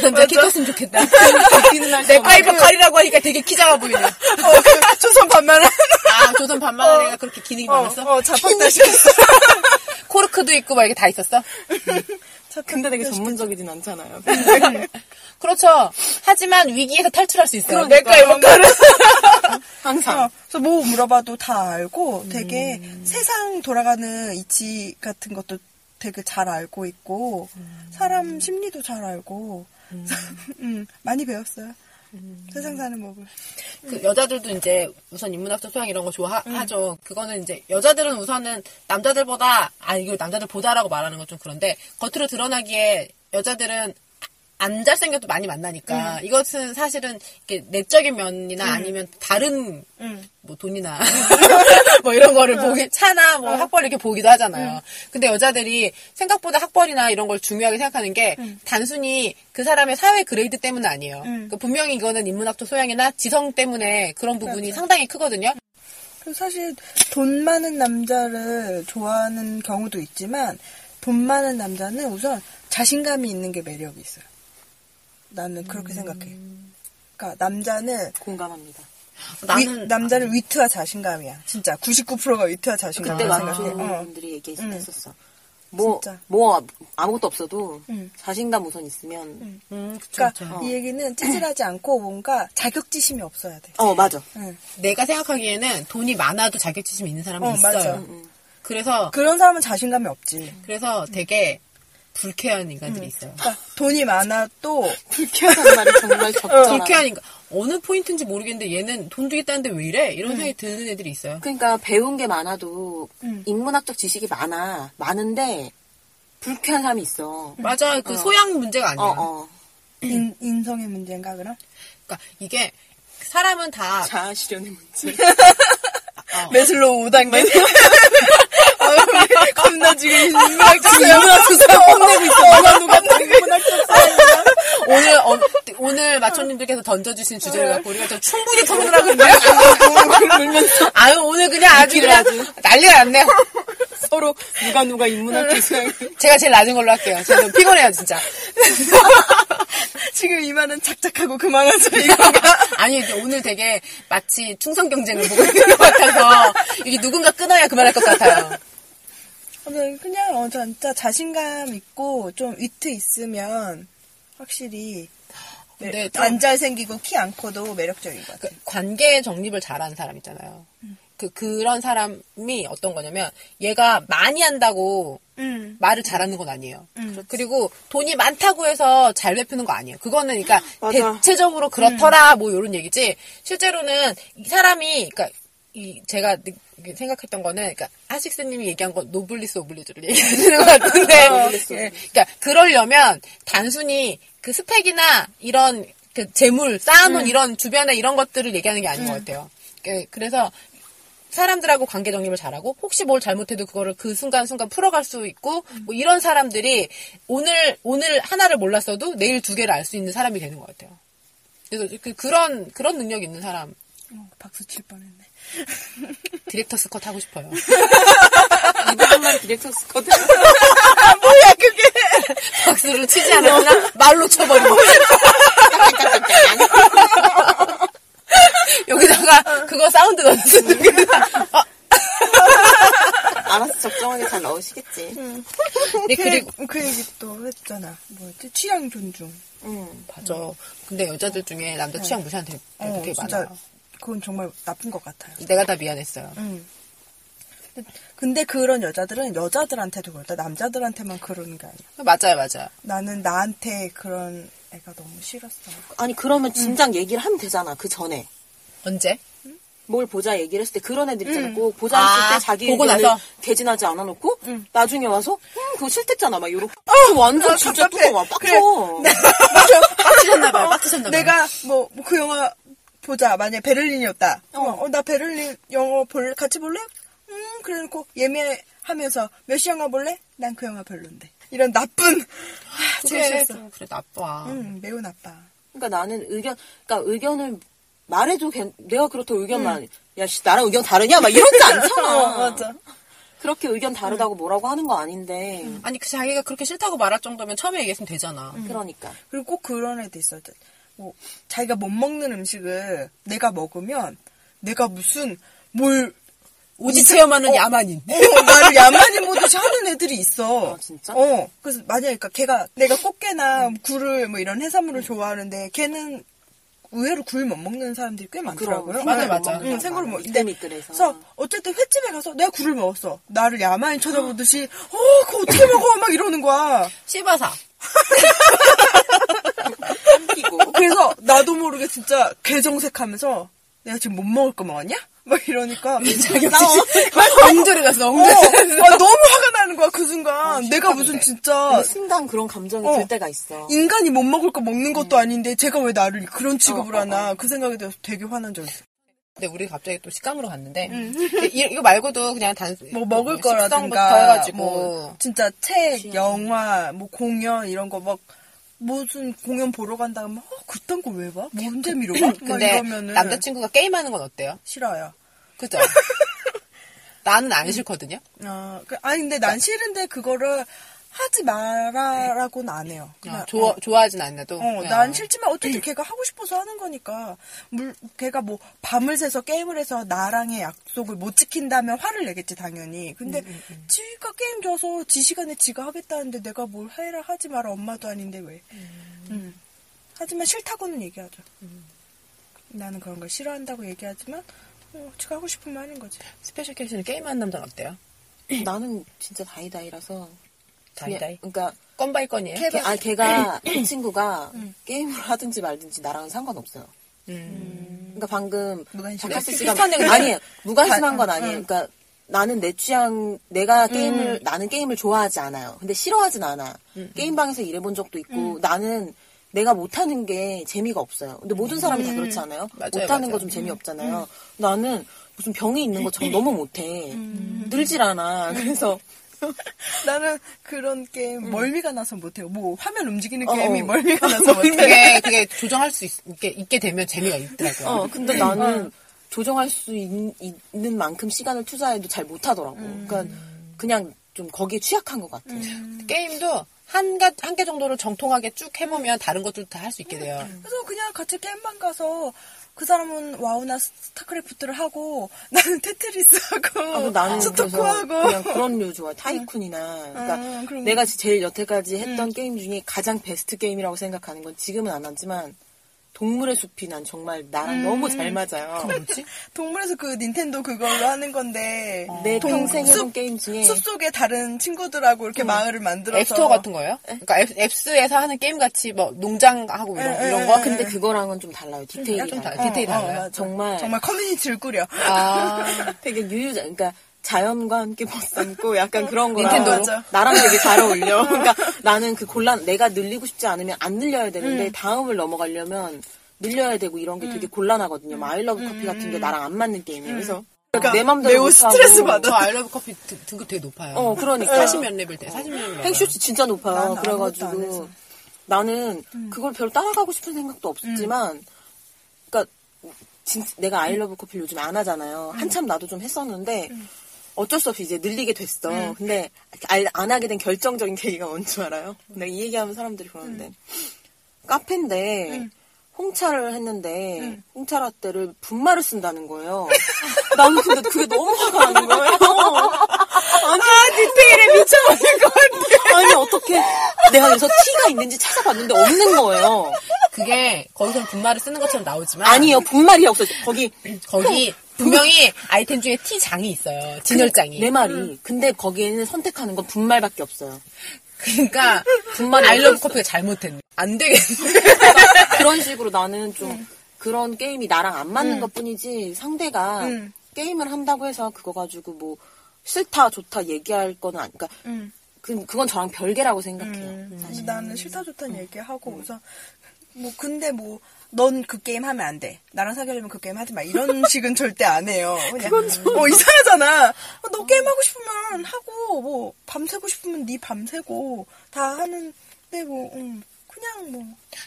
[SPEAKER 1] 남자 키 컸으면
[SPEAKER 3] [laughs]
[SPEAKER 1] 좋겠다. 웃기는 날 수가
[SPEAKER 5] 맥가이버
[SPEAKER 1] 없네.
[SPEAKER 5] 팔이라고 하니까 되게 키 작아 보이네.
[SPEAKER 3] 그
[SPEAKER 2] 어, 조선 반말은
[SPEAKER 1] 아, 조선 반말한 애가 그렇게 기능이
[SPEAKER 2] 어,
[SPEAKER 1] 많았어?
[SPEAKER 2] 어, 자판다 싶었어.
[SPEAKER 1] 코르크도 있고 막 이게
[SPEAKER 3] [laughs]
[SPEAKER 1] 다 있었어?
[SPEAKER 5] 근데 되게 전문적이진 않잖아요.
[SPEAKER 1] [laughs] 그렇죠. 하지만 위기에서 탈출할 수 있어요.
[SPEAKER 2] 맥가이버 칼은
[SPEAKER 5] 항상.
[SPEAKER 2] 그래서 뭐 물어봐도 다 알고 되게 세상 돌아가는 이치 같은 것도 되게 잘 알고 있고 사람 심리도 잘 알고 [laughs] 음. 많이 배웠어요. 세상 사는 법을.
[SPEAKER 1] 그 여자들도 이제 우선 인문학적 소양 이런 거 좋아하죠. 그거는 이제 여자들은 우선은 남자들보다 아 이거 남자들보다라고 말하는 건 좀 그런데 겉으로 드러나기에 여자들은 안 잘생겨도 많이 만나니까 이것은 사실은 이렇게 내적인 면이나 아니면 다른
[SPEAKER 2] 음.
[SPEAKER 1] 뭐 돈이나 [laughs] 뭐 이런 거를 보기 차나
[SPEAKER 2] 어.
[SPEAKER 1] 뭐 학벌 이렇게 보기도
[SPEAKER 2] 음.
[SPEAKER 1] 하잖아요. 근데 여자들이 생각보다 학벌이나 이런 걸 중요하게 생각하는 게
[SPEAKER 2] 음.
[SPEAKER 1] 단순히 그 사람의 사회 그레이드 때문은 아니에요. 그 분명히 이거는 인문학적 소양이나 지성 때문에 그런 부분이
[SPEAKER 2] 그렇죠.
[SPEAKER 1] 상당히 크거든요.
[SPEAKER 2] 그리고 사실 돈 많은 남자를 좋아하는 경우도 있지만 돈 많은 남자는 우선 자신감이 있는 게 매력이 있어요. 나는 그렇게 생각해. 그러니까 남자는
[SPEAKER 3] 공감합니다.
[SPEAKER 2] 위-
[SPEAKER 1] 나는
[SPEAKER 2] 남자는 위트와 자신감이야. 진짜 99%가 위트와 자신감이야.
[SPEAKER 3] 그때
[SPEAKER 2] 생각해. 어.
[SPEAKER 3] 남자분들이
[SPEAKER 5] 음.
[SPEAKER 3] 얘기했었어. 뭐,
[SPEAKER 2] 진짜.
[SPEAKER 3] 뭐, 아- 아무것도 없어도
[SPEAKER 2] 응.
[SPEAKER 5] 음.
[SPEAKER 3] 자신감 우선 있으면.
[SPEAKER 1] 음, 그쵸,
[SPEAKER 2] 그러니까
[SPEAKER 1] 그쵸.
[SPEAKER 2] 이 얘기는 찌질하지 않고 뭔가 자격지심이 없어야 돼.
[SPEAKER 3] 어, 맞아.
[SPEAKER 2] 응.
[SPEAKER 1] 내가 생각하기에는 돈이 많아도 자격지심이 있는 사람은
[SPEAKER 2] 어,
[SPEAKER 1] 있어요.
[SPEAKER 2] 맞아.
[SPEAKER 1] 그래서
[SPEAKER 2] 그런 사람은 자신감이 없지.
[SPEAKER 1] 그래서 되게 불쾌한 인간들이 있어요.
[SPEAKER 2] 그러니까 돈이 많아도
[SPEAKER 5] [laughs] 불쾌하단 말이
[SPEAKER 3] 어.
[SPEAKER 5] 정말 적잖아.
[SPEAKER 1] 불쾌하니까 어느 포인트인지 모르겠는데 얘는 돈 주겠다는데 왜 이래?
[SPEAKER 2] 음.
[SPEAKER 1] 이런 생각이 드는 애들이 있어요.
[SPEAKER 3] 그러니까 배운 게 많아도
[SPEAKER 5] 음.
[SPEAKER 3] 인문학적 지식이 많아. 많은데 불쾌한 사람이
[SPEAKER 5] 음.
[SPEAKER 3] 있어.
[SPEAKER 1] 맞아, 그 소양 문제가
[SPEAKER 3] 어,
[SPEAKER 1] 아니에요.
[SPEAKER 3] 어.
[SPEAKER 2] 인, 인성의 문제인가 그럼? [laughs]
[SPEAKER 1] 그러니까 이게 사람은 다 어.
[SPEAKER 5] 자아실현의 문제.
[SPEAKER 2] 매슬로우 5단계. [laughs] 겁나 지금 인문학적
[SPEAKER 1] 인문학적
[SPEAKER 2] 소양 뽐내고 있어. 누가 누가 인문학적 소양.
[SPEAKER 1] 오늘 어, 오늘 마초님들께서 던져주신 주제를
[SPEAKER 2] 네.
[SPEAKER 1] 갖고 우리가 좀 충분히 토론을 하고 있네요. 아유 오늘 그냥 아주 그냥 난리가 났네요.
[SPEAKER 5] 서로 누가 누가 인문학적 소양을
[SPEAKER 1] 제가 제일 낮은 걸로 할게요. 제가 너무 피곤해요
[SPEAKER 2] [laughs]
[SPEAKER 1] 진짜.
[SPEAKER 2] 지금 이 말은 착착하고 그만하자 이거가. [laughs]
[SPEAKER 1] 아니 이게 오늘 되게 마치 충성 경쟁을 보고 있는 것 같아서 이게 누군가 끊어야 그만할 것 같아요.
[SPEAKER 2] 근데 그냥 어, 진짜 자신감 있고 좀 위트 있으면 확실히 매-
[SPEAKER 1] 근데 좀-
[SPEAKER 2] 안 잘생기고 키 안 커도 매력적인 것
[SPEAKER 1] 그
[SPEAKER 2] 같아.
[SPEAKER 1] 관계의 정립을 잘하는 사람 있잖아요. 그 그런 사람이 어떤 거냐면 얘가 많이 한다고
[SPEAKER 2] 응.
[SPEAKER 1] 말을 잘하는 건 아니에요. 그리고 돈이 많다고 해서 잘 베푸는 거 아니에요. 그거는 그러니까 대체적으로 그렇더라 뭐 이런 얘기지. 실제로는 이 사람이 그러니까 이 제가 느- 생각했던 거는 그러니까 하식스님이 얘기한 건 노블리스 오블리주를 얘기하시는 것 같은데, 예. 그러니까 그러려면 단순히 그 스펙이나 이런 그 재물 쌓아놓은 이런 주변에 이런 것들을 얘기하는 게 아닌 것 같아요. 그- 그래서 사람들하고 관계 정립을 잘하고 혹시 뭘 잘못해도 그거를 그 순간 순간 풀어갈 수 있고 뭐 이런 사람들이 오늘 오늘 하나를 몰랐어도 내일 두 개를 알 수 있는 사람이 되는 것 같아요. 그래서 그, 런 그런 능력 있는 사람
[SPEAKER 2] 어, 박수 칠 뻔했네.
[SPEAKER 1] 디렉터 스컷 하고 싶어요. [laughs]
[SPEAKER 5] 이것만 디렉터 스커트.
[SPEAKER 1] 박수를 치지 않았나 말로 쳐버리고 [laughs] 여기다가 그거 사운드 넣었으면 좋겠다.
[SPEAKER 3] 알아서 적정하게 잘 넣으시겠지.
[SPEAKER 5] 음.
[SPEAKER 1] 네,
[SPEAKER 2] 그,
[SPEAKER 1] 그리고
[SPEAKER 2] 얘기- 그 얘기 또 했잖아. 뭐였지? 취향 존중.
[SPEAKER 3] 응.
[SPEAKER 1] 맞아. 근데 여자들 중에 남자 취향 무시하는 데
[SPEAKER 2] 어,
[SPEAKER 1] 되게
[SPEAKER 2] 진짜
[SPEAKER 1] 네, 많아요.
[SPEAKER 2] 그건 정말 나쁜 것 같아요.
[SPEAKER 1] 내가 다 미안했어요.
[SPEAKER 2] 응. 근데- 근데 그런 여자들은 여자들한테도 그렇다. 남자들한테만 그러는 게 아니야.
[SPEAKER 1] 맞아요, 맞아요.
[SPEAKER 2] 나는 나한테 그런 애가 너무 싫었어.
[SPEAKER 3] 아니,
[SPEAKER 5] 음.
[SPEAKER 3] 그러면 진작 얘기를 하면 되잖아. 그 전에.
[SPEAKER 1] 언제?
[SPEAKER 2] 네,
[SPEAKER 3] 뭘 보자 얘기를 했을 때 그런 애들 있잖아. 꼭 보자 했을
[SPEAKER 1] 아,
[SPEAKER 3] 때 자기
[SPEAKER 1] 보고
[SPEAKER 3] 의견을
[SPEAKER 1] 나서?
[SPEAKER 3] 개진하지 않아놓고 나중에 와서 음, 그거 싫댔잖아. 막
[SPEAKER 1] 어,
[SPEAKER 3] 이렇게
[SPEAKER 1] 아,
[SPEAKER 3] 완전 진짜 뚜껑 와 빡쳐.
[SPEAKER 2] 네.
[SPEAKER 1] 네.
[SPEAKER 2] 맞아. 어,
[SPEAKER 1] 빡치셨나봐요, 빡치셨나봐요.
[SPEAKER 2] 내가 뭐 그 영화 보자. 만약에 베를린이었다. 어, 어, 나 베를린 영화 볼 같이 볼래? 음, 그래 놓고 예매하면서 몇 시 영화 볼래? 난 그 영화 별론데. 이런 나쁜 아, 제일
[SPEAKER 1] 그래,
[SPEAKER 2] 싫었어.
[SPEAKER 1] 좀 그래, 나빠.
[SPEAKER 2] 음, 매우 나빠.
[SPEAKER 3] 그러니까 나는 의견, 그러니까 의견을 말해도 괜- 내가 그렇다고
[SPEAKER 1] 음.
[SPEAKER 3] 의견만 야씨 나랑 의견 다르냐 막 이러지
[SPEAKER 1] [laughs] 어,
[SPEAKER 3] 않잖아.
[SPEAKER 2] 맞아.
[SPEAKER 3] 그렇게 의견
[SPEAKER 1] 음.
[SPEAKER 3] 다르다고 뭐라고 하는 거 아닌데
[SPEAKER 1] 아니 그 자기가 그렇게 싫다고 말할 정도면 처음에 얘기했으면 되잖아.
[SPEAKER 3] 그러니까
[SPEAKER 2] 그리고 꼭 그런 애도 있어요. 뭐, 자기가 못 먹는 음식을 내가 먹으면 내가 무슨 뭘
[SPEAKER 1] 오지 체험하는 야만인.
[SPEAKER 2] 어, 나를 야만인 보듯이 하는 애들이 있어.
[SPEAKER 3] 아, 진짜?
[SPEAKER 2] 어. 그래서 만약에 그러니까 걔가 내가 꽃게나 굴을 뭐 이런 해산물을 좋아하는데 걔는 의외로 굴 못 먹는 사람들이 꽤 많더라고요. 네.
[SPEAKER 3] 그럼, 맞아요,
[SPEAKER 2] 응,
[SPEAKER 3] 맞아요.
[SPEAKER 2] 응, 생굴을 못.
[SPEAKER 3] 이때 밑들에서.
[SPEAKER 2] 그래서 어쨌든 횟집에 가서 내가 굴을 먹었어. 나를 야만인 쳐다보듯이 어, 그거 어떻게 먹어? 막 이러는 거야.
[SPEAKER 1] 씨바사.
[SPEAKER 3] 참기고
[SPEAKER 2] 그래서 나도 모르게 진짜 개정색하면서 내가 지금 못 먹을 거 먹었냐? 막 이러니까
[SPEAKER 3] 음.
[SPEAKER 1] [laughs] 엉절에 갔어.
[SPEAKER 2] 어, 아, 너무 화가 나는 거야 그 순간 내가 무슨 진짜
[SPEAKER 3] 근데 순간 아, 그런 감정이
[SPEAKER 2] 어.
[SPEAKER 3] 들 때가 있어.
[SPEAKER 2] 인간이 못 먹을 거 먹는 것도
[SPEAKER 1] 음.
[SPEAKER 2] 아닌데 제가 왜 나를
[SPEAKER 1] 어,
[SPEAKER 2] 그런 취급을 하나 그 생각에 대해서 되게 화난 적 있어.
[SPEAKER 1] 근데 우리 갑자기 또 식당으로 갔는데 근데 이- 이거 말고도 그냥 단
[SPEAKER 2] 음. 뭐 먹을
[SPEAKER 1] 식성부터
[SPEAKER 2] 거라든가
[SPEAKER 1] 해가지고 음.
[SPEAKER 2] 뭐 진짜 책, 영화, 뭐 공연 이런 거 막 무슨 공연 보러 간다 하면 어, 그딴 거 왜 봐? 뭔 재미로 봐? 막
[SPEAKER 1] 음. 근데
[SPEAKER 2] 뭐 이러면은
[SPEAKER 1] 남자친구가 게임하는 건 어때요?
[SPEAKER 2] 싫어요. [laughs]
[SPEAKER 1] 그죠? 나는 안 싫거든요.
[SPEAKER 2] 아,
[SPEAKER 1] 어.
[SPEAKER 2] 그, 아니 근데 난 싫은데 그거를 하지 음. 말아라고는 안 해요.
[SPEAKER 1] 그냥
[SPEAKER 2] 그냥
[SPEAKER 1] 어, 좋아 좋아하진 않나도.
[SPEAKER 2] 어, 음.
[SPEAKER 1] 그냥.
[SPEAKER 2] 난 싫지만 어쨌든 걔가 하고 싶어서 하는 거니까. 물, 걔가 뭐 밤을 새서 게임을 해서 나랑의 약속을 못 지킨다면 화를 내겠지 당연히. 근데 지가 게임 줘서 지 시간에 지가 하겠다는데 내가 뭘 해라 하지 마라 엄마도 아닌데 왜? 음. 하지만 싫다고는 얘기하죠. 나는 그런 걸 싫어한다고 얘기하지만 어, 지가 하고 싶은 말 하는 거지.
[SPEAKER 1] 스페셜 캐시는 게임하는 남자는 어때요?
[SPEAKER 3] 나는 진짜 다이다이라서 그냥-
[SPEAKER 1] 다이다이.
[SPEAKER 3] 그러니까
[SPEAKER 1] 건 바이 건이에요.
[SPEAKER 3] 걔, 아 걔가 그 친구가 게임을 하든지 말든지 나랑은 상관없어요.
[SPEAKER 2] 음.
[SPEAKER 3] 그러니까 방금
[SPEAKER 2] 무관심.
[SPEAKER 3] 바카스 씨가
[SPEAKER 2] 비슷한 얘기죠?
[SPEAKER 3] 아니에요. 무관심한 건
[SPEAKER 2] 다-
[SPEAKER 3] 아니에요.
[SPEAKER 2] 응.
[SPEAKER 3] 그러니까 나는 내 취향 내가 게임을 나는 게임을 좋아하지 않아요. 근데 싫어하진 않아. 게임방에서 일해본 적도 있고 나는 내가 못하는 게 재미가 없어요. 근데 모든 사람이 다 그렇지 않아요?
[SPEAKER 1] 맞아요,
[SPEAKER 3] 못하는
[SPEAKER 1] 맞아요.
[SPEAKER 3] 거 좀 재미없잖아요. 나는 무슨 병이 있는 것처럼 너무 못해. 늘질 않아. 그래서
[SPEAKER 2] 나는 그런 게임 멀미가 나서 못해요. 뭐 화면 움직이는
[SPEAKER 3] 어,
[SPEAKER 2] 게임이
[SPEAKER 3] 어.
[SPEAKER 2] [laughs] 멀미가 나서 못해.
[SPEAKER 1] 그게 그게 조정할 수 있, 게 있게 되면 재미가 있더라고요.
[SPEAKER 3] 어, 근데 나는 조정할 수 있, 는 만큼 시간을 투자해도 잘 못하더라고.
[SPEAKER 2] 음.
[SPEAKER 3] 그러니까 그냥 좀 거기에 취약한 것 같아.
[SPEAKER 1] 게임도 한가 한 개 정도를 정통하게 쭉 해보면 다른 것들도 다 할 수 있게 돼요.
[SPEAKER 3] 음,
[SPEAKER 2] 그래서 그냥 같이 게임방 가서 그 사람은 와우나 스타크래프트를 하고 [laughs] 나는 테트리스 하고
[SPEAKER 3] 아, 나는
[SPEAKER 2] 스토크
[SPEAKER 3] 그래서 그냥
[SPEAKER 2] 하고
[SPEAKER 3] 그런 류 좋아. 타이쿤이나 그러니까
[SPEAKER 2] 음, 그런
[SPEAKER 3] 내가 지- 제일 여태까지 했던
[SPEAKER 2] 음.
[SPEAKER 3] 게임 중에 가장 베스트 게임이라고 생각하는 건 지금은 안 하지만 동물의 숲이 난 정말 나랑
[SPEAKER 2] 음.
[SPEAKER 3] 너무 잘 맞아요.
[SPEAKER 1] 뭐지?
[SPEAKER 2] [laughs] 동물에서 그 닌텐도 그걸로 하는 건데
[SPEAKER 3] 어. 내
[SPEAKER 2] 동-
[SPEAKER 3] 평생 해본
[SPEAKER 2] 숲,
[SPEAKER 3] 게임 중에
[SPEAKER 2] 숲 속에 다른 친구들하고 이렇게 마을을
[SPEAKER 3] 그렇죠.
[SPEAKER 2] 만들어서
[SPEAKER 1] 앱스토어 같은 거예요? 그러니까 앱, 앱스에서 하는 게임 같이 뭐 농장하고 이런,
[SPEAKER 3] 예,
[SPEAKER 2] 에,
[SPEAKER 1] 이런
[SPEAKER 2] 에,
[SPEAKER 1] 거?
[SPEAKER 2] 에.
[SPEAKER 3] 근데 그거랑은 좀 달라요. 디테일이
[SPEAKER 1] 좀
[SPEAKER 3] 달라.
[SPEAKER 1] 다- 디테일이 달라요?
[SPEAKER 2] 어, 맞아.
[SPEAKER 3] 정말-
[SPEAKER 2] 정말 커뮤니티를 꾸려
[SPEAKER 1] 아,
[SPEAKER 3] 되게 유유자, 그러니까 자연과 함께 벗삼고 약간 그런 거랑
[SPEAKER 2] 닌텐도로. 맞아.
[SPEAKER 3] 나랑 되게 잘 어울려. 그러니까 나는 그 곤란, 내가 늘리고 싶지 않으면 안 늘려야 되는데 다음을 넘어가려면 늘려야 되고 이런 게
[SPEAKER 2] 음.
[SPEAKER 3] 되게 곤란하거든요. 막 아이러브 커피 같은 게 나랑 안 맞는 게임이에요. 그래서 내 맘대로
[SPEAKER 2] 그러니까 매우
[SPEAKER 3] 못하고
[SPEAKER 2] 스트레스 받아.
[SPEAKER 1] 저 아이러브 커피 등- 등급 되게 높아요.
[SPEAKER 3] 어, 그러니까.
[SPEAKER 1] 40몇 레벨 돼, 40몇 레벨.
[SPEAKER 3] 횡슈츠 진짜 높아요.
[SPEAKER 2] 나는 아무것도 안
[SPEAKER 3] 그래가지고
[SPEAKER 2] 해서. 음.
[SPEAKER 3] 나는 그걸 별로 따라가고 싶은 생각도 없지만, 그러니까 진, 내가 아이러브 커피를 요즘 안 하잖아요.
[SPEAKER 2] 음.
[SPEAKER 3] 한참 나도 좀 했었는데 어쩔 수 없이 이제 늘리게 됐어.
[SPEAKER 2] 음.
[SPEAKER 3] 근데 알- 안 하게 된 결정적인 계기가 뭔 줄 알아요? 내가 이 얘기하면 사람들이 그러는데
[SPEAKER 2] 음.
[SPEAKER 3] 카페인데. 홍차를 했는데
[SPEAKER 2] 음.
[SPEAKER 3] 홍차 라떼를 분말을 쓴다는 거예요. [laughs] 나는 근데 그게 너무 화가 나는
[SPEAKER 2] [laughs]
[SPEAKER 3] 거예요. 아니,
[SPEAKER 2] 그
[SPEAKER 3] 디테일에 미쳐버린 것 같아. 아니, 어떻게. 내가 그래서 티가 있는지 찾아봤는데 없는 거예요.
[SPEAKER 1] 그게 거기서 분말을 쓰는 것처럼 나오지만.
[SPEAKER 3] 아니요, 분말이 없어요. 거기.
[SPEAKER 1] 거기 분명히 아이템 중에 T 장이 있어요. 진열장이.
[SPEAKER 3] 내 말이. 근데 거기에는 선택하는 건 분말밖에 없어요. [laughs]
[SPEAKER 1] 그러니까
[SPEAKER 3] 분말이
[SPEAKER 1] 아이러브
[SPEAKER 3] 없어.
[SPEAKER 1] 커피가 잘못했네. 안 되겠네.
[SPEAKER 3] [laughs] 그러니까 그런 식으로 나는 좀 그런 게임이 나랑 안 맞는 것 뿐이지 상대가
[SPEAKER 2] 음.
[SPEAKER 3] 게임을 한다고 해서 그거 가지고 뭐 싫다, 좋다 얘기할 거는 아니, 그러니까
[SPEAKER 2] [laughs] 음.
[SPEAKER 3] 그, 그건 저랑 별개라고 생각해요.
[SPEAKER 2] 사실 나는 싫다 좋다는 얘기하고 우선 뭐 근데 뭐 넌 그 게임 하면 안 돼. 나랑 사귀려면 그 게임 하지 마. [laughs] 이런 식은 절대 안 해요. 그냥 뭐 이상하잖아. 어, 너 게임 하고 싶으면 하고 뭐 밤새고 싶으면 네 밤새고 다 하는데 뭐 음, 그냥 뭐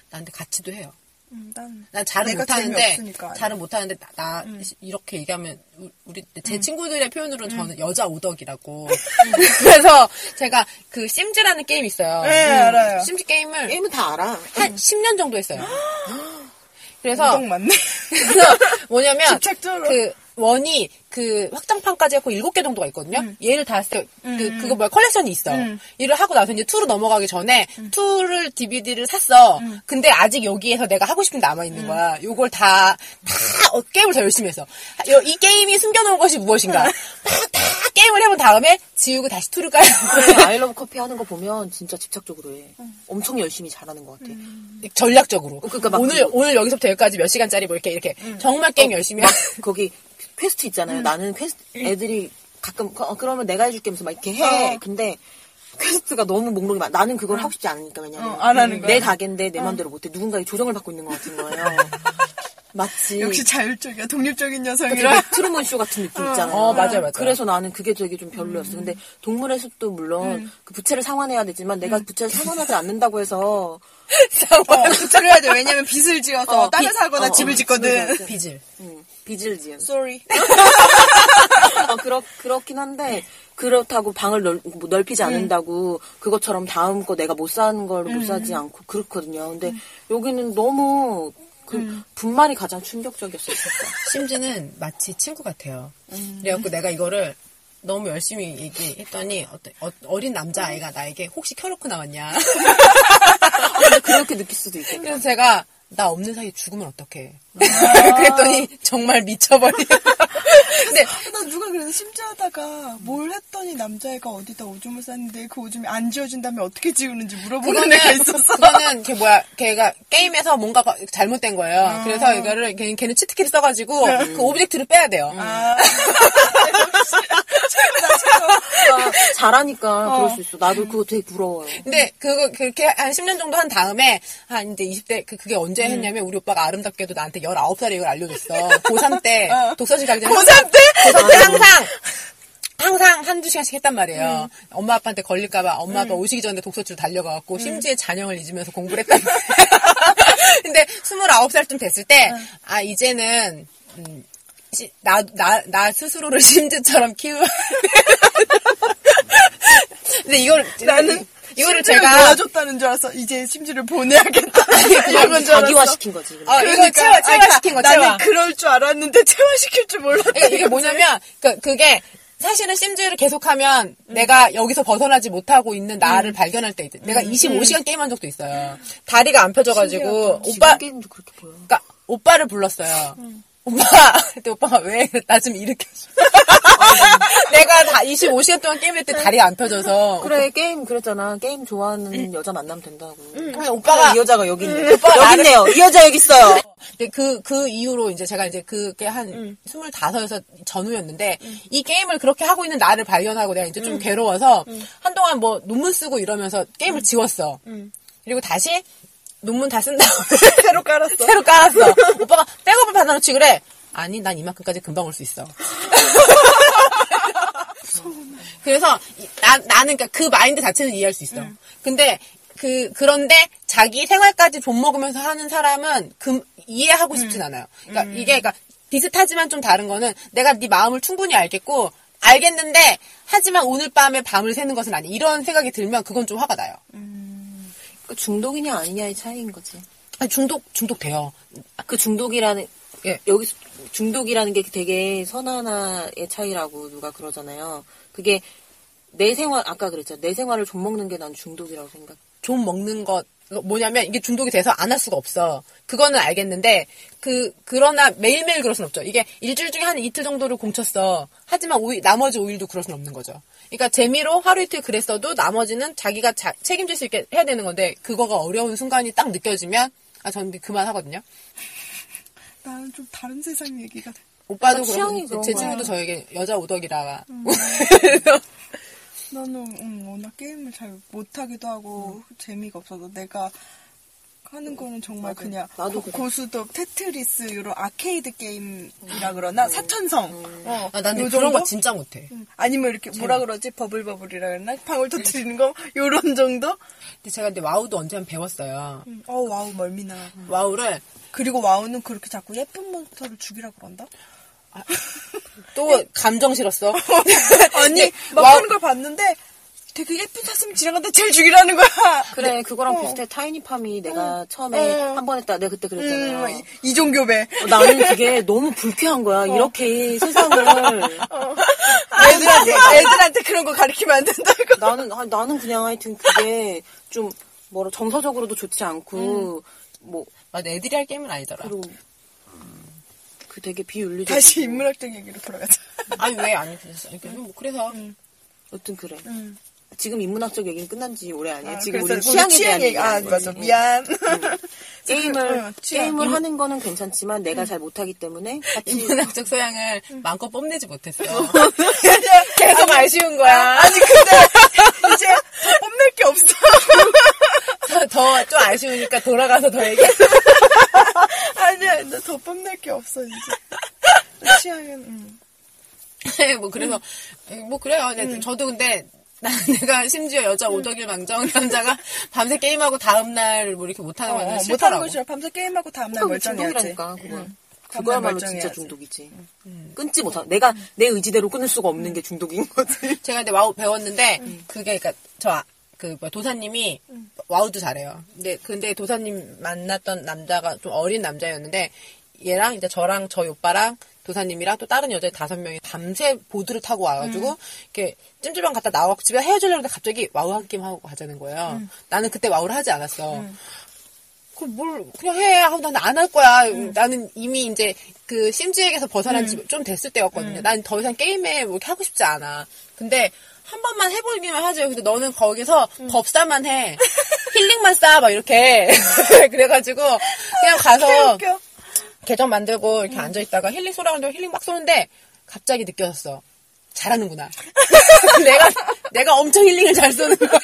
[SPEAKER 1] 나한테 같이도 해요.
[SPEAKER 2] 음, 난
[SPEAKER 1] 난 잘은
[SPEAKER 2] 내가
[SPEAKER 1] 못하는데
[SPEAKER 2] 재미없으니까. 음.
[SPEAKER 1] 잘은 못하는데 나, 나 이렇게 얘기하면 우- 우리 제 친구들의 표현으로는 저는 여자 오덕이라고
[SPEAKER 2] 음.
[SPEAKER 1] [laughs] 그래서 제가 그 심즈라는 게임 있어요 음.
[SPEAKER 2] 네, 알아요. 음.
[SPEAKER 1] 심즈 게임을
[SPEAKER 5] 게임은 다 알아.
[SPEAKER 1] 한 10년 정도
[SPEAKER 2] [gasps]
[SPEAKER 1] 했어요 그래서
[SPEAKER 2] 운동 [laughs] 맞네.
[SPEAKER 1] 그래서 뭐냐면
[SPEAKER 2] 집착적으로.
[SPEAKER 1] 그 원이 그 확장판까지 해고 일곱 개 정도가 있거든요.
[SPEAKER 3] 음.
[SPEAKER 1] 얘를 다 했을 때그 그거 뭐야 컬렉션이 있어. 얘를 하고 나서 이제 2로 넘어가기 전에
[SPEAKER 3] 음.
[SPEAKER 1] 투를 DVD를 샀어. 근데 아직 여기에서 내가 하고 싶은 게 남아
[SPEAKER 3] 음.
[SPEAKER 1] 있는 거야. 요걸 다다 어, 게임을 더 열심히 했어. 요- 이 게임이 숨겨놓은 것이 무엇인가.
[SPEAKER 3] 음.
[SPEAKER 1] 다, 다 게임을 해본 다음에 지우고 다시 투를 까요.
[SPEAKER 3] 아이러브 커피 하는 거 보면 진짜 집착적으로 해. 엄청 열심히 잘하는 것 같아.
[SPEAKER 1] [laughs] 전략적으로.
[SPEAKER 3] 음. 그러니까 막 음. 어.
[SPEAKER 1] 오늘
[SPEAKER 3] 그거.
[SPEAKER 1] 오늘 여기서부터 여기까지 몇 시간짜리 뭐 이렇게 이렇게 정말 게임 열심히
[SPEAKER 3] 막
[SPEAKER 1] 하-
[SPEAKER 3] 거기 퀘스트 있잖아요. 나는 퀘스트 애들이 가끔 그- 어, 그러면 내가 해줄게 하면서 막 이렇게 해. 근데 퀘스트가 너무 목록이 많아. 나는 그걸 하고 싶지 않으니까 왜냐면 음.
[SPEAKER 2] 어, 안 하는 거야.
[SPEAKER 3] 내 가게인데 내 마음대로 못해. 누군가의 조정을 받고 있는 것 같은 거예요. 마치
[SPEAKER 2] 역시 자율적이야. 독립적인
[SPEAKER 3] 되게
[SPEAKER 2] 여성이라.
[SPEAKER 3] 트루먼 쇼 같은 느낌 있잖아요.
[SPEAKER 1] 어, 맞아요, 맞아요.
[SPEAKER 3] 그래서 나는 그게 되게 좀 별로였어. 근데 동물의 숲도 물론 그 부채를 상환해야 되지만 내가 부채를 상환하지 않는다고 해서
[SPEAKER 2] [laughs] 어, 그걸 해야 돼. 왜냐면 빚을 지어서
[SPEAKER 3] 어,
[SPEAKER 2] 땅을
[SPEAKER 3] 빚.
[SPEAKER 2] 사거나
[SPEAKER 3] 어,
[SPEAKER 2] 집을
[SPEAKER 3] 어,
[SPEAKER 2] 짓거든.
[SPEAKER 3] 집을
[SPEAKER 1] 빚을.
[SPEAKER 3] 음, 빚을 지은.
[SPEAKER 2] Sorry.
[SPEAKER 3] 어, 그렇, 그렇긴 한데, 그렇다고 방을 넓, 뭐 넓히지
[SPEAKER 1] 네.
[SPEAKER 3] 않는다고, 그것처럼 다음 거 내가 못 사는 걸 못 사지
[SPEAKER 1] 음.
[SPEAKER 3] 않고, 그렇거든요. 근데 여기는 너무, 그,
[SPEAKER 1] 음.
[SPEAKER 3] 분말이 가장 충격적이었어요, 진짜.
[SPEAKER 1] 심지는 마치 친구 같아요. 그래갖고 내가 이거를 너무 열심히 얘기했더니 어떤 어, 어린 남자 아이가 나에게 혹시 켜놓고 나왔냐. [laughs]
[SPEAKER 3] 아, 근데 그렇게 느낄 수도 있겠다.
[SPEAKER 1] 그래서 제가 나 없는 사이에 죽으면 어떡해. [laughs] 그랬더니 정말 미쳐버리고. 근데
[SPEAKER 2] 나 누가 그래서 심지하다가 뭘 했더니 남자애가 어디다 오줌을 쌌는데 그 오줌이 안 지워진다면 어떻게 지우는지 물어보는 애가
[SPEAKER 1] 그거는
[SPEAKER 2] 있었어.
[SPEAKER 1] 그거는 걔 뭐야 걔가 게임에서 뭔가 가- 잘못된 거예요. 그래서 이거를 걔, 걔는 치트키를 써가지고 그 오브젝트를 빼야 돼요.
[SPEAKER 2] 아,
[SPEAKER 3] 그러니까 잘하니까 그럴 수 있어. 나도 그거 되게 부러워요.
[SPEAKER 1] 근데 그거 그렇게 한 10년 정도 한 다음에 한 이제 20대 그 그게 언제 했냐면 우리 오빠가 아름답게도 나한테 19살에 이걸 알려줬어. 고3 때 독서실 가기 전에 고3 때 고3 때 항상 항상 한두 시간씩 했단 말이에요. 엄마 아빠한테 걸릴까봐 엄마 아빠 오시기 전에 독서실 달려가갖고 심지어 잔영을 잊으면서 공부를 했단 말이에요. [laughs] 근데 29살쯤 됐을 때, 아, 이제는, 음, 시- 나, 나, 나 스스로를 [laughs] 심지처럼 키우. [laughs] 근데 이걸,
[SPEAKER 2] 나는
[SPEAKER 1] 이거를
[SPEAKER 2] 심지를
[SPEAKER 1] 제가
[SPEAKER 2] 놓아줬다는 줄 알았어. 이제 심지를 보내야겠다. 이런 줄 알았어. 그러니까
[SPEAKER 3] 자기화 시킨 거지.
[SPEAKER 1] 어, 이거 채화, 채화시킨 거, 채화.
[SPEAKER 2] 나는 그럴 줄 알았는데 [laughs] 채화시킬 줄 몰랐다.
[SPEAKER 1] 그러니까 이게 뭐냐면 [laughs] 음. 그 그게 사실은 심즈를 계속하면 내가 여기서 벗어나지 못하고 있는 나를 발견할 때 있대. 내가 25시간 게임한 적도 있어요. 다리가 안 음. 펴져가지고 아,
[SPEAKER 3] 지금
[SPEAKER 1] 오빠
[SPEAKER 3] 게임도 그렇게 보여.
[SPEAKER 1] 그러니까 오빠를 불렀어요. 오빠, 근데 오빠가 왜 나 좀 [laughs] 일으켜줘. 내가 다 25시간 동안 게임을 할 때 다리가 안 펴져서
[SPEAKER 3] 그래, 게임 그랬잖아. 게임 좋아하는 여자 만나면 된다고. 어,
[SPEAKER 1] 그냥 음. 오빠가
[SPEAKER 3] 이 여자가 여기 있네.
[SPEAKER 1] 오빠가
[SPEAKER 3] 여기 있네요. 이 여자 여기 있어요.
[SPEAKER 1] 근데 그, 그 이후로 이제 제가 이제 그게
[SPEAKER 2] 음.
[SPEAKER 1] 한 스물다섯에서 전후였는데 이 게임을 그렇게 하고 있는 나를 발견하고 내가 이제 좀
[SPEAKER 2] 음.
[SPEAKER 1] 괴로워서 한동안 뭐 논문 쓰고 이러면서
[SPEAKER 2] 음.
[SPEAKER 1] 게임을 지웠어. 그리고 다시 논문 다 쓴 다음에
[SPEAKER 2] [laughs] 새로 깔았어.
[SPEAKER 1] 새로 깔았어. 오빠가 백업을 받아놓지 그래. 아니 난 이만큼까지 금방 올 수 있어. 그래서 이- 나, 나는 그러니까 그 마인드 자체는 이해할 수 있어. 근데 그 그런데 자기 생활까지 돈 먹으면서 하는 사람은 금, 이해하고 싶진 않아요. 그러니까 이게 그러니까 비슷하지만 좀 다른 거는 내가 네 마음을 충분히 알겠고 알겠는데 하지만 오늘 밤에 밤을 새는 것은 아니 이런 생각이 들면 그건 좀 화가 나요.
[SPEAKER 3] 그 중독이냐 아니냐의 차이인 거지.
[SPEAKER 1] 아니, 중독 중독 돼요.
[SPEAKER 3] 그 중독이라는
[SPEAKER 1] 예.
[SPEAKER 3] 여기서 중독이라는 게 되게 선하나의 차이라고 누가 그러잖아요. 그게 내 생활 아까 그랬죠. 내 생활을 좀먹는 게 난 중독이라고 생각.
[SPEAKER 1] 좀 먹는 것 뭐냐면 이게 중독이 돼서 안 할 수가 없어. 그거는 알겠는데 그 그러나 매일매일 그럴 순 없죠. 이게 일주일 중에 한 이틀 정도를 공쳤어. 하지만 오일- 나머지 5일도 그럴 순 없는 거죠. 그러니까 재미로 하루 이틀 그랬어도 나머지는 자기가 자- 책임질 수 있게 해야 되는 건데 그거가 어려운 순간이 딱 느껴지면 아 저는 그만 하거든요.
[SPEAKER 2] 나는 좀 다른 세상 얘기가 돼.
[SPEAKER 1] 오빠도
[SPEAKER 3] 아,
[SPEAKER 1] 그런
[SPEAKER 3] 취향이 그런
[SPEAKER 1] 제
[SPEAKER 3] 거야. 음.
[SPEAKER 1] 친구도 저에게 여자 오덕이라 [laughs]
[SPEAKER 2] 나는 음, 워낙 게임을 잘 못하기도 하고 재미가 없어서 내가 하는 거는 정말 그냥
[SPEAKER 3] 나도
[SPEAKER 2] 고-
[SPEAKER 3] 그래.
[SPEAKER 2] 고수도 테트리스 이런 아케이드 게임이라 그러나 사천성 어,
[SPEAKER 1] 음. 아, 난
[SPEAKER 2] 요
[SPEAKER 1] 근데 그런
[SPEAKER 2] 정도? 음,
[SPEAKER 1] 거 진짜 못해.
[SPEAKER 3] 음.
[SPEAKER 2] 아니면 이렇게 뭐라 그러지 버블버블이라 그러나 방울
[SPEAKER 1] 네.
[SPEAKER 2] 터뜨리는 거 [laughs] 요런 정도
[SPEAKER 1] 근데 제가 근데 와우도 언제 한 배웠어요.
[SPEAKER 2] 어 와우 멀미나
[SPEAKER 1] 와우를
[SPEAKER 2] 그리고 와우는 그렇게 자꾸 예쁜 몬스터를 죽이라 그런다
[SPEAKER 1] 음. 또 감정 [laughs] 실었어.
[SPEAKER 2] 아니
[SPEAKER 1] 근데
[SPEAKER 2] 막
[SPEAKER 1] 와우-
[SPEAKER 2] 하는 걸 봤는데 되게 예쁜 사슴이 지나간다 제일 죽이라는
[SPEAKER 1] 아.
[SPEAKER 2] 거야
[SPEAKER 3] 그래 그거랑
[SPEAKER 2] 어.
[SPEAKER 3] 비슷해 타이니팜이 내가 네. 음. 처음에
[SPEAKER 2] 어.
[SPEAKER 3] 한 번 했다 내가 그때 그랬잖아요
[SPEAKER 2] 음, 이- 이종교배
[SPEAKER 3] 어, 나는 그게 너무 불쾌한 거야 [laughs] 이렇게 세상을
[SPEAKER 2] 애들한테
[SPEAKER 1] [laughs]
[SPEAKER 2] 애들한테 그런 거 가르치면 안 된다고
[SPEAKER 3] 나는 아, 나는 그냥 하여튼 그게 좀 뭐라 정서적으로도 좋지 않고 뭐
[SPEAKER 1] 맞아, 애들이 할 게임은 아니더라.
[SPEAKER 3] 그리고 그 되게 비윤리적
[SPEAKER 2] 다시 인문학적 얘기로 돌아가자
[SPEAKER 1] [laughs] 아니, 왜 안 해주셨어? 그러니까 뭐 그래서
[SPEAKER 3] 여튼 그래 지금 인문학적 얘기는 끝난 지 오래 아니에요 음. 예, 지금
[SPEAKER 2] 그래서 뭐
[SPEAKER 3] 우리 취향에
[SPEAKER 2] 취향
[SPEAKER 3] 대한
[SPEAKER 2] 얘기-
[SPEAKER 3] 얘기
[SPEAKER 2] 아 맞아 미안 [laughs]
[SPEAKER 3] 게임을
[SPEAKER 2] 응, 그, 어, 취향. 음.
[SPEAKER 3] 게임을 하는 거는 괜찮지만 내가 잘 못하기 때문에 같이
[SPEAKER 1] 인문학적 소양을 마음껏 뽐내지 못했어. [laughs]
[SPEAKER 2] 계속 아쉬운 거야 아니 근데 [laughs] 이제 더 뽐낼 게
[SPEAKER 3] [laughs]
[SPEAKER 2] 없어
[SPEAKER 1] 그, 더 좀 아쉬우니까 돌아가서 더 얘기해.
[SPEAKER 2] 아니야 이제 더 뽐낼 게 없어 이제
[SPEAKER 3] [laughs]
[SPEAKER 2] 취향은 음.
[SPEAKER 1] 뭐 그래서 뭐 그래요. 근데 저도 근데 나- 내가 심지어 여자 오덕일 망정 남자가 밤새 게임하고 다음날 뭐 이렇게 못하는
[SPEAKER 2] 어,
[SPEAKER 1] 건
[SPEAKER 2] 어,
[SPEAKER 1] 어,
[SPEAKER 2] 못하는
[SPEAKER 1] 싫더라고.
[SPEAKER 2] 거 싫어 밤새 게임하고 다음날
[SPEAKER 3] 아, 그거
[SPEAKER 2] 멀쩡해야지
[SPEAKER 3] 중독이라니까 그건
[SPEAKER 2] 다음날
[SPEAKER 3] 그거야말로
[SPEAKER 2] 멀쩡해야지. 음.
[SPEAKER 3] 진짜 중독이지 끊지 못한 내가 내 의지대로 끊을 수가 없는 게 중독인
[SPEAKER 2] 음.
[SPEAKER 3] [laughs] 거지
[SPEAKER 1] 제가 근데 와우 배웠는데 그게 그러니까 저그 도사님이 와우도 잘해요. 근데 근데 도사님 만났던 남자가 좀 어린 남자였는데 얘랑 이제 저랑 저희 오빠랑 도사님이랑 또 다른 여자 다섯 명이 밤새 보드를 타고 와가지고 이렇게 찜질방 갔다 나와 집에 헤어지려고 했는데 갑자기 와우 한 게임 하고 가자는 거예요. 나는 그때 와우를 하지 않았어. 그 뭘 그냥 해 하고 나는 안 할 거야. 나는 이미 이제 그 심지에게서 벗어난
[SPEAKER 2] 음.
[SPEAKER 1] 지 좀 됐을 때였거든요. 난 더 이상 게임에 뭐 이렇게 하고 싶지 않아. 근데 한 번만 해보기만 하죠. 근데 너는 거기서
[SPEAKER 2] 음.
[SPEAKER 1] 법사만
[SPEAKER 2] [laughs]
[SPEAKER 1] 해. 힐링만 쌓아 막 이렇게 [laughs] 그래가지고 그냥
[SPEAKER 2] [laughs]
[SPEAKER 1] 가서
[SPEAKER 2] 음. 어, 웃겨 음.
[SPEAKER 1] 계정 만들고 이렇게 앉아있다가 힐링 소라운드 힐링 막 쏘는데 갑자기 느껴졌어. 잘하는구나. [laughs] 내가 내가 엄청 힐링을 잘 쏘는 거야. [laughs]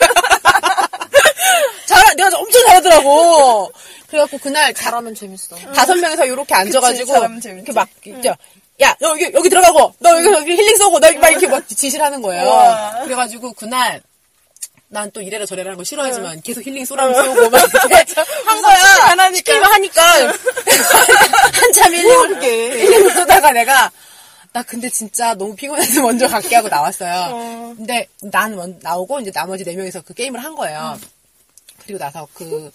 [SPEAKER 1] 잘 내가 엄청 잘하더라고. 그래갖고 그날 자-
[SPEAKER 3] 잘하면 재밌어
[SPEAKER 1] 다섯 명이서 이렇게 앉아가지고
[SPEAKER 2] 잘하면 재밌지.
[SPEAKER 1] 이렇게 막 이제 야 여기 여기 들어가고 너 여기 여기 힐링 쏘고 너 막 이렇게 막 지시를 하는 거예요.
[SPEAKER 2] 우와.
[SPEAKER 1] 그래가지고 그날 난 또 이래라 저래라 하는 거 싫어하지만 계속 힐링 쏘라고 쏘고 막 이렇게 한 거야. 시키면 하니까 [laughs] 한참 힐링을 힐링을 쏘다가 내가 나 근데 진짜 너무 피곤해서 [laughs] 먼저 갈게 하고 나왔어요. 근데 난 먼- 나오고 이제 나머지 네 명이서 그 게임을 한 거예요. 그리고 나서 그,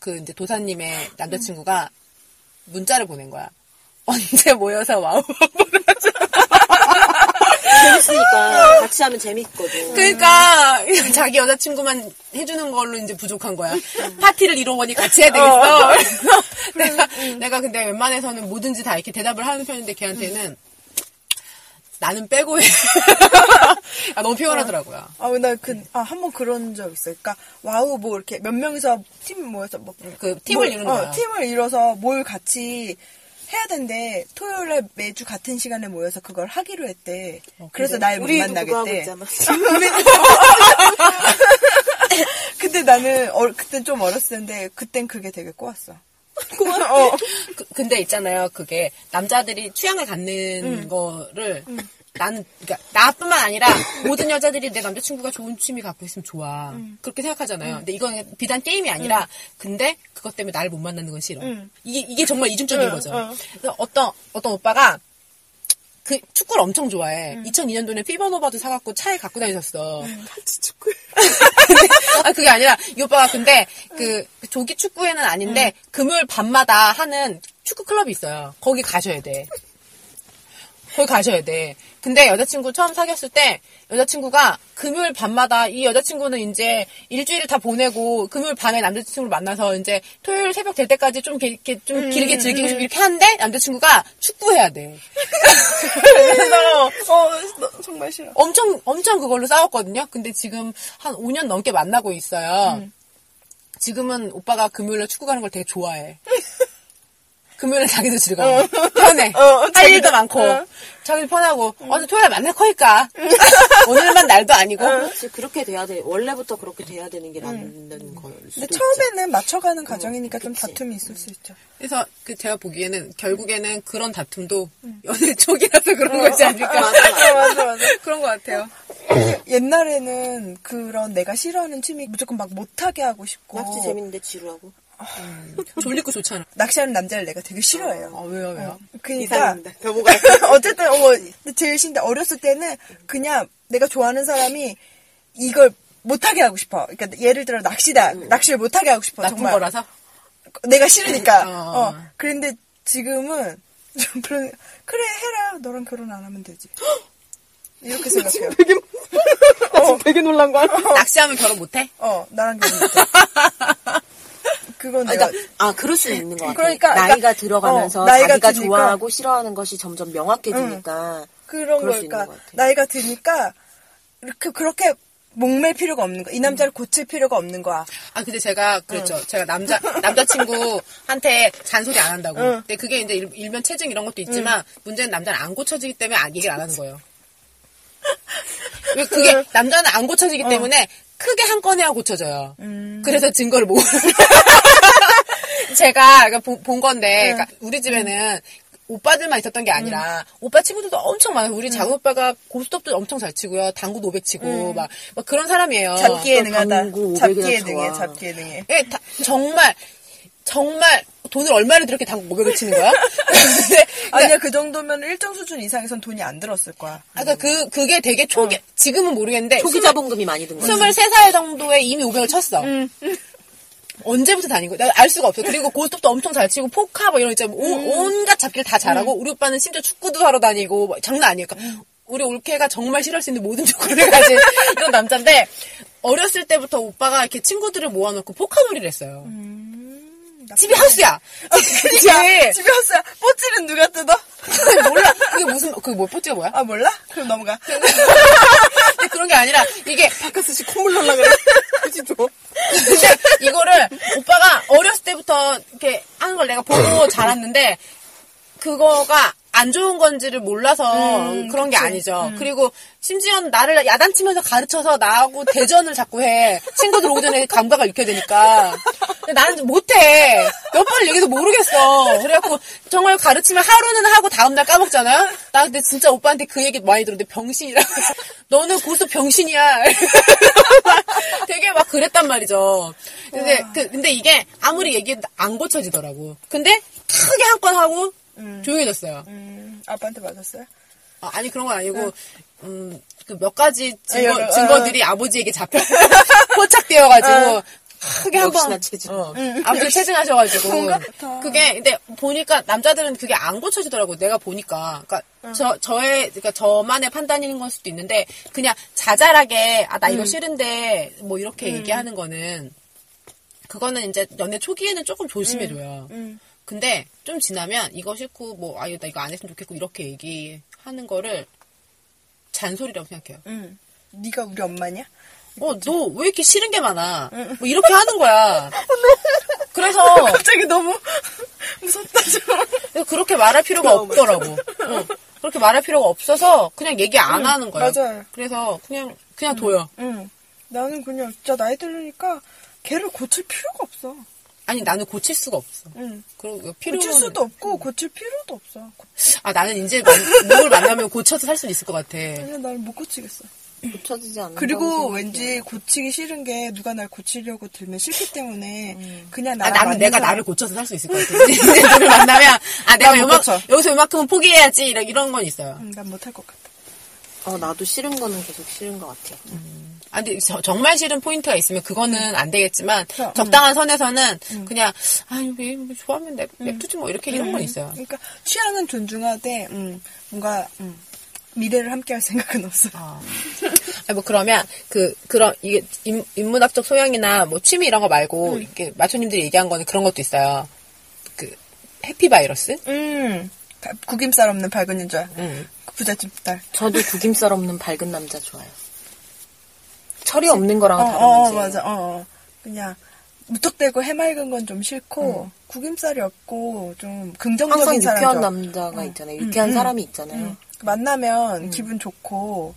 [SPEAKER 1] 그 이제 도사님의 남자친구가 문자를 보낸 거야. 언제 모여서 와우.
[SPEAKER 3] 재밌으니까 같이 하면 재밌거든
[SPEAKER 2] 음.
[SPEAKER 1] 그러니까 [laughs] 자기 여자친구만 해주는 걸로 이제 부족한 거야. 파티를 이뤄보니 같이 해야 되겠어. [laughs] 그래서 내가 내가 근데 웬만해서는 뭐든지 다 이렇게 대답을 하는 편인데 걔한테는 나는 빼고 해. [laughs] 아, 너무 피곤하더라고요.
[SPEAKER 2] 아나그아한 번 그런 적 있어요. 그러니까 와우 뭐 이렇게 몇 명이서 팀 모여서 뭐
[SPEAKER 1] 그 팀을
[SPEAKER 2] 뭐,
[SPEAKER 1] 이루는
[SPEAKER 2] 어,
[SPEAKER 1] 거야.
[SPEAKER 2] 팀을 이뤄서 뭘 같이 해야 된대. 토요일에 매주 같은 시간에 모여서 그걸 하기로 했대. 그래서 날 못
[SPEAKER 5] 우리도 그거 하고
[SPEAKER 2] 만나겠대. 음.
[SPEAKER 5] 있잖아.
[SPEAKER 2] [laughs] 근데 나는 어, 그땐 좀 어렸을 텐데 그땐 그게 되게 꼬았어. 꼬았어.
[SPEAKER 1] 그- 근데 있잖아요. 그게 남자들이 취향을 갖는 거를 나는 그러니까 나뿐만 아니라 모든 여자들이 내 남자친구가 좋은 취미 갖고 있으면 좋아. 그렇게 생각하잖아요. 근데 이건 비단 게임이 아니라 근데 그것 때문에 나를 못 만나는 건 싫어. 이게 이게 정말 이중적인 거죠. 그래서 어떤 어떤 오빠가 그 축구를 엄청 좋아해. 2002년도에 피버노바도 사갖고 차에 갖고 다니셨어. [laughs] 아, 그게 아니라, 이 오빠가 근데, 그, 조기 축구회는 아닌데, 금요일 밤마다 하는 축구 클럽이 있어요. 거기 가셔야 돼. 거기 가셔야 돼. 근데 여자친구 처음 사귀었을 때, 여자친구가 금요일 밤마다, 이 여자친구는 이제 일주일을 다 보내고, 금요일 밤에 남자친구를 만나서, 이제 토요일 새벽 될 때까지 좀, 길- 이렇게, 좀 길게 즐기고 싶 이렇게 하는데, 남자친구가 축구해야 돼. [laughs] 그래서,
[SPEAKER 2] 어, 너- 정말 싫어.
[SPEAKER 1] 엄청 엄청 그걸로 싸웠거든요. 근데 지금 한 5년 넘게 만나고 있어요.
[SPEAKER 2] 음.
[SPEAKER 1] 지금은 오빠가 금요일에 축구 가는 걸 되게 좋아해. [laughs] 금요일에 자기도 즐거워. 편해.
[SPEAKER 2] 어,
[SPEAKER 1] 할 일도 많고. 자기도 편하고.
[SPEAKER 2] 음.
[SPEAKER 1] 어느 토요일 만날 거니까. [laughs] 오늘만 날도 아니고.
[SPEAKER 2] 어.
[SPEAKER 3] 그렇게 돼야 돼 원래부터 그렇게 돼야 되는 게 맞는 거예요 수도
[SPEAKER 2] 음. 근데
[SPEAKER 3] 있죠.
[SPEAKER 2] 처음에는 맞춰가는 과정이니까 좀 다툼이 있을 수 있죠.
[SPEAKER 1] 그래서 그 제가 보기에는 결국에는 그런 다툼도
[SPEAKER 2] 음.
[SPEAKER 1] 연애 초기라서
[SPEAKER 2] 어.
[SPEAKER 1] 그런 거지 않을까.
[SPEAKER 2] [laughs]
[SPEAKER 1] 맞아,
[SPEAKER 2] 맞아,
[SPEAKER 1] [laughs]
[SPEAKER 2] 맞아.
[SPEAKER 1] 그런 것 같아요.
[SPEAKER 2] 옛날에는 그런 내가 싫어하는 취미 무조건 막 못하게 하고 싶고
[SPEAKER 3] 낚시 재밌는데 지루하고.
[SPEAKER 1] 졸리고 좋잖아.
[SPEAKER 2] 낚시하는 남자를 내가 되게 싫어해요.
[SPEAKER 1] 아, 왜요, 왜요?
[SPEAKER 2] 그러니까
[SPEAKER 5] 이상입니다. 더보가
[SPEAKER 2] [laughs] 어쨌든 어, 근데 제일 싫은데 어렸을 때는 그냥 내가 좋아하는 사람이 이걸 못하게 하고 싶어. 그러니까 예를 들어 낚시다. 낚시를 못하게 하고 싶어.
[SPEAKER 1] 나쁜
[SPEAKER 2] 정말
[SPEAKER 1] 음. 거라서?
[SPEAKER 2] 내가 싫으니까.
[SPEAKER 1] [laughs] 어.
[SPEAKER 2] 어. 그런데 지금은 좀 그런 그래 해라. 너랑 결혼 안
[SPEAKER 1] [gasps]
[SPEAKER 2] 하면 되지. 이렇게 생각해요.
[SPEAKER 5] 되게 놀란 거 알아?
[SPEAKER 1] 낚시하면 결혼 못해?
[SPEAKER 2] 어, 나랑 결혼 못 해. 그건
[SPEAKER 3] 아,
[SPEAKER 2] 내가
[SPEAKER 3] 그러니까, 아, 그럴 수 있는 것 같아요.
[SPEAKER 2] 그러니까,
[SPEAKER 3] 나이가
[SPEAKER 2] 그러니까,
[SPEAKER 3] 들어가면서
[SPEAKER 2] 어, 나이가
[SPEAKER 3] 자기가
[SPEAKER 2] 드니까.
[SPEAKER 3] 좋아하고 싫어하는 것이 점점 명확해지니까.
[SPEAKER 2] 그런
[SPEAKER 3] 그럴 수 있는
[SPEAKER 2] 걸까?
[SPEAKER 3] 것 같아요.
[SPEAKER 2] 나이가 드니까 이렇게 그렇게 목맬 필요가 없는 거야. 이 남자를 고칠 필요가 없는 거야.
[SPEAKER 1] 아, 근데 제가, 그랬죠. 제가 남자, 남자친구한테 잔소리 안 한다고.
[SPEAKER 2] 응.
[SPEAKER 1] 근데 그게 이제 일- 일면 체증 이런 것도 있지만, 문제는 남자는 안 고쳐지기 때문에 안- 얘기를 안 하는 거예요. 왜 그게, 남자는 안 고쳐지기 때문에, 크게 한 건 해야 고쳐져요. 그래서 증거를 모으는 거예요. 제가 그러니까 보- 본 건데, 그러니까 우리 집에는, 오빠들만 있었던 게 아니라 오빠 친구들도 엄청 많아요. 우리 작은 오빠가 고스톱도 엄청 잘 치고요. 당구도 500 치고 막, 막 그런 사람이에요.
[SPEAKER 2] 잡기에 능하다.
[SPEAKER 3] 아, 당구
[SPEAKER 2] 잡기에
[SPEAKER 3] 500이나
[SPEAKER 2] 능해.
[SPEAKER 3] 좋아.
[SPEAKER 2] 잡기에 능해.
[SPEAKER 1] 예, 다- 정말 정말 돈을 얼마를 들렇게 당구 500을 치는 거야? 근데
[SPEAKER 2] 아니야 그 정도면 일정 수준 이상에선 돈이 안 들었을 거야.
[SPEAKER 1] 아까 그 그게 되게 초기 지금은 모르겠는데
[SPEAKER 3] 초기 자본금이 많이 든 거죠.
[SPEAKER 1] 23살 정도에 이미 500을 쳤어. 언제부터 다닌 거야? 나알 수가 없어. 그리고 고스톱도 엄청 잘 치고 포카 뭐 이런 거 있잖아. 오- 온갖 잡기를 다 잘하고 우리 오빠는 심지어 축구도 하러 다니고 뭐 장난 아니에요. 그러니까 우리 올케가 정말 싫어할 수 있는 모든 조건을 가진 이런 남자인데 어렸을 때부터 오빠가 이렇게 친구들을 모아놓고 포카놀이를 했어요.
[SPEAKER 2] 음.
[SPEAKER 3] 음,
[SPEAKER 1] 집이 하우스야. 그게
[SPEAKER 2] 집에 왔어요. 뽀찌는 누가 뜯어?
[SPEAKER 1] [laughs] 몰라. 그게 무슨 그게 뭐 포즈가 뭐야? [laughs]
[SPEAKER 2] 아 몰라? 그럼 넘어가.
[SPEAKER 1] 근데 그런 게 아니라 이게
[SPEAKER 5] 바카스 씨 콧물 날라 그래. 그지 너?
[SPEAKER 1] 근데 이거를 오빠가 어렸을 때부터 이렇게 하는 걸 내가 보고 자랐는데 그거가 안 좋은 건지를 몰라서 그런 게 아니죠. 그리고 심지어 나를 야단치면서 가르쳐서 나하고 대전을 자꾸 해. 친구들 오기 전에 감각을 익혀야 되니까. 근데 나는 못해. 몇 번을 얘기해도 모르겠어. 그래갖고 정말 가르치면 하루는 하고 다음날 까먹잖아요? 나 근데 진짜 오빠한테 그 얘기 많이 들었는데 병신이라. 너는 고수 병신이야. [laughs] 되게 막 그랬단 말이죠. 근데, 그- 근데 이게 아무리 얘기해도 안 고쳐지더라고. 근데 크게 한 건 하고 조용해졌어요.
[SPEAKER 2] 음, 아빠한테 맞았어요?
[SPEAKER 1] 아, 아니 그런 건 아니고 음, 그 몇 가지 증거,
[SPEAKER 2] 아, 여러-
[SPEAKER 1] 증거들이 아버지에게 잡혀 [laughs] 아. 포착되어가지고 크게
[SPEAKER 3] 역시나
[SPEAKER 1] 한번
[SPEAKER 3] 체증.
[SPEAKER 1] 어, 아버지 체증하셔가지고
[SPEAKER 2] 뭔가?
[SPEAKER 1] 그게 근데 보니까 남자들은 그게 안 고쳐지더라고 내가 보니까 그러니까 저 저의 그러니까 저만의 판단인 걸 수도 있는데 그냥 자잘하게 아 나 이거 싫은데 뭐 이렇게 얘기하는 거는 그거는 이제 연애 초기에는 조금 조심해줘요. 근데 좀 지나면 이거 싫고 뭐 아유 나 이거 안 했으면 좋겠고 이렇게 얘기하는 거를 잔소리라고 생각해요.
[SPEAKER 2] 응. 네가 우리 엄마냐?
[SPEAKER 1] 어 너 왜 이렇게 싫은 게 많아? 뭐 이렇게 하는 거야. 그래서
[SPEAKER 3] 어.
[SPEAKER 2] 갑자기 너무 [laughs] 무섭다 좀.
[SPEAKER 1] 그렇게 말할 필요가 없더라고. 응. 그렇게 말할 필요가 없어서 그냥 얘기 안 하는 거예요.
[SPEAKER 2] 맞아요.
[SPEAKER 1] 그래서 그냥 그냥 둬요.
[SPEAKER 2] 응. 나는 그냥 진짜 나이 들으니까 걔를 고칠 필요가 없어.
[SPEAKER 1] 아니 나는 고칠 수가 없어.
[SPEAKER 2] 응.
[SPEAKER 1] 그리고 필요는
[SPEAKER 2] 고칠 수도 없고 고칠 필요도 없어.
[SPEAKER 1] 아 나는 이제 누굴 만나면 고쳐서 살 수 있을 것 같아.
[SPEAKER 2] 그냥 나를 못 고치겠어.
[SPEAKER 3] 고쳐지지 않는
[SPEAKER 2] 그리고 왠지 고치기 싫은 게 누가 날 고치려고 들면 싫기 때문에 그냥
[SPEAKER 1] 아,
[SPEAKER 2] 나랑
[SPEAKER 1] 나는
[SPEAKER 2] 맞는
[SPEAKER 1] 내가
[SPEAKER 2] 사람-
[SPEAKER 1] 나를 고쳐서 살 수 있을 것 같아. [laughs] 너를 만나면, 아, 내가
[SPEAKER 2] 못
[SPEAKER 1] 요만,
[SPEAKER 2] 고쳐.
[SPEAKER 1] 여기서 요만큼은 포기해야지, 이런, 이런 건 있어요.
[SPEAKER 2] 응, 난 못할 것 같아.
[SPEAKER 3] 어, 나도 싫은 거는 계속 싫은 것 같아요.
[SPEAKER 1] 아, 근데 저- 정말 싫은 포인트가 있으면 음. 그거는 안 되겠지만,
[SPEAKER 2] 그럼,
[SPEAKER 1] 적당한 선에서는 그냥, 아유, 왜, 뭐 좋아하면 냅, 냅두지 뭐, 이렇게 이런 건 있어요.
[SPEAKER 2] 그러니까 취향은 존중하되 음, 뭔가 음, 미래를 함께할 생각은 없어.
[SPEAKER 1] 아, 아니, 뭐 그러면 그 그런 이게 인, 인문학적 소양이나 뭐 취미 이런 거 말고 이렇게 마초님들이 얘기한 거는 그런 것도 있어요. 그 해피 바이러스?
[SPEAKER 2] 음. 다- 구김살 없는 밝은 여자. 그
[SPEAKER 1] 음.
[SPEAKER 2] 부잣집 딸.
[SPEAKER 3] 저도 구김살 없는 밝은 남자 좋아요. 철이 없는 거랑
[SPEAKER 2] 어,
[SPEAKER 3] 다른
[SPEAKER 2] 어,
[SPEAKER 3] 문제.
[SPEAKER 2] 맞아. 어, 어. 그냥 무턱대고 해맑은 건 좀 싫고 구김살이 없고
[SPEAKER 3] 항상
[SPEAKER 2] 좀 긍정적인 사람
[SPEAKER 3] 유쾌한
[SPEAKER 2] 좋아.
[SPEAKER 3] 남자가 있잖아요. 유쾌한 사람이 있잖아요.
[SPEAKER 2] 만나면 기분 좋고
[SPEAKER 3] 음.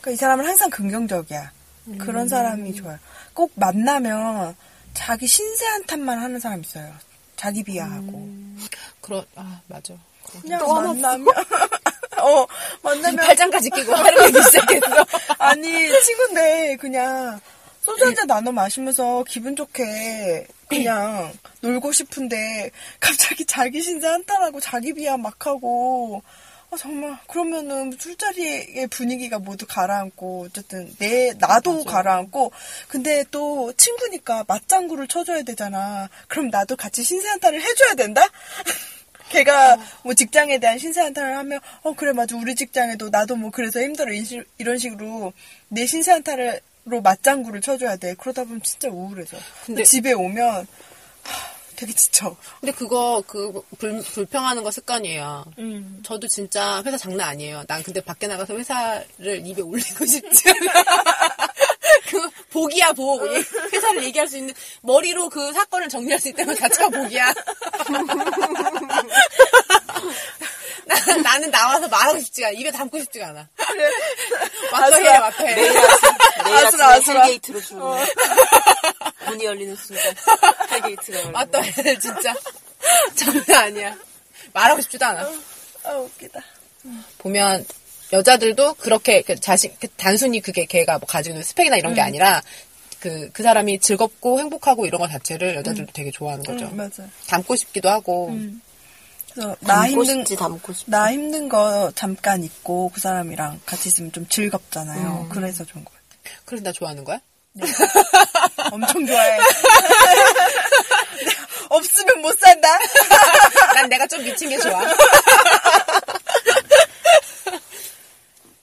[SPEAKER 2] 그러니까 이 사람은 항상 긍정적이야 그런 사람이 좋아요 꼭 만나면 자기 신세 한탄만 하는 사람 있어요. 자기 비하하고.
[SPEAKER 3] 음.
[SPEAKER 1] 그런 아 맞아.
[SPEAKER 2] 그냥 만나면 [laughs] 어 만나면
[SPEAKER 1] 팔짱까지 끼고 하려고 시작했어. [laughs]
[SPEAKER 2] 아니 친구인데 그냥 소주 한 잔 나눠 마시면서 기분 좋게 그냥 놀고 싶은데 갑자기 자기 신세 한탄하고 자기 비하 막 하고 아 정말 그러면은 술자리의 분위기가 모두 가라앉고 어쨌든 내 나도 가라앉고 근데 또 친구니까 맞장구를 쳐줘야 되잖아 그럼 나도 같이 신세 한탄을 해줘야 된다 걔가 뭐 직장에 대한 신세 한탄을 하면 어 그래 맞아 우리 직장에도 나도 뭐 그래서 힘들어 인시- 이런 식으로 내 신세 한탄을 로 맞장구를 쳐줘야 돼 그러다 보면 진짜 우울해져 근데
[SPEAKER 1] 근데-
[SPEAKER 2] 집에 오면 하, 되게 지쳐
[SPEAKER 1] 근데 그거 그 불, 불평하는 거 습관이에요.
[SPEAKER 3] 음.
[SPEAKER 1] 저도 진짜 회사 장난 아니에요. 난 근데 밖에 나가서 회사를 입에 올리고 싶지 않아. [laughs] 그 복이야 복. 이 회사를 얘기할 수 있는 머리로 그 사건을 정리할 수 있다는 것 자체가 복이야. [laughs] 나, 나는 나와서 말하고 싶지가 않아. 입에 담고 싶지가 않아. 왔다 해 앞에.
[SPEAKER 3] 내일
[SPEAKER 2] 아슬아,
[SPEAKER 3] 아침에
[SPEAKER 2] 아슬아.
[SPEAKER 3] 헬게이트로 출근.
[SPEAKER 2] 어.
[SPEAKER 3] 문이 열리는
[SPEAKER 2] [laughs]
[SPEAKER 3] 순간 헬게이트가
[SPEAKER 1] [laughs]
[SPEAKER 2] 아,
[SPEAKER 3] 열려.
[SPEAKER 1] 왔다 해 진짜. 장난 아니야. 말하고 싶지도 않아.
[SPEAKER 2] 아 웃기다
[SPEAKER 1] 보면 여자들도 그렇게 그 자신 그 단순히 그게 걔가 뭐 가지고 있는 스펙이나 이런 게 아니라 그 그 사람이 즐겁고 행복하고 이런 것 자체를 여자들도 되게 좋아하는 거죠.
[SPEAKER 2] 음, 맞아
[SPEAKER 1] 담고 싶기도 하고
[SPEAKER 2] 그래서 나
[SPEAKER 3] 담고
[SPEAKER 2] 힘든
[SPEAKER 3] 싶지 담고 싶지.
[SPEAKER 2] 나 힘든 거 잠깐 있고 그 사람이랑 같이 있으면 좀 즐겁잖아요 그래서 좋은 거 같아
[SPEAKER 1] 그래서 나 좋아하는 거야? [laughs]
[SPEAKER 2] 엄청 좋아해 [laughs] 없으면 못 산다 [laughs]
[SPEAKER 1] 난 내가 좀 미친 게 좋아.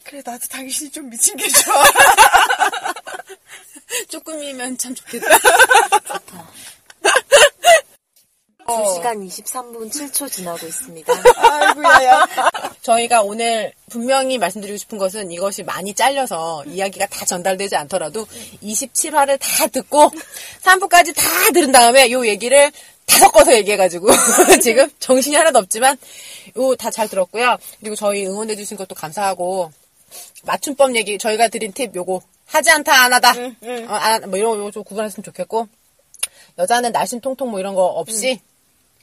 [SPEAKER 2] 그래 나도 당신이 좀 미친 게 좋아
[SPEAKER 1] [laughs] 조금이면 참 좋겠다.
[SPEAKER 2] 어.
[SPEAKER 3] 2시간 23분 7초 지나고
[SPEAKER 2] [laughs]
[SPEAKER 3] 있습니다.
[SPEAKER 2] 그러니까. 아이고야
[SPEAKER 1] 저희가 오늘 분명히 말씀드리고 싶은 것은 이것이 많이 잘려서 이야기가 다 전달되지 않더라도 27화를 다 듣고 3부까지 다 들은 다음에 요 얘기를 다 섞어서 얘기해가지고 [laughs] 지금 정신이 하나도 없지만 요 다 잘 들었고요. 그리고 저희 응원해주신 것도 감사하고 맞춤법 얘기 저희가 드린 팁 요거 하지 않다 안 하다 어, 안- 뭐 이런 거좀 구분하셨으면 좋겠고 여자는 날씬 통통 뭐 이런 거 없이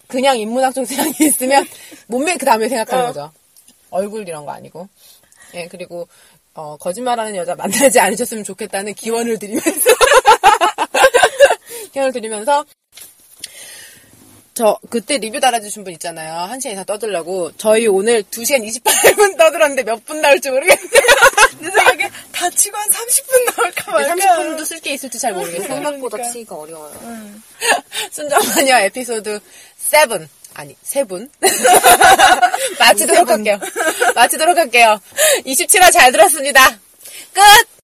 [SPEAKER 1] 그냥 인문학적 생각이 [laughs] 있으면 몸매 그 다음에 생각하는 거죠. 얼굴 이런 거 아니고. 예, 그리고, 어, 거짓말하는 여자 만나지 않으셨으면 좋겠다는 기원을 드리면서. [laughs] 기원을 드리면서. 저, 그때 리뷰 달아주신 분 있잖아요. 한 시간 이상 떠들라고. 저희 오늘 2시간 28분 [laughs] 떠들었는데 몇 분 나올지 모르겠는데. [laughs]
[SPEAKER 2] 내 생각에 다 치고 한 30분 나올까 말까
[SPEAKER 1] 30분도 쓸 게 있을지 잘 모르겠어요.
[SPEAKER 3] 생각보다
[SPEAKER 2] 그러니까.
[SPEAKER 3] 치기가 어려워요.
[SPEAKER 1] 순정마녀 에피소드 7. 아니, 세분 [laughs] 마치도록 할게요. 마치도록 할게요. 27화 잘 들었습니다. 끝!